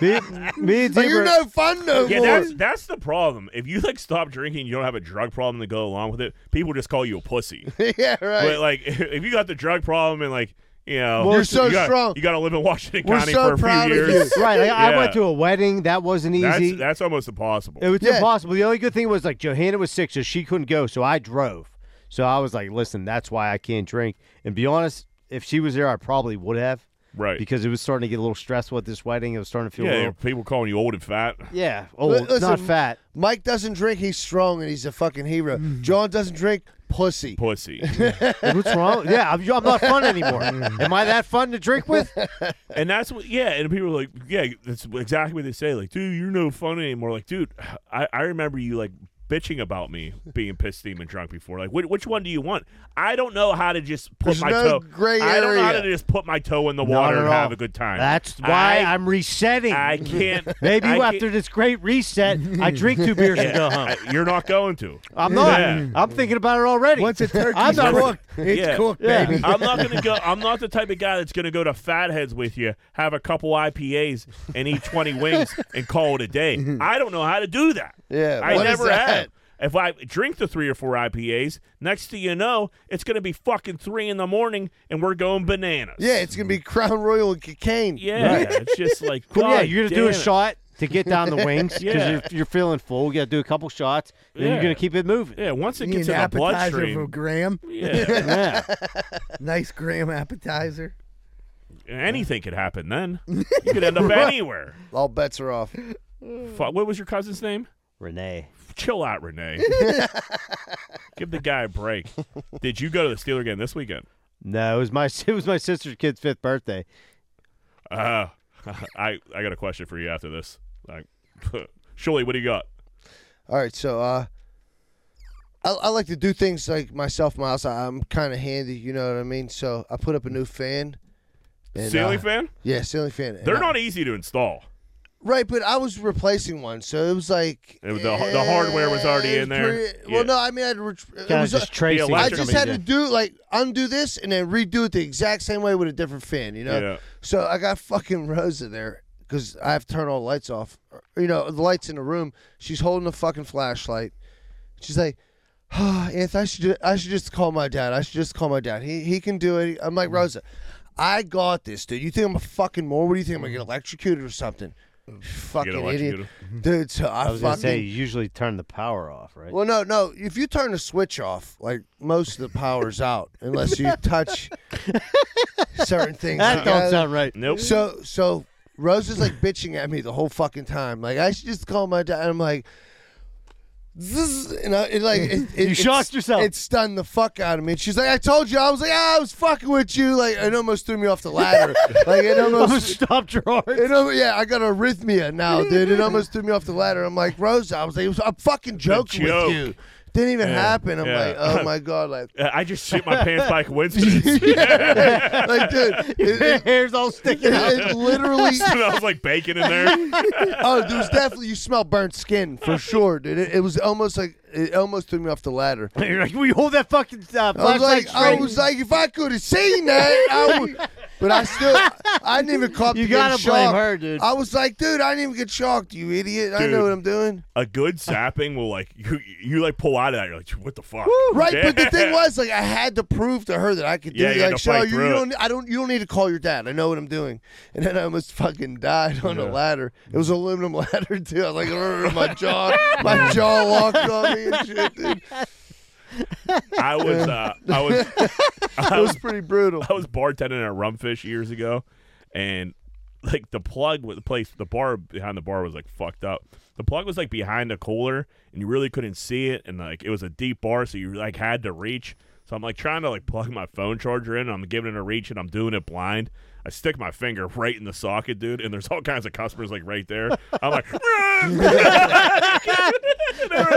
S2: me, me and
S4: Like, you're
S2: Zebra,
S4: no fun no
S3: yeah,
S4: more.
S3: that's that's the problem. If you like stop drinking, you don't have a drug problem to go along with it. People just call you a pussy.
S4: yeah,
S3: But
S4: right.
S3: like, if you got the drug problem and like, you know,
S4: You're so
S3: you got,
S4: strong.
S3: You got to live in Washington
S4: We're
S3: County
S4: so
S3: for a
S4: proud
S3: few
S4: of you.
S3: years.
S2: right? Like, I went
S3: Yeah.
S2: to a wedding. That wasn't easy.
S3: That's that's almost impossible.
S2: It was
S4: Yeah.
S2: impossible. The only good thing was like Johanna was sick, so she couldn't go. So I drove. So I was like, listen, that's why I can't drink. And be honest, if she was there, I probably would have
S3: right.
S2: because it was starting to get a little stressful at this wedding. It was starting to feel
S3: yeah,
S2: a
S3: yeah,
S2: little.
S3: people calling you old and fat.
S2: Yeah. Oh,
S4: Li- listen,
S2: not fat.
S4: Mike doesn't drink. He's strong and he's a fucking hero. John doesn't drink. Pussy.
S3: Pussy.
S2: Like, What's wrong? yeah, I'm, I'm not fun anymore. Am I that fun to drink with?
S3: and that's what, yeah. And people are like, yeah, that's exactly what they say. Like, dude, you're no fun anymore. Like, dude, I, I remember you like bitching about me being pissed, steaming drunk before. Like, which, which one do you want? I don't know how to just put
S4: There's
S3: my
S4: no
S3: toe.
S4: gray
S3: I don't know how
S4: area.
S3: to just put my toe in the
S2: Not
S3: water
S2: at
S3: and
S2: all.
S3: have a good time.
S2: That's why
S3: I-
S2: I, am resetting.
S3: I can't.
S2: Maybe
S3: I
S2: after this great reset, I drink two beers and go home.
S3: can't- I- you're not going to.
S2: I'm not.
S3: Yeah.
S2: I'm thinking about it already.
S1: once a
S2: I'm
S1: turkey's
S2: not-
S1: cooked, it's
S3: Yeah.
S1: cooked,
S2: Yeah.
S1: baby.
S3: I'm not gonna go. I'm not the type of guy that's gonna go to Fatheads with you, have a couple IPAs, and eat 20 wings and call it a day. I don't know how to do that.
S4: Yeah,
S3: I
S4: what is
S3: never
S4: that?
S3: have. If I drink the three or four IPAs, next thing you know, it's gonna be fucking three in the morning, and we're going bananas.
S4: Yeah, it's gonna be Crown Royal and cocaine.
S3: yeah. It's just like,
S2: Well, yeah,
S3: God
S2: you're gonna do a
S3: damn it.
S2: shot to get down the wings because
S3: Yeah.
S2: you're, you're feeling full. You gotta do a couple shots, and
S3: Yeah.
S2: you're gonna keep it moving.
S3: Yeah, once it
S1: You
S3: gets
S1: need
S3: in
S1: an
S3: the
S1: appetizer for
S3: bloodstream.
S1: Graham.
S3: Yeah,
S2: Yeah,
S1: Nice Graham appetizer.
S3: anything could happen then. You could end up anywhere.
S4: All bets are off.
S3: Fuck, what was your cousin's name?
S2: Renee.
S3: chill out, Renee. Give the guy a break. Did you go to the Steeler game this weekend?
S2: No, it was my it was my sister's kid's fifth birthday.
S3: Uh, I I got a question for you after this. Like, Shirley, what do you got?
S4: All right, so uh, I, I like to do things like myself, Miles. I, I'm kind of handy, you know what I mean. So I put up a new fan. and,
S3: Ceiling
S4: uh,
S3: fan?
S4: Yeah, ceiling fan. And
S3: They're
S4: I-
S3: not easy to install.
S4: right, but I was replacing one, so it was like eh,
S3: It was- the- the hardware was already in there.
S4: pretty-
S3: Yeah.
S4: Well, no, I mean, I had to ret- it
S2: Kind of
S4: was-
S2: just tracing.
S3: electric
S4: I
S3: Electric
S4: just had to do like undo this and then redo it the exact same way with a different fan, you know.
S3: Yeah.
S4: So I got fucking Rosa there because I have to turn all the lights off. You know, the lights in the room. She's holding a fucking flashlight. She's like, oh, Anthony, I should, ju- I should just call my dad. I should just call my dad. He, he can do it. I'm like, Rosa, I got this, dude. You think I'm a fucking moron? What do you think? I'm going to get electrocuted or something? Fucking idiot. Dude, so I,
S2: I was gonna
S4: fucking.
S2: say you usually turn the power off, right?
S4: Well, no, no. If you turn the switch off, like most of the power's out, unless you touch certain things.
S2: that don't
S4: together.
S2: sound right.
S3: Nope.
S4: So so Rose is like bitching at me the whole fucking time. Like I should just call my dad. I'm like, this, and I, it like it, it,
S2: You shocked
S4: it,
S2: yourself.
S4: It stunned the fuck out of me. And she's like, I told you. I was like, ah, I was fucking with you. Like it almost threw me off the ladder. like it
S2: I'm gonna
S4: almost.
S2: stop drawing.
S4: It almost, yeah, I got arrhythmia now, dude. It almost threw me off the ladder. I'm like, Rosa, I was like, I'm fucking joking
S3: joke.
S4: with you. Didn't even happen. I'm
S3: yeah.
S4: like, oh my god, like,
S3: Uh, I just shit my pants by coincidence.
S4: like, dude, it,
S2: Your
S4: it,
S2: hair's all sticking out.
S4: it literally
S3: Smells like bacon in there.
S4: oh, there was definitely you smell burnt skin for sure, dude. It, it was almost like it almost threw me off the ladder.
S2: You're like, will you hold that fucking uh,
S4: I was
S2: flashlight
S4: like, I
S2: straight?
S4: was like, if I could have seen that, I would. But I still, I didn't even cop.
S2: You
S4: to getting
S2: gotta blame
S4: shocked.
S2: her, dude.
S4: I was like, dude, I didn't even get shocked, you idiot. I
S3: Dude.
S4: know what I'm doing.
S3: A good sapping will like you. You like pull out of that. You're like, what the fuck?
S4: Right, but the
S3: Yeah.
S4: thing was, like, I had to prove to her that I could do
S3: Yeah,
S4: it.
S3: you had
S4: Like,
S3: to fight
S4: Shaw, you,
S3: through
S4: you
S3: it.
S4: don't, I don't, you don't need to call your dad. I know what I'm doing. And then I almost fucking died on the
S3: Yeah.
S4: ladder. It was an aluminum ladder too. I was like, "Rrr," my jaw, my jaw locked on me and shit, dude.
S3: I was, uh, I was,
S4: It was pretty brutal.
S3: I was bartending at Rumfish years ago, and like the plug with the place, the bar behind the bar was like fucked up. The plug was like behind a cooler, and you really couldn't see it. And like it was a deep bar, so you like had to reach. So I'm like trying to like plug my phone charger in. I'm giving it a reach, and I'm doing it blind. I stick my finger right in the socket, dude, and there's all kinds of customers like right there. I'm like, I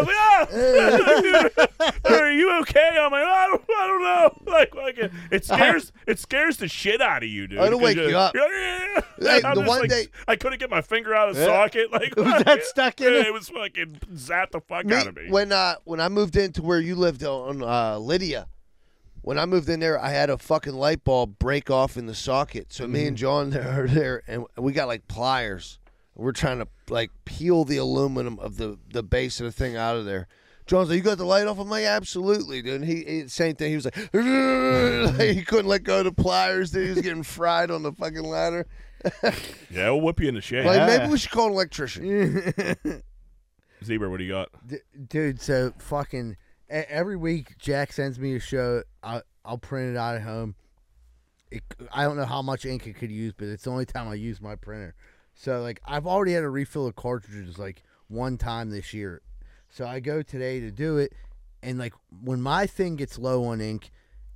S3: was like, ah, are you okay? I'm like, I don't, I don't know. Like, like it, it scares, it scares the shit out of you, dude.
S4: It'll
S3: 'cause
S4: wake
S3: you're-
S4: you up.
S3: You're like, "Yeah."
S4: Hey,
S3: I'm
S4: the
S3: just
S4: one
S3: like,
S4: day-
S3: I couldn't get my finger out of the
S4: Yeah.
S3: socket. Like,
S2: Was that stuck in
S3: yeah,
S2: it?
S3: It was fucking zapped the fuck
S4: Me-
S3: out of me.
S4: When uh, when I moved into where you lived on uh, Lydia, when I moved in there, I had a fucking light bulb break off in the socket. So me
S1: Mm-hmm.
S4: and John there are there, and we got like pliers. We're trying to like peel the aluminum of the the base of the thing out of there. John's like, you got the light off? I'm like, absolutely, dude. And he, he- same thing. He was like, like, he couldn't let go of the pliers. Dude, he was getting fried on the fucking ladder.
S3: yeah, it'll whip you into shape.
S4: Like,
S2: Yeah.
S4: maybe we should call an electrician.
S3: Zebra, what do you got?
S1: D- dude, so fucking e- every week Jack sends me a show. I, I'll print it out at home. It, I don't know how much ink it could use, but it's the only time I use my printer. So like I've already had to refill the cartridges like one time this year. So I go today to do it, and like when my thing gets low on ink,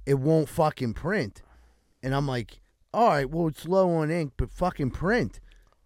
S1: it won't fucking print. And I'm like, all right, well it's low on ink, but fucking print.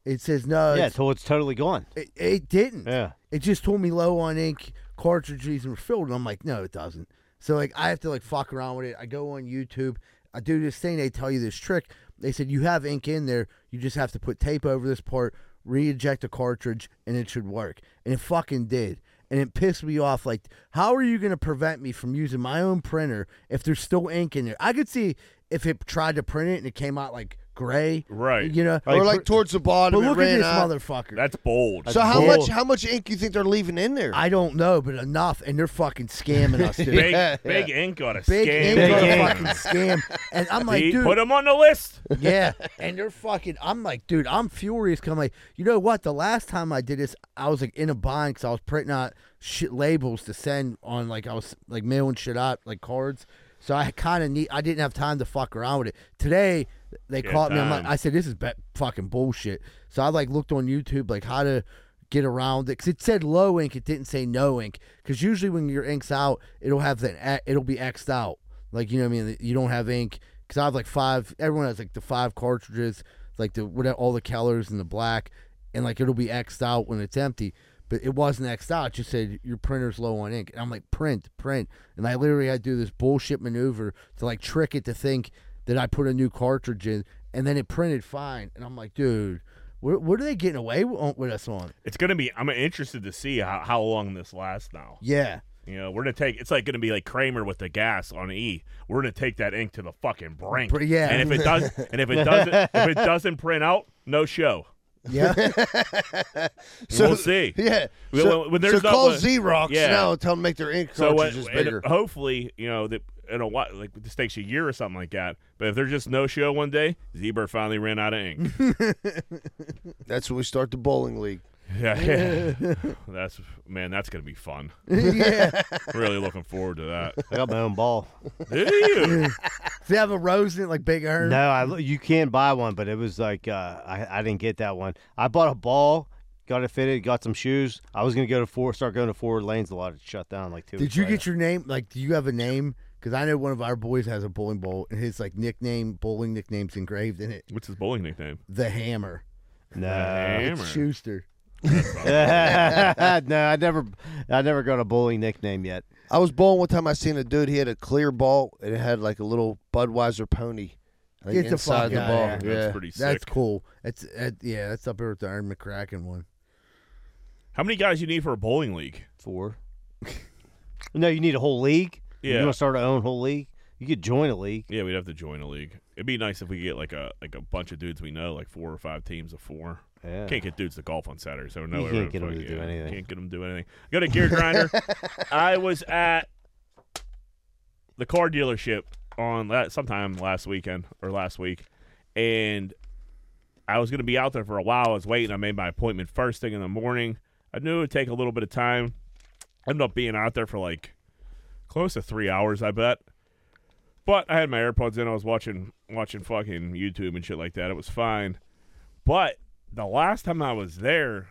S1: It says no.
S2: yeah,
S1: it's-
S2: till it's totally gone.
S1: it, it didn't.
S2: Yeah.
S1: It just told me low on ink cartridges and refilled, and I'm like, no, it doesn't. So like, I have to like fuck around with it. I go on YouTube. I do this thing. They tell you this trick. They said you have ink in there. You just have to put tape over this part, re-eject a cartridge, and it should work. And it fucking did. And it pissed me off. Like, how are you gonna prevent me from using my own printer if there's still ink in there? I could see if it tried to print it and it came out like gray,
S3: Right.
S1: You know,
S4: or like towards the bottom.
S1: but
S4: it
S1: look at
S4: ran
S1: this
S4: out.
S1: motherfucker.
S3: That's bold.
S4: So how
S2: Bull-
S4: much how much ink you think they're leaving in there?
S1: I don't know, but enough, and they're fucking scamming us, dude.
S3: big,
S1: big,
S4: Yeah,
S3: big ink on a
S1: ink
S3: scam.
S2: Big
S1: on a
S2: ink.
S1: fucking scam, and I'm like,
S3: See?
S1: dude,
S3: put them on the list.
S1: yeah, and they're fucking. I'm like, dude, I'm furious. Cause I'm like, you know what? The last time I did this, I was like in a bind because I was printing out shit labels to send on, like I was like mailing shit out, like cards. So I kind of need. I didn't have time to fuck around with it today. They
S3: Yeah,
S1: caught me. I'm like,
S3: time.
S1: I said this is ba- fucking bullshit. So I like looked on YouTube like how to get around it because it said low ink. It didn't say no ink because usually when your ink's out, it'll have that. It'll be xed out. Like you know what I mean. You don't have ink because I have like five. Everyone has like the five cartridges, like the what all the colors and the black, and like it'll be xed out when it's empty. But it wasn't xed out. It just said your printer's low on ink, and I'm like print, print, and I literally had to do this bullshit maneuver to like trick it to think that I put a new cartridge in, and then it printed fine. And I'm like, dude, what, what are they getting away with, with us on?
S3: It's gonna be. I'm interested to see how, how long this lasts now.
S1: Yeah.
S3: You know, we're gonna take. It's like gonna be like Kramer with the gas on E. We're gonna take that ink to the fucking brink.
S1: Br- yeah.
S3: And if it does, and if it doesn't, if it doesn't print out, no show.
S1: Yeah.
S3: we'll see.
S4: Yeah.
S3: Well,
S4: so
S3: when- when there's
S4: so
S3: not
S4: call
S3: one-
S4: Xerox
S3: Yeah.
S4: now and tell them to make their ink
S3: So what,
S4: cartridges
S3: and
S4: bigger.
S3: hopefully, you know that in a while, like this takes a year or something like that. But if there's just no show one day, Zebra finally ran out of ink.
S4: That's when we start the bowling league.
S3: yeah, that's man, that's gonna be fun.
S1: yeah.
S3: Really looking forward to that.
S2: I got my own ball.
S3: Ew.
S1: Does it have a rose in it, like Big Earn?
S2: No, I, you can buy one, but it was like uh, I, I didn't get that one. I bought a ball, got it fitted, got some shoes. I was gonna go to four, start going to four lanes a lot. It shut down like two.
S1: Did
S2: weeks
S1: you
S2: later.
S1: get your name? Like, do you have a name? Because I know one of our boys has a bowling ball, and his like nickname, bowling nickname's engraved in it.
S3: What's his bowling nickname?
S1: The Hammer.
S2: no?
S1: It's Schuster.
S2: no, I never, I never got a bowling nickname yet.
S4: I was bowling one time. I seen a dude. He had a clear ball and it had like a little Budweiser pony like,
S1: Get the
S4: inside
S1: fuck
S4: the
S1: outta
S4: ball.
S1: here.
S4: Yeah.
S3: That's pretty sick.
S1: That's cool. That's uh, yeah. That's up there with the Iron McCracken one.
S3: How many guys you need for a bowling league?
S2: Four. no, you need a whole league.
S3: Yeah.
S2: You want to start your own whole league? You could join a league.
S3: Yeah, we'd have to join a league. It'd be nice if we could get like a like a bunch of dudes we know, like four or five teams of four.
S2: Yeah.
S3: Can't get dudes to golf on Saturday, so no.
S2: You can't get 'em to
S3: fuck-
S2: do
S3: yeah,
S2: anything.
S3: Can't get them to do anything. Go to Gear Grinder. I was at the car dealership on that sometime last weekend or last week, and I was going to be out there for a while. I was waiting. I made my appointment first thing in the morning. I knew it would take a little bit of time. I ended up being out there for like close to three hours, I bet. But I had my AirPods in. I was watching watching fucking YouTube and shit like that. It was fine. But the last time I was there,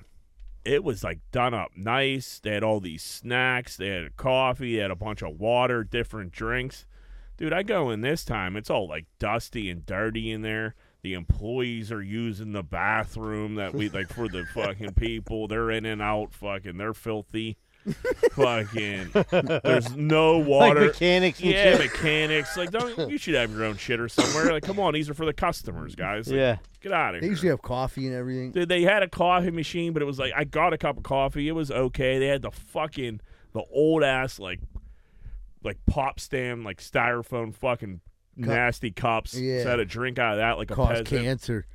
S3: it was like done up nice. They had all these snacks. They had coffee. They had a bunch of water, different drinks. Dude, I go in this time. It's all like dusty and dirty in there. The employees are using the bathroom that we like for the fucking people. They're in and out. Fucking, they're filthy. fucking, there's no
S2: Like
S3: water.
S2: mechanics and
S3: yeah,
S2: shit.
S3: mechanics. Like, don't you should have your own shitter somewhere. Like, come on, these are for the customers, guys. Like,
S2: Yeah.
S3: get out of
S1: They
S3: here.
S1: usually have coffee and everything.
S3: Dude, they had a coffee machine, but it was like I got a cup of coffee. It was okay. They had the fucking the old ass like like pop stand like styrofoam fucking nasty cups.
S1: Yeah.
S3: So I had a drink out of that like a
S1: Cause
S3: peasant.
S1: cancer.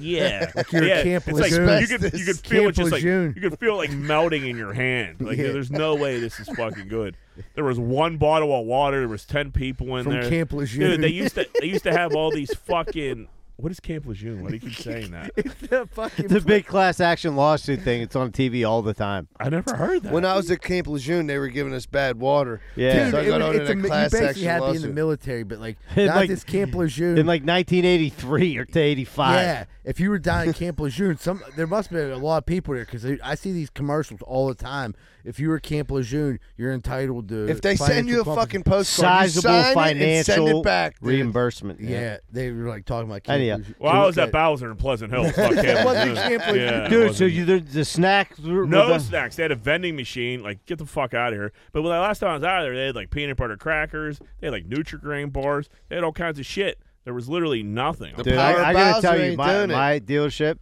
S3: Yeah,
S1: Like you're
S3: yeah.
S1: at Camp
S3: it's like
S1: Lejeune.
S3: you could you could
S1: Asbestos.
S3: feel it
S1: Camp
S3: just like you
S1: Lejeune.
S3: could feel it like melting in your hand. Like
S1: Yeah.
S3: there's no way this is fucking good. There was one bottle of water. There was ten people in
S1: From
S3: there.
S1: Camp Lejeune.
S3: Dude, they used to they used to have all these fucking. What is Camp Lejeune? Why do you keep saying that?
S1: the fucking
S2: It's a big class action lawsuit thing. It's on TV all the time.
S3: I never heard that.
S4: When I was at Camp Lejeune, they were giving us bad water.
S2: Yeah.
S1: Dude,
S4: So I
S1: it
S4: got
S1: was-
S4: on
S1: it's
S4: in
S1: a,
S4: a
S1: mi-
S4: class
S1: you basically
S4: action
S1: had to be in
S4: lawsuit.
S1: the military, but like
S2: In
S1: not
S2: like-
S1: this Camp Lejeune.
S2: In like 1983 or to 85.
S1: Yeah, if you were down at Camp Lejeune, some there must have been a lot of people there because I see these commercials all the time. If you were at Camp Lejeune, you're entitled to.
S4: If they send you
S1: financial
S4: a
S1: compensation.
S4: fucking postcard, you
S2: Sizable
S4: sign it and
S2: financial
S4: send it back. dude.
S2: reimbursement.
S1: yeah. they were like talking about Camp
S2: Anyhow.
S1: Lejeune.
S3: Well, I was at Bowser in Pleasant Hill. Fuck Camp
S1: wasn't
S3: Lejeune.
S1: Camp Lejeune.
S3: yeah, it
S2: Dude, so
S3: wasn't.
S2: you, the, the snacks were.
S3: no
S2: were the-
S3: snacks. They had a vending machine. Like, get the fuck out of here. But when the last time I was out of there, they had like peanut butter crackers. They had like Nutri-Grain bars. They had all kinds of shit. There was literally nothing. I'm
S4: The-
S2: Dude,
S4: Power
S2: I, I gotta
S4: Bowser
S2: tell you,
S4: ain't
S2: my,
S4: doing it.
S2: my dealership,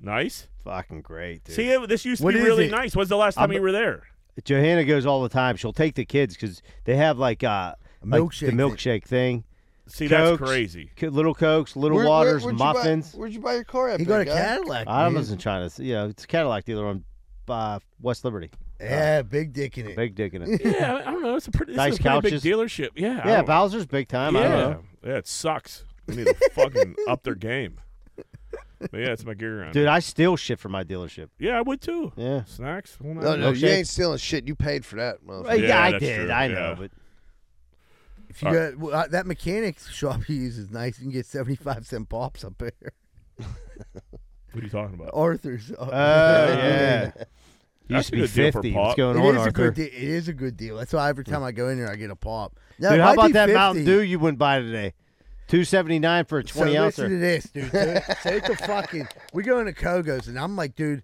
S3: nice.
S2: fucking great, dude.
S3: See, it, this used to
S1: What
S3: be
S1: is
S3: really
S1: it?
S3: nice. When's the last time
S2: I'm-
S3: you were there?
S2: Johanna goes all the time. She'll take the kids because they have like uh like
S1: milkshake
S2: the
S1: thing.
S2: milkshake thing.
S3: See,
S2: Cokes.
S3: that's crazy.
S2: Co- Little cokes, little
S4: Where- where-
S2: waters,
S4: where'd you buy-
S2: muffins.
S4: where'd you buy your car at?
S1: He got a
S4: big guy?
S1: Cadillac.
S2: I
S1: man.
S2: wasn't trying to. You know, it's a Cadillac dealer on uh, West Liberty.
S1: Yeah, big dick in it.
S2: Big dick in it.
S3: Yeah, I- I don't know. It's a pretty, this
S2: Nice
S3: is a pretty big
S2: couches.
S3: dealership. Yeah, I
S2: yeah,
S3: don't-
S2: Bowser's big time.
S3: yeah,
S2: I don't know,
S3: yeah. It sucks. They need to fucking up their game. But yeah, it's my gear on.
S2: dude. I steal shit from my dealership.
S3: Yeah, I would too.
S2: Yeah.
S3: Snacks. Well,
S4: No, no, you
S2: Milkshake.
S4: ain't stealing shit. You paid for that, motherfucker.
S2: Yeah, I
S3: that's
S2: did.
S3: true,
S2: I
S3: yeah.
S2: know, but
S1: If you got, well, uh, that mechanics shop he uses nice. You can get seventy five cent pops up there.
S3: What are you talking about?
S1: Arthur's. Oh
S2: oh yeah,
S3: That's a
S2: used to
S3: good
S2: be
S3: deal for
S2: fifty.
S3: pop.
S2: What's going
S1: It
S2: on,
S1: is, a
S2: Arthur?
S1: good de- it is a good deal. That's why every time I go in there, I get a pop. Now,
S2: Dude,
S1: it
S2: how
S1: might
S2: about
S1: be
S2: that
S1: 50.
S2: Mountain Dew you went by today? Two seventy nine for a twenty
S1: so
S2: ounce.
S1: Listen to this, dude. Take, take the fucking. We go into Kogos, and I'm like, dude,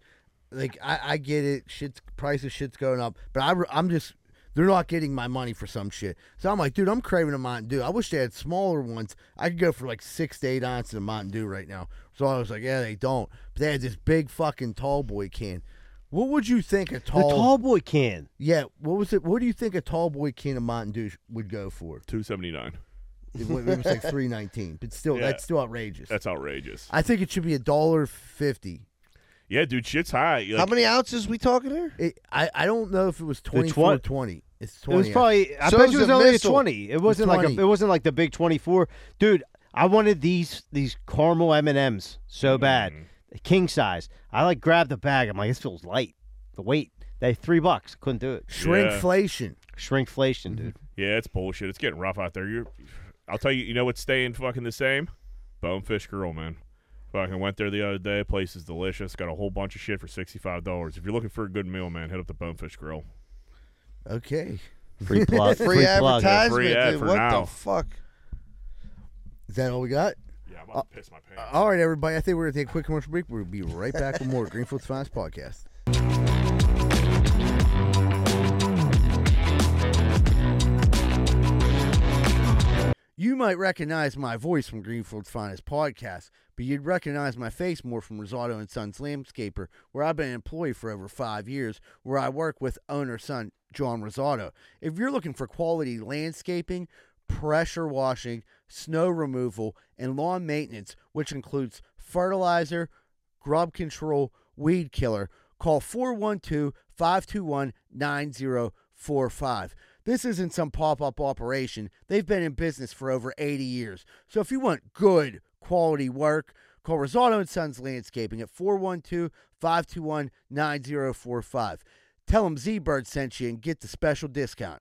S1: like I, I get it. Shit's price of shit's going up, but I, I'm just. They're not getting my money for some shit. So I'm like, dude, I'm craving a Mountain Dew. I wish they had smaller ones. I could go for like six to eight ounces of Mountain Dew right now. So I was like, yeah, they don't. But they had this big fucking tall boy can. What would you think a
S2: The
S1: tall,
S2: tall boy can.
S1: Yeah, what was it? What do you think a tall boy can of Mountain Dew sh- would go for?
S3: Two seventy nine.
S1: It wa- it was like three nineteen, but still,
S3: Yeah.
S1: that's still outrageous.
S3: That's outrageous.
S1: I think it should be a dollar fifty.
S3: Yeah, dude, shit's high. You're
S4: How
S3: like,
S4: many ounces we talking here?
S1: It, I I don't know if it was
S2: The
S1: 24
S2: twen-
S1: 20. It's
S2: It was
S1: twenty.
S2: probably. I
S4: So
S2: bet
S4: it
S2: it
S4: was
S2: was
S4: a
S2: only a
S4: missile.
S2: twenty. It wasn't like a,
S1: 20.
S2: it wasn't like the big twenty four, dude. I wanted these these caramel M and M's so bad, king size. I like grabbed the bag. I'm like, this feels light. The weight. They three bucks. Couldn't do it.
S1: shrinkflation.
S2: Shrinkflation, dude.
S3: yeah, it's bullshit. It's getting rough out there. You're, I'll tell you. You know what's staying fucking the same? Bonefish Grill, man. Fucking went there the other day. Place is delicious. Got a whole bunch of shit for sixty five dollars. If you're looking for a good meal, man, hit up the Bonefish Grill.
S1: Okay,
S2: Free plug.
S4: Free,
S2: plug.
S4: advertisement.
S3: Free ad
S4: dude.
S3: for
S4: what
S3: now.
S4: the fuck?
S1: is that all we got?
S3: Yeah,
S1: Uh,
S3: I'm about to piss my pants.
S1: All right, everybody. I think we're gonna take a quick commercial break. We'll be right back with more Greenfield's Finest Podcast. You might recognize my voice from Greenfield's Finest Podcast, but you'd recognize my face more from Rosato and Sons Landscaper, where I've been an employee for over five years, where I work with owner son John Rosato. If you're looking for quality landscaping, pressure washing, snow removal, and lawn maintenance, which includes fertilizer, grub control, weed killer, call 412 521 9045. This isn't some pop up operation. They've been in business for over 80 years. So if you want good quality work, call Rosato and Sons Landscaping at 412 521 9045. Tell them Z Bird sent you and get the special discount.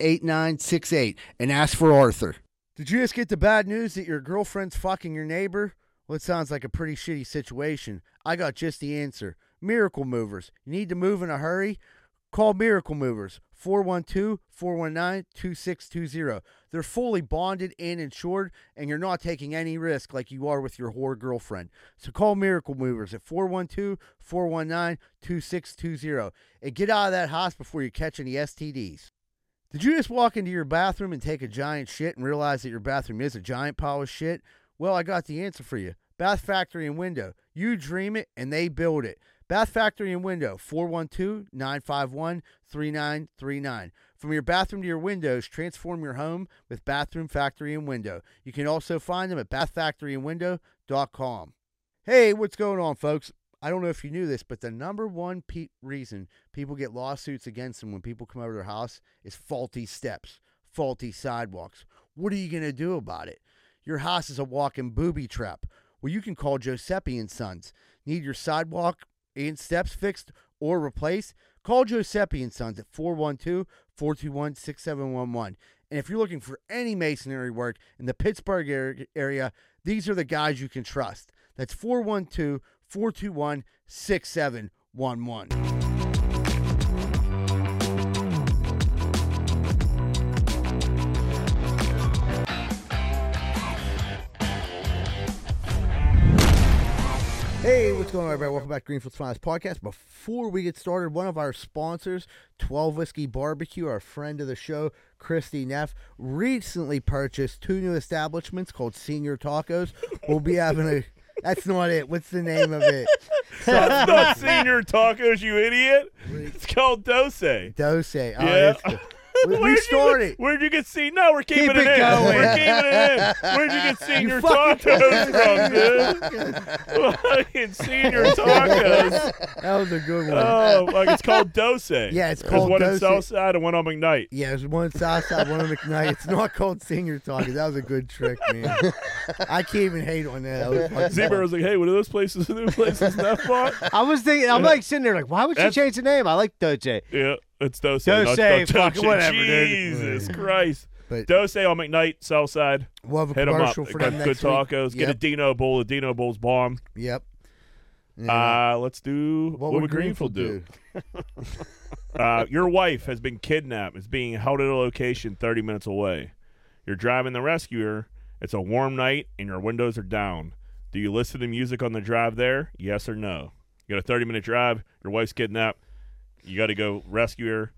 S11: 412-451-8968 and ask for Arthur.
S1: Did you just get the bad news that your girlfriend's fucking your neighbor? Well, it sounds like a pretty shitty situation. I got just the answer. Miracle Movers. You need to move in a hurry? Call Miracle Movers 412 419 2620. They're fully bonded and insured, and you're not taking any risk like you are with your whore girlfriend. So call Miracle Movers at 412 419 2620 and get out of that house before you catch any STDs. Did you just walk into your bathroom and take a giant shit and realize that your bathroom is a giant pile of shit? Well, I got the answer for you. Bath Factory and Window. You dream it and they build it. Bath Factory and Window, 412 951 3939. From your bathroom to your windows, transform your home with Bathroom Factory and Window. You can also find them at bathfactoryandwindow.com. Hey, what's going on, folks? I don't know if you knew this, but the number one pe- reason people get lawsuits against them when people come over their house is faulty steps, faulty sidewalks. What are you going to do about it? Your house is a walking booby trap. Well, you can call Giuseppe and Sons. Need your sidewalk and steps fixed or replaced? Call Giuseppe and Sons at 412 421 6711. And if you're looking for any masonry work in the Pittsburgh ar- area, these are the guys you can trust. That's 412 421 6711. Hey, what's going on, everybody? Welcome back to Greenfield Smiles Podcast. Before we get started, one of our sponsors, 12 Whiskey Barbecue, our friend of the show, Christy Neff, recently purchased two new establishments called Senior Tacos. We'll be having a. That's not it. What's the name of it?
S3: That's not senior tacos, you idiot. It's called dose. Dose.
S1: Dose. Oh,
S3: Yeah.
S1: that's good. We- We started.
S3: Where'd you get seen? No, we're keeping
S1: Keep
S3: it,
S1: it
S3: in.
S1: going.
S3: We're keeping it in. Where'd you get senior tacos from, dude? Fucking senior tacos.
S1: That was a good one.
S3: Oh, like it's called dose.
S1: Yeah, it's
S3: There's
S1: called
S3: one
S1: Dose.
S3: in Southside and one on McKnight.
S1: Yeah, there's one Southside, one on McKnight. It's not called Senior Tacos. That was a good trick, man. I can't even hate on that. that was fucking-
S3: Zebra was like, "Hey, what are those places? New places that far?"
S2: I was thinking, I'm like sitting there, like, why would she
S3: That's-
S2: change the name? I like Doce.
S3: Yeah, it's Dose.
S2: Dose,
S3: not- not
S2: fuck,
S3: Dose.
S2: whatever, dude.
S3: Jesus Christ.
S1: But-
S3: Dose on McKnight, Southside.
S1: We'll have a
S3: Hit 'em up.
S1: commercial for
S3: Got
S1: them
S3: good
S1: next week.
S3: tacos. Get a
S1: Yep.
S3: Dino bowl. The Dino bowl's bomb.
S1: Yep.
S3: Uh, let's do what, would Greenfield, do? uh, your wife has been kidnapped. Is being held at a location 30 minutes away. You're driving the rescuer. It's a warm night and your windows are down. Do you listen to music on the drive there? Yes or no? You got a 30 minute drive. Your wife's kidnapped. You got to go rescue her.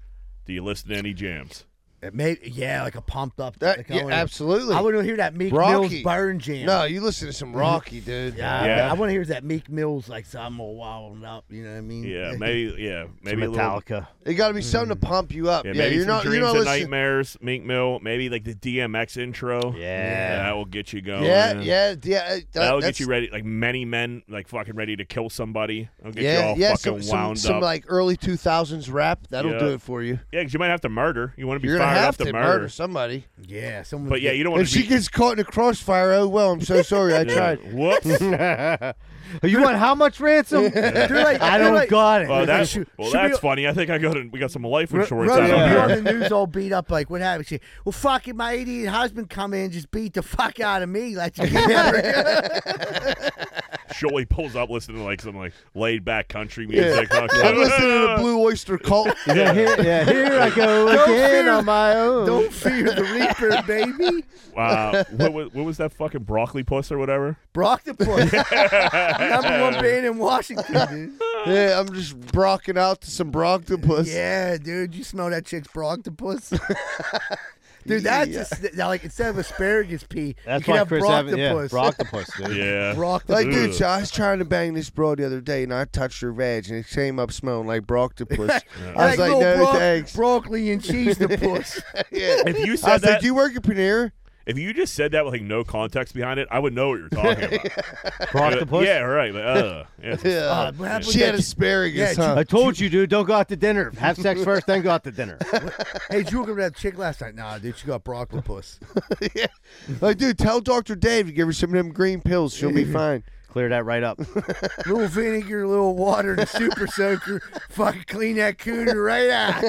S3: Do you listen to any jams?
S1: It may, yeah, like a pumped up.
S4: That-
S1: like, I
S4: yeah,
S1: wanna-
S4: absolutely.
S1: I want to hear that Meek Mills
S4: Rocky.
S1: burn jam.
S4: No, you listen to some Rocky, dude.
S1: Yeah,
S3: Yeah.
S1: I, want to hear that Meek Mills like so I'm all wilding up. You know what I mean?
S3: Yeah, maybe. Yeah, maybe a little.
S2: Metallica.
S4: It got to be something to pump you up.
S3: Yeah,
S4: Yeah,
S3: maybe
S4: you're
S3: some
S4: not.
S3: dreams
S4: You're not
S3: and
S4: listening.
S3: nightmares. Meek Mill. Maybe like the DMX intro.
S2: Yeah.
S3: that will get you going.
S4: Yeah, yeah, yeah. That,
S3: That'll
S4: that's-
S3: get you ready. Like many men, like fucking ready to kill somebody. That'll get you
S4: Yeah,
S3: all
S4: yeah.
S3: fucking
S4: Some, some,
S3: wound
S4: some
S3: up.
S4: like early 2000s rap. That'll
S3: Yeah.
S4: do it for you.
S3: yeah, 'cause you might have to murder. You want to be
S4: You're gonna
S3: fired
S4: have
S3: up to,
S4: murder. somebody.
S1: yeah. Someone.
S3: But yeah, you don't want
S4: If
S3: to.
S4: she gets caught in a crossfire, oh well. I'm so sorry. I tried.
S3: Whoops.
S2: you want how much ransom?
S1: They're like-
S2: I
S1: they're
S2: don't
S1: like-
S2: got it.
S3: Well, that's,
S1: Should-
S3: well,
S1: should we-
S3: that's funny. I think I got a, we got some life
S1: Ro-
S3: insurance
S1: Rose
S3: out
S1: will be
S3: here.
S1: on the news all beat up like what happened? She, well, fucking my idiot husband come in and just beat the fuck out of me. Like you
S3: Surely pulls up listening to like some like laid back country music.
S4: I'm listening to the Blue Oyster Cult.
S2: yeah, here, yeah, here I go
S1: Don't
S2: again
S1: fear-
S2: on my own.
S1: don't fear the reaper, baby.
S3: Wow. What, was- what was that fucking broccoli puss or whatever?
S1: Brock the Puss, number one band in Washington, dude.
S4: yeah, I'm just brocking out to some broctopus.
S1: Yeah, dude, you smell that chick's Brock the Puss? dude. That's just, now, like instead of asparagus pea, you
S2: That's
S1: can
S2: why
S1: have
S2: Chris Evans, yeah,
S1: broctopus.
S2: broctopus, dude.
S3: Yeah.
S4: Like, dude, I was trying to bang this broad the other day, and I touched her veg, and it came up smelling like broctopus. I was like,
S1: little
S4: no
S1: bro-
S4: thanks.
S1: broccoli and cheese the puss.
S3: If you
S4: I
S3: said
S4: was like,
S3: that,
S4: do you work at Panera?
S3: if you just said that with like no context behind it, I would know what you're talking about.
S2: Broctopus?
S3: Yeah, right. But, uh, yeah, it's-
S1: Uh, what happened
S4: She
S1: with
S4: had
S1: that-
S4: asparagus,
S1: Yeah,
S4: huh?
S2: I told you, dude, don't go out to dinner. Have sex first, then go out to dinner.
S1: Hey, did you look at that chick last night? Nah, dude, she got broctopus.
S4: yeah. Like, dude, tell Dr. Dave to give her some of them green pills. She'll be fine.
S2: Clear that right up.
S1: little vinegar, little water, and a super soaker. Fucking clean that cooter right out.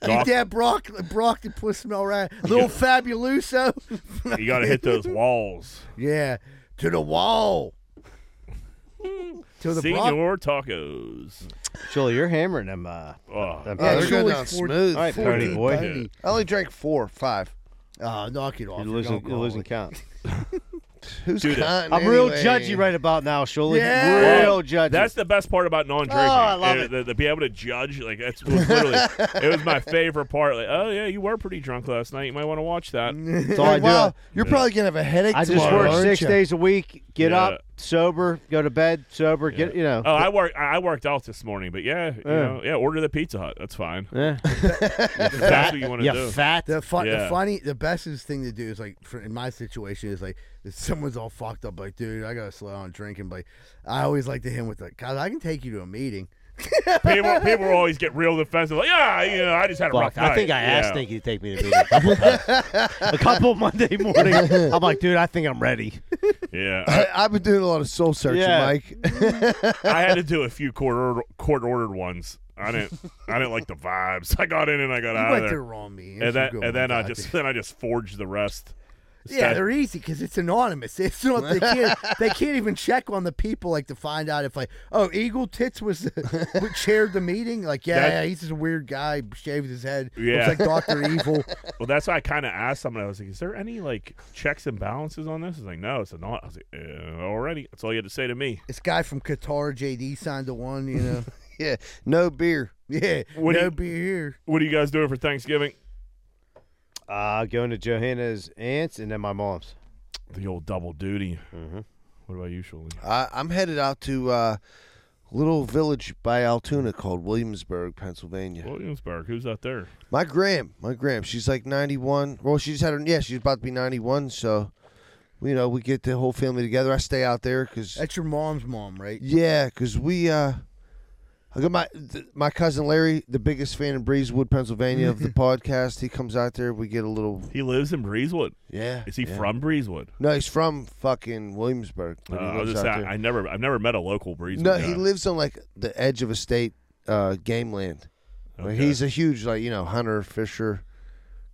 S1: Get
S3: Doc-
S1: that broccoli, broctopus smell right. Little fabuloso.
S3: you got to hit those walls.
S1: Yeah, to the wall. to the broccoli.
S3: Senior tacos.
S2: Julie, you're hammering them. Uh,
S3: Oh,
S2: them
S4: Yeah,
S1: Yeah, sure.
S4: they're going
S2: pellets.
S1: surely
S4: down
S1: four-
S4: smooth.
S2: All right,
S4: Four
S2: Tony
S4: deep,
S2: boy.
S4: buddy. I only drank four, five.
S1: Oh, knock it off.
S2: you're
S1: You're
S2: losing,
S1: an
S2: you're losing
S1: alcoholic.
S2: count.
S4: Who's
S3: Dude,
S4: counting
S2: I'm real
S4: anyway?
S2: judgy right about now, Shirley.
S1: Yeah.
S2: Real judgy.
S3: That's the best part about non-drinking.
S2: Oh, I love
S3: Uh,
S2: it.
S3: the- the- be able to judge, like that's was literally, it was my favorite part. Like, oh yeah, you were pretty drunk last night. You might want to watch that.
S2: That's all I
S4: Like,
S2: do.
S4: wow, you're probably gonna have a headache
S2: I just
S4: tomorrow,
S2: work
S4: aren't
S2: six
S4: ya?
S2: days a week. Get
S3: Yeah.
S2: up, sober, go to bed, sober. Get you know.
S3: Oh, I work. I I worked out this morning, but yeah, you know, yeah. Order the Pizza Hut. That's fine.
S2: Yeah.
S3: If that's what you want to
S2: you
S3: do.
S2: fat.
S1: The, fun, the
S3: Yeah.
S1: funny, the bestest thing to do is like, for, in my situation, is like, if someone's all fucked up, like, dude, I gotta slow down drinking. But I always like to him with like, God, I can take you to a meeting.
S3: people, people always get real defensive. Like, yeah, you know, I just had a rough
S2: Fuck,
S3: night.
S2: I think I asked
S3: yeah.
S2: Stinky to take me to a meeting a couple times. a couple Monday morning. I'm like, dude, I think I'm ready.
S3: Yeah,
S4: I, I've been doing a lot of soul searching,
S2: Yeah.
S4: Mike.
S3: I had to do a few court order, court ordered ones. I didn't. I didn't like the vibes. I got in and I got
S1: You
S3: out
S1: went
S3: of
S1: to the
S3: there.
S1: wrong meeting. That's
S3: And, that,
S1: what
S3: and
S1: you're
S3: then
S1: going
S3: I
S1: with,
S3: just
S1: dude.
S3: then I just forged the rest.
S1: Yeah,
S3: Stat-
S1: they're easy because it's anonymous. It's not they can't they can't even check on the people like to find out if like oh Eagle Tits was the, who chaired the meeting like yeah,
S3: That-
S1: yeah he's just a weird guy shaved his head
S3: Yeah.
S1: looks like Doctor Evil
S3: Well, that's why I kind of asked someone. I was like, "Is there any like checks and balances on this?" It's like, "No, it's not." I was like, uh, "Already, that's all you had to say to me."
S1: this guy from Qatar JD signed the one you know
S4: yeah, no beer.
S1: yeah
S3: What do
S1: no
S3: you-
S1: beer here
S3: What are you guys doing for Thanksgiving?
S2: Uh, going to Johanna's aunt's and then my mom's.
S3: The old double duty. What about you, Shirley?
S4: I, I'm headed out to uh, a little village by Altoona called Williamsburg, Pennsylvania.
S3: Williamsburg. Who's out there?
S4: My gram, my gram, she's like 91. Well, she just had her. Yeah, she's about to be 91. So, you know, we get the whole family together. I stay out there because
S1: that's your mom's mom right
S4: Yeah, because we, uh, I got my th- my cousin Larry, the biggest fan in Breezewood, Pennsylvania of the podcast. He comes out there. We get a little,
S3: He lives in Breezewood.
S4: yeah.
S3: Is he
S4: yeah.
S3: from Breezewood?
S4: No, he's from fucking Williamsburg.
S3: Uh,
S4: but he
S3: I was
S4: lives
S3: just
S4: out
S3: saying,
S4: there.
S3: I never, I've never met a local Breezewood.
S4: no,
S3: guy.
S4: he lives on like the edge of a state uh, game land. Like,
S3: Okay.
S4: he's a huge like you know hunter fisher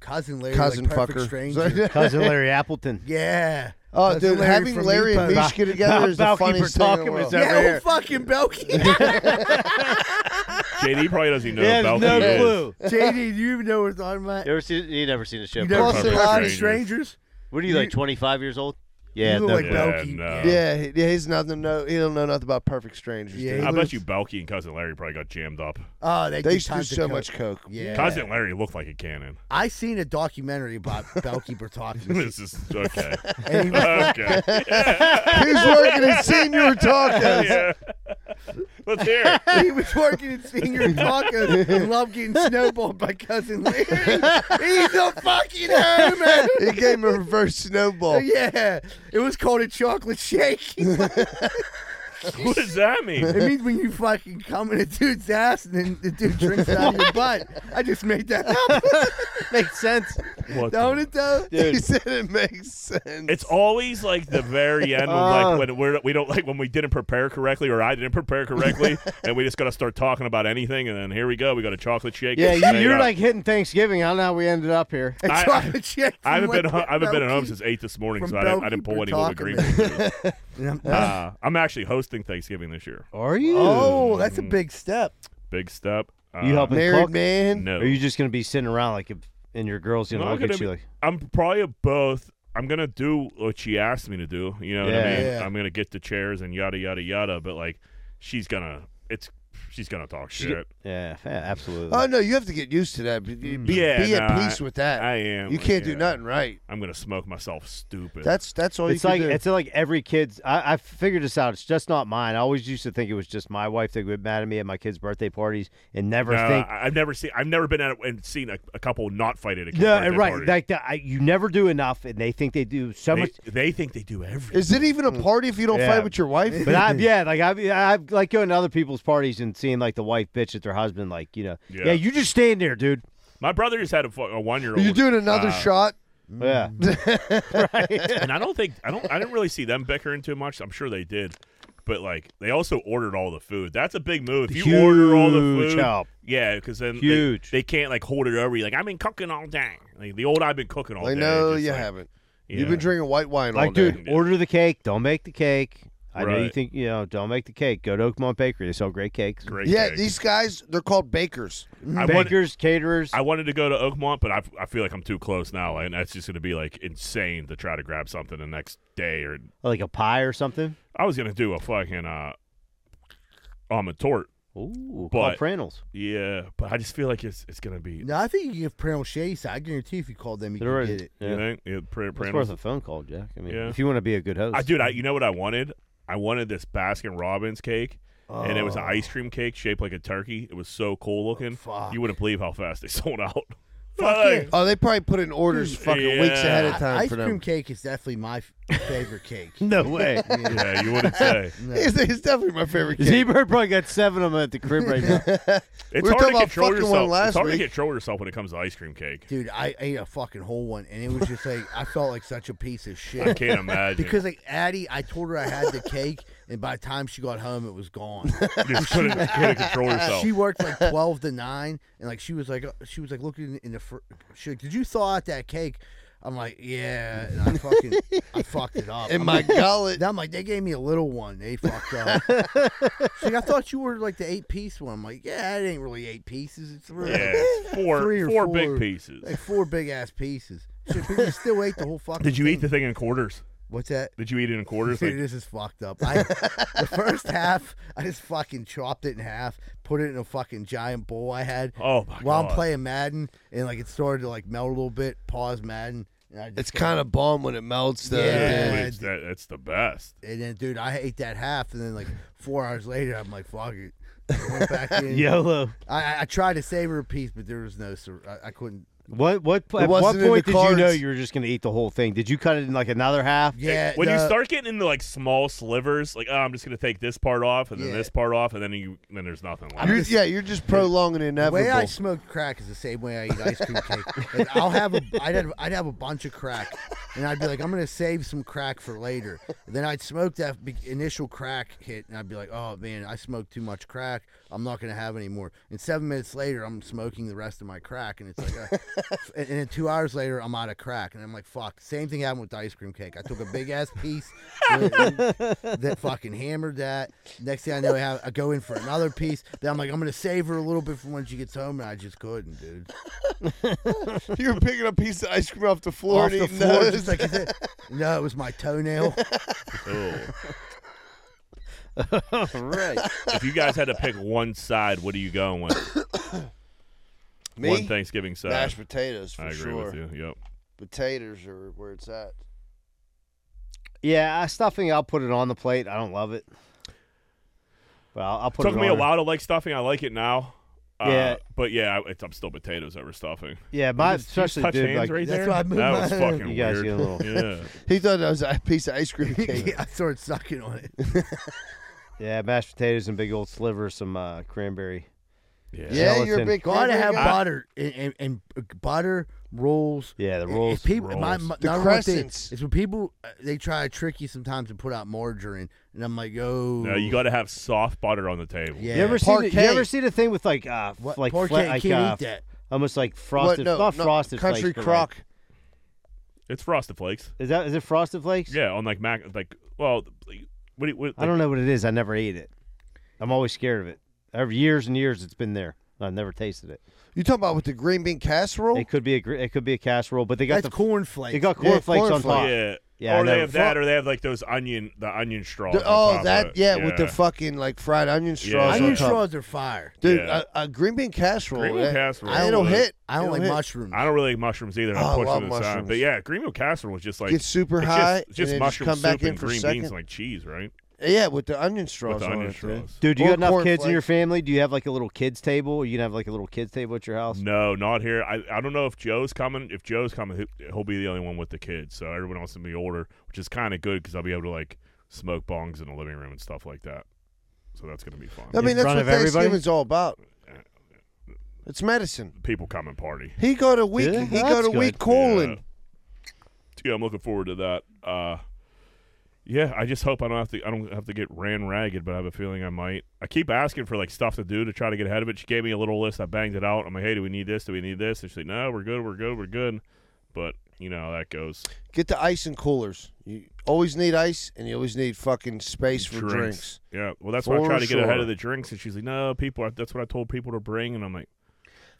S1: cousin Larry
S4: cousin
S1: like perfect
S4: fucker.
S1: stranger
S2: Cousin Larry Appleton.
S1: yeah
S4: oh,
S1: Cousin
S4: dude,
S1: Larry
S4: having
S1: from
S4: Larry and
S1: Meatbone.
S4: Mishka together is the
S2: Baukeeper
S4: funniest thing in the
S2: talking
S4: world.
S2: was over
S1: yeah
S2: here.
S1: well, fucking Belky
S3: JD probably doesn't even know.
S2: Yeah,
S3: about
S2: there's no
S3: who he is.
S2: clue.
S1: JD do you even know what's on my
S2: You ever seen? You never seen the show?
S1: you
S2: Perfect
S1: never seen a
S3: Perfect
S1: lot of
S3: Strangers.
S1: strangers
S2: What are you, like, 25 years old? Yeah,
S1: you look
S2: no
S1: like
S2: clue.
S3: Yeah,
S1: Belky
S3: no.
S4: Yeah, he- yeah, he's nothing. No, he don't know nothing about perfect strangers.
S1: Yeah,
S4: dude.
S1: he
S3: I
S1: lives-
S3: bet you Belky and Cousin Larry probably got jammed up.
S1: oh they,
S4: they
S1: did
S4: used to do
S1: tons of
S4: so
S1: coke.
S4: much coke.
S1: yeah
S3: Cousin Larry looked like a cannon.
S1: I seen a documentary about Belky Bertocchi.
S3: this is okay.
S1: and he,
S3: okay.
S4: He's working at senior tacos.
S3: Yeah. Let's hear it.
S1: he was working in senior tacos and loved getting snowballed by cousin Larry. He's a fucking hermit.
S4: He gave him a reverse snowball.
S1: Yeah, it was called a chocolate shake. it
S3: What does that mean?
S1: means when you fucking come in a dude's ass and then the dude drinks out of your butt. I just made that up,
S2: Makes sense.
S3: What
S1: don't
S3: the-
S1: it though?
S4: He
S2: Dude,
S4: said it makes sense.
S3: It's always like the very end, when,
S2: Oh.
S1: Uh.
S3: like when we're, we don't like when we didn't prepare correctly, or I didn't prepare correctly, and we just got to start talking about anything, and then here we go, we got a chocolate shake.
S2: yeah,
S3: It's
S2: you,
S3: made
S2: you're
S3: up.
S2: like hitting Thanksgiving. I don't know how we ended up here.
S1: A
S3: I-
S1: chocolate shake.
S3: I haven't
S1: from
S3: been ho- I haven't been at home
S1: Belky.
S3: since eight this morning,
S1: from
S3: so I didn't, I
S1: Belky
S3: didn't pull any little
S1: Bertocchi.
S3: agreement.
S1: And I'm-
S3: uh, I'm actually hosting Thanksgiving this year.
S2: Are you?
S1: Oh, that's a big step.
S3: Big step. Uh,
S2: You helping
S4: Married
S2: cook?
S4: man.
S3: No.
S2: Or are you just gonna be sitting around like, if- and your girl's gonna
S3: No,
S2: look
S3: I'm
S2: at
S3: gonna
S2: you
S3: be-
S2: like,
S3: I'm probably both. I'm gonna do what she asked me to do. You know what I
S2: Yeah.
S3: mean?
S1: Yeah.
S3: I'm gonna get the chairs and yada yada yada. But like, she's gonna. It's she's gonna talk
S4: She-
S3: shit.
S2: Yeah, yeah, absolutely.
S4: Oh no, you have to get used to that. Be, be-
S3: yeah,
S4: be at
S3: no,
S4: peace
S3: I-
S4: with that.
S3: I am.
S4: You can't do
S3: yeah.
S4: nothing right.
S3: I'm gonna smoke myself stupid.
S2: It's like it's like every kid's. I, I figured this out. It's just not mine. I always used to think it was just my wife that would get mad at me at my kids' birthday parties and never
S3: No,
S2: think.
S3: I- I've never seen. I've never been at a, and seen a, a couple not fight at a kid's
S2: No,
S3: birthday
S2: right.
S3: party.
S2: Like the, I, you never do enough, and they think they do so
S3: they,
S2: much.
S3: they think they do everything.
S4: Is it even a party if you don't
S2: Yeah.
S4: fight with your wife?
S2: But I've, yeah, like I've, I've like going to other people's parties and seeing like the wife bitch at their husband, like you know, yeah,
S3: Yeah.
S2: you just stand there, dude.
S3: My brother just had a, one year old.
S4: you doing another
S3: uh,
S4: shot?
S2: Yeah. Mm.
S3: and I don't think I don't I didn't really see them bickering too much. I'm sure they did, but like they also ordered all the food. That's a big move. If you order all the
S2: Huge
S3: food,
S2: help.
S3: yeah, because then they-
S2: Huge.
S3: They, can't like hold it over you. Like I've been cooking all day. Like the old I've been cooking all
S4: Like
S3: day.
S4: no,
S3: just,
S4: you
S3: like,
S4: haven't.
S3: yeah.
S4: You've been drinking white wine all
S2: Like,
S4: day.
S2: dude, order the cake. Don't make the cake. I know you
S3: Right.
S2: think you know. Don't make the cake. Go to Oakmont Bakery. They sell great cakes.
S3: Great
S4: yeah,
S3: cake.
S4: these guys, they're called bakers.
S3: I want-
S2: bakers, caterers.
S3: I wanted to go to Oakmont, but I, I feel like I'm too close now, and that's just going to be like insane to try to grab something the next day. Or
S2: like a pie or something.
S3: I was going to do a fucking uh, almond tort.
S2: Ooh,
S3: but
S2: Prannels.
S3: yeah, but I just feel like it's it's going to be.
S1: No, I think you can give Prannel Chase. I guarantee if you called them, you
S2: They're
S1: could
S2: already-
S1: get it.
S3: You think? Yeah, pr-
S2: It's
S3: Prannels.
S2: worth a phone call, Jack. I mean,
S3: Yeah.
S2: if you want to be a good host,
S3: I dude, I you know what I wanted? I wanted this Baskin Robbins cake. And it was an ice cream cake shaped like a turkey. It was so cool looking. You wouldn't believe how fast they sold out.
S1: Fuck
S3: Like,
S1: yeah.
S4: Oh, they probably put in orders fucking weeks ahead of
S3: Yeah.
S4: time
S1: Ice
S4: for
S1: cream
S4: them.
S1: cake is definitely my f- favorite cake.
S2: No way.
S3: yeah, you wouldn't say.
S4: It's, it's definitely my favorite cake.
S2: Z-Bird probably got seven of them at the crib right now.
S3: It's
S4: were
S3: hard
S4: talking
S3: to
S4: about
S3: control
S4: fucking one
S3: yourself.
S4: last
S3: it's hard
S4: week.
S3: to control yourself when it comes to ice cream cake.
S1: Dude, I ate a fucking whole one, and it was just like I felt like such a piece of shit.
S3: I can't imagine.
S1: because like Addie, I told her I had the cake, and by the time she got home, it was gone.
S3: You just couldn't, couldn't control yourself.
S1: She worked like twelve to nine, and like she was like uh, she was like looking in the fr- she like, did you thaw out that cake? I'm like yeah, and I fucking I fucked it up
S4: In
S1: I'm
S4: my
S1: like-
S4: gullet.
S1: Now I'm like they gave me a little one, they fucked up. She's like I thought you ordered like the eight piece one. I'm like yeah, it ain't really eight pieces. It's really
S3: yeah,
S1: like,
S3: it's four,
S1: three or
S3: four big
S1: like
S3: pieces.
S1: four big ass pieces. Shit, people still ate the whole fucking.
S3: Did you
S1: thing.
S3: eat the thing in quarters?
S1: What's that?
S3: Did you eat it in quarters?
S1: Dude,
S3: Like,
S1: this is fucked up. I, the first half, I just fucking chopped it in half, put it in a fucking giant bowl I had.
S3: Oh, my
S1: While I'm
S3: God.
S1: playing Madden, and like it started to like melt a little bit. Pause Madden. And I just
S4: It's kind of bomb when it melts, though.
S1: Yeah.
S4: dude.
S3: dude, it's- that- that's the best.
S1: and then dude, I ate that half, and then like four hours later, I'm like, fuck it. I went back in.
S2: YOLO.
S1: I- I, I tried to savor a piece, but there was no. sur- I, I couldn't.
S2: What what
S4: wasn't
S2: at what
S4: in the
S2: point did you know
S4: cards.
S2: you were just going to eat the whole thing? Did you cut it in like another half?
S1: Yeah.
S3: when you
S1: the-
S3: start getting into like small slivers, like oh, I'm just gonna take this part off and then
S1: Yeah.
S3: this part off, and then you then there's nothing left.
S4: You're, yeah, you're just prolonging the
S1: The way
S4: inevitable.
S1: I smoke crack is the same way I eat ice cream cake. Like, I'll have a, I'd have, I'd have a bunch of crack, and I'd be like, I'm gonna save some crack for later. And then I'd smoke that big initial crack hit, and I'd be like, oh man, I smoked too much crack. I'm not gonna have any more. And seven minutes later, I'm smoking the rest of my crack, and it's like, uh, and, and then two hours later, I'm out of crack, and I'm like, fuck. Same thing happened with the ice cream cake. I took a big ass piece, and- and that fucking hammered that. Next thing I know, I, have, I go in for another piece. Then I'm like, I'm gonna save her a little bit for when she gets home, and I just couldn't, dude.
S4: you were picking a piece of ice cream off the floor
S1: Off
S4: and
S1: the
S4: eating
S1: floor,
S4: those.
S1: just like I said. no, it was my toenail.
S3: Ugh.
S2: right.
S3: if you guys had to pick one side, what are you going with?
S4: Me?
S3: One Thanksgiving side.
S4: Mashed potatoes, for
S3: I agree
S4: sure.
S3: with you. Yep.
S4: Potatoes are where it's at.
S2: Yeah, I- stuffing. I'll put it on the plate. I don't love it. But I'll, I'll put
S3: Took
S2: it
S3: me a
S2: on.
S3: while to like stuffing. I like it now. Uh,
S2: Yeah.
S3: but yeah, I- it's, I'm still potatoes over stuffing.
S2: Yeah, my especially
S3: Touch
S2: dude.
S3: hands
S2: Like,
S3: right
S1: That's
S3: there.
S1: why I moved
S3: that
S1: my-
S3: was fucking
S2: You guys
S3: weird.
S2: get a little-
S3: yeah.
S4: He thought that was a piece of ice cream cake.
S1: I started sucking on it.
S2: yeah, mashed potatoes and big old sliver, some uh, cranberry.
S3: yeah,
S4: yeah, you're a
S2: Skeleton.
S4: big
S1: Gotta
S4: cranberry
S1: have
S4: guy.
S1: butter and, and, and butter rolls.
S2: Yeah, the
S1: And- and
S2: rolls.
S1: people, My,
S3: rolls.
S1: my,
S4: The
S1: not one thing,
S4: crescents.
S1: It's when people uh, they try to trick you sometimes to put out margarine, and I'm like, oh,
S3: No, you got to have soft butter on the table.
S1: yeah.
S2: You ever seen? the- You
S4: Parquet.
S2: ever seen a thing with like uh, f-
S1: What-
S2: like
S1: parquet,
S2: flat-
S1: you
S2: like,
S1: can't
S2: uh,
S1: eat that.
S2: almost like
S4: What?
S2: frosted,
S4: No,
S2: not
S4: no,
S2: frosted.
S4: Country
S2: flakes, but, like-
S4: crock.
S3: It's frosted flakes.
S2: is that is it frosted flakes?
S3: Yeah, on like mac, like well, like, what, do you- what
S2: I don't know what it is. I never ate it. I'm always scared of it. Over years and years, it's been there. I've never tasted it.
S4: You talking about with the green bean casserole?
S2: It could be a gr- it could be a casserole, but they got
S1: That's
S2: the
S1: cornflakes.
S2: they got
S4: Yeah,
S2: cornflakes on
S4: cornflakes.
S2: top.
S3: Yeah,
S2: Yeah, I
S3: or they
S2: never-
S3: have that, or they have like those onion, the onion straw.
S4: The- oh, that yeah, with the fucking like fried onion
S3: Yeah.
S4: straws.
S3: Onion
S4: on top.
S1: straws are fire.
S4: dude.
S3: Yeah.
S4: A, a green bean casserole.
S3: Green bean
S4: eh,
S3: casserole.
S4: It'll
S3: I
S4: hit.
S1: I don't
S4: It'll
S1: like
S4: hit.
S1: mushrooms.
S3: I don't really like mushrooms either. I
S4: Oh, I
S3: push
S4: love
S3: them aside.
S4: mushrooms.
S3: But yeah, green bean casserole was just like
S4: Get super
S3: it's
S4: high,
S3: Just, it's just
S4: and then just
S3: mushroom
S4: come
S3: soup
S4: back in
S3: and
S4: for a
S3: green beans
S4: second.
S3: like cheese, right?
S4: Yeah, with the onion straws
S3: the
S4: on
S3: onion
S4: it, dude.
S3: straws.
S2: Dude, do you
S4: Or
S2: got enough
S4: corn
S2: kids in your
S4: flakes.
S2: family? Do you have like a little kids table? You can have like a little kids table at your house.
S3: No, not here. I, I don't know if Joe's coming. If Joe's coming, he- he'll be the only one with the kids. So everyone else will be older, which is kind of good because I'll be able to like smoke bongs in the living room and stuff like that. So that's gonna be fun.
S4: I mean, that's
S2: front
S4: what
S2: of everybody?
S4: Thanksgiving's all about. It's medicine.
S3: People come and party.
S4: He go to week.
S2: Yeah,
S4: he go
S2: that's
S4: to week
S2: good.
S4: colon.
S3: Yeah, I'm looking forward to that. Uh, yeah, I just hope I don't have to. I don't have to get ran ragged, but I have a feeling I might. I keep asking for like stuff to do to try to get ahead of it. She gave me a little list. I banged it out. I'm like, hey, do we need this? Do we need this? And she's like, no, we're good. We're good. We're good. But you know how that goes.
S4: Get the ice and coolers. You always need ice, and you always need fucking space for drinks.
S3: Yeah. Well, that's why I
S4: For
S3: try to get ahead
S4: sure.
S3: of the drinks. And she's like, no, people. are- That's what I told people to bring. And I'm like,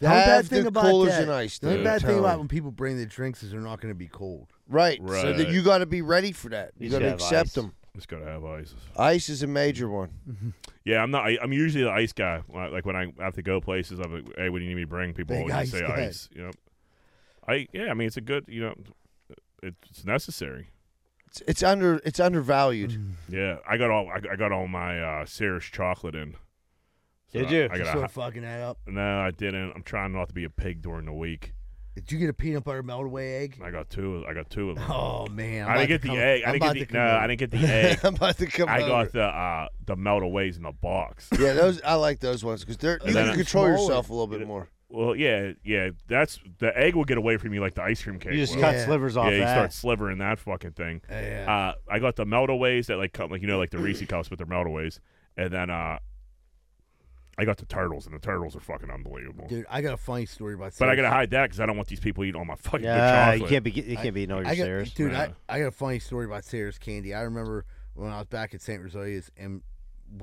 S1: The only bad
S4: Have
S1: thing
S4: the
S1: about
S4: coolers
S1: that,
S4: and ice,
S1: the only
S4: dude.
S1: bad
S4: Tell
S1: thing about
S4: me.
S1: when people bring their drinks is they're not going to be cold.
S4: Right. So that
S3: Right.
S4: you got to be ready for that. You,
S2: You
S4: got to
S2: should have
S4: accept
S2: ice.
S4: them.
S3: just gotta have ice.
S4: Ice is a major one.
S3: Yeah, I'm not. I, I'm usually the ice guy. When I- Like when I have to go places, I'm like, "Hey, what do you need me to bring?" People
S1: Big
S3: always
S1: ice
S3: say
S1: guy.
S3: ice. You know, I yeah. I mean, it's a good. You know, it's necessary.
S4: It's, it's under. It's undervalued.
S3: Mm. Yeah, I got all. I, I got all my uh, Sears chocolate in. So
S2: Did you?
S3: I, I got
S1: Sort
S3: a,
S1: of fucking that up.
S3: no, I didn't. I'm trying not to be a pig during the week.
S1: Did you get a peanut butter melt away egg?
S3: I got two. I got two of them.
S1: Oh man, I'm
S3: I
S1: about
S3: didn't
S1: to
S3: get the
S1: come-
S3: egg. I
S1: I'm
S3: didn't
S1: about to
S3: get the.
S1: come
S3: No,
S1: over.
S3: I didn't get the egg.
S4: I'm about to come.
S3: I
S4: over.
S3: got the uh, the melt aways in the box.
S4: Yeah, those I like those ones because they're you
S3: then
S4: can
S3: I-
S4: control
S1: Smaller.
S4: yourself a little bit more.
S3: Well, yeah, yeah. That's the egg will get away from you like the ice cream cake.
S2: You just
S3: will.
S2: cut
S1: Yeah.
S2: slivers off
S3: yeah, you
S2: that.
S3: start slivering that fucking thing.
S1: Yeah.
S3: Uh, I got the meltaways that like come like you know like the Reese cups, but they're meltaways. And then uh, I got the turtles, and the turtles are fucking unbelievable.
S1: Dude, I got a funny story about.
S3: But I
S1: Sears.
S3: gotta hide that because I don't want these people eating all my fucking
S2: yeah,
S3: good
S2: you
S3: chocolate.
S2: can't be. You can't be eating all your
S1: I got,
S2: Sears.
S1: Dude,
S3: Yeah.
S1: I, I got a funny story about Sarah's candy. I remember when I was back at St. Rosalia's and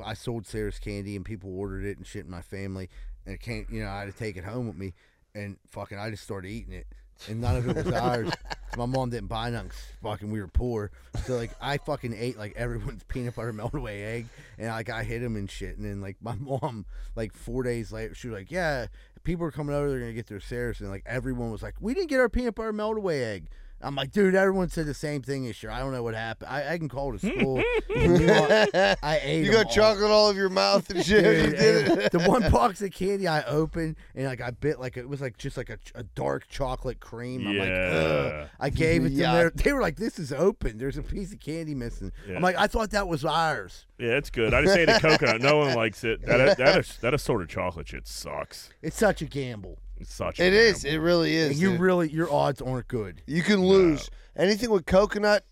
S1: I sold Sarah's candy and people ordered it and shit in my family. And it came, you know, I had to take it home with me. And fucking, I just started eating it. And none of it was ours. My mom didn't buy none 'cause fucking we were poor. So, like, I fucking ate, like, everyone's peanut butter melt away egg. And, like, I hit him and shit. And then, like, my mom, like, four days later, she was like, yeah, people are coming over. They're going to get their Sarah's. And, like, everyone was like, we didn't get our peanut butter melt away egg. I'm like, dude, everyone said the same thing this year. I don't know what happened. I, I can call to school. You know, I, I ate
S4: You
S1: them
S4: got
S1: all.
S4: chocolate all over your mouth and shit.
S1: Dude,
S4: you did
S1: and
S4: it.
S1: the one box of candy I opened and like I bit like it was like just like a, ch- a dark chocolate cream. I'm like,
S3: Yeah.
S1: Ugh. I gave it to
S4: Yuck.
S1: them. They were like, "This is open. There's a piece of candy missing."
S3: Yeah.
S1: I'm like, "I thought that was ours."
S3: yeah, it's good. I just ate a coconut. No one likes it. That that is, that assorted chocolate shit sucks.
S1: It's such a gamble.
S3: It's such. a
S4: It is.
S3: gamble.
S4: It really
S1: And
S4: is.
S1: you
S4: dude.
S1: really your odds aren't good.
S4: you can lose anything with coconut.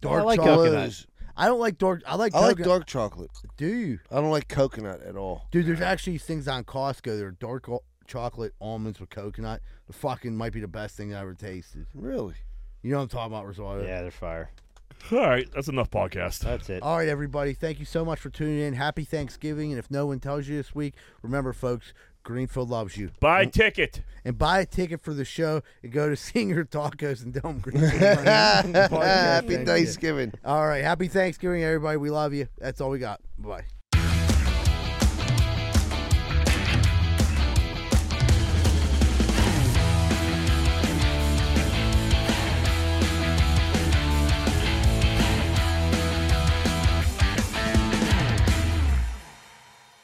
S1: Dark
S2: like
S1: chocolate.
S2: coconut.
S4: Lose.
S1: I don't like dark. I like
S4: I like
S1: coconut-
S4: dark chocolate.
S1: Do you?
S4: I don't like coconut at all.
S1: Dude, there's actually these things on Costco. They're dark al- chocolate almonds with coconut. The fucking might be the best thing I ever tasted.
S4: Really?
S1: You know what I'm talking about, Rosado.
S2: yeah, they're fire.
S3: All right, that's enough podcast.
S2: That's it.
S1: All right, everybody. Thank you so much for tuning in. Happy Thanksgiving. And if no one tells you this week, remember, folks, Greenfield loves you.
S3: Buy a ticket.
S1: And buy a ticket for the show and go to Singer Tacos and Dome Greenfield. Podcast.
S4: Happy
S1: Thank you.
S4: Thanksgiving.
S1: All right. Happy Thanksgiving, everybody. We love you. That's all we got. Bye.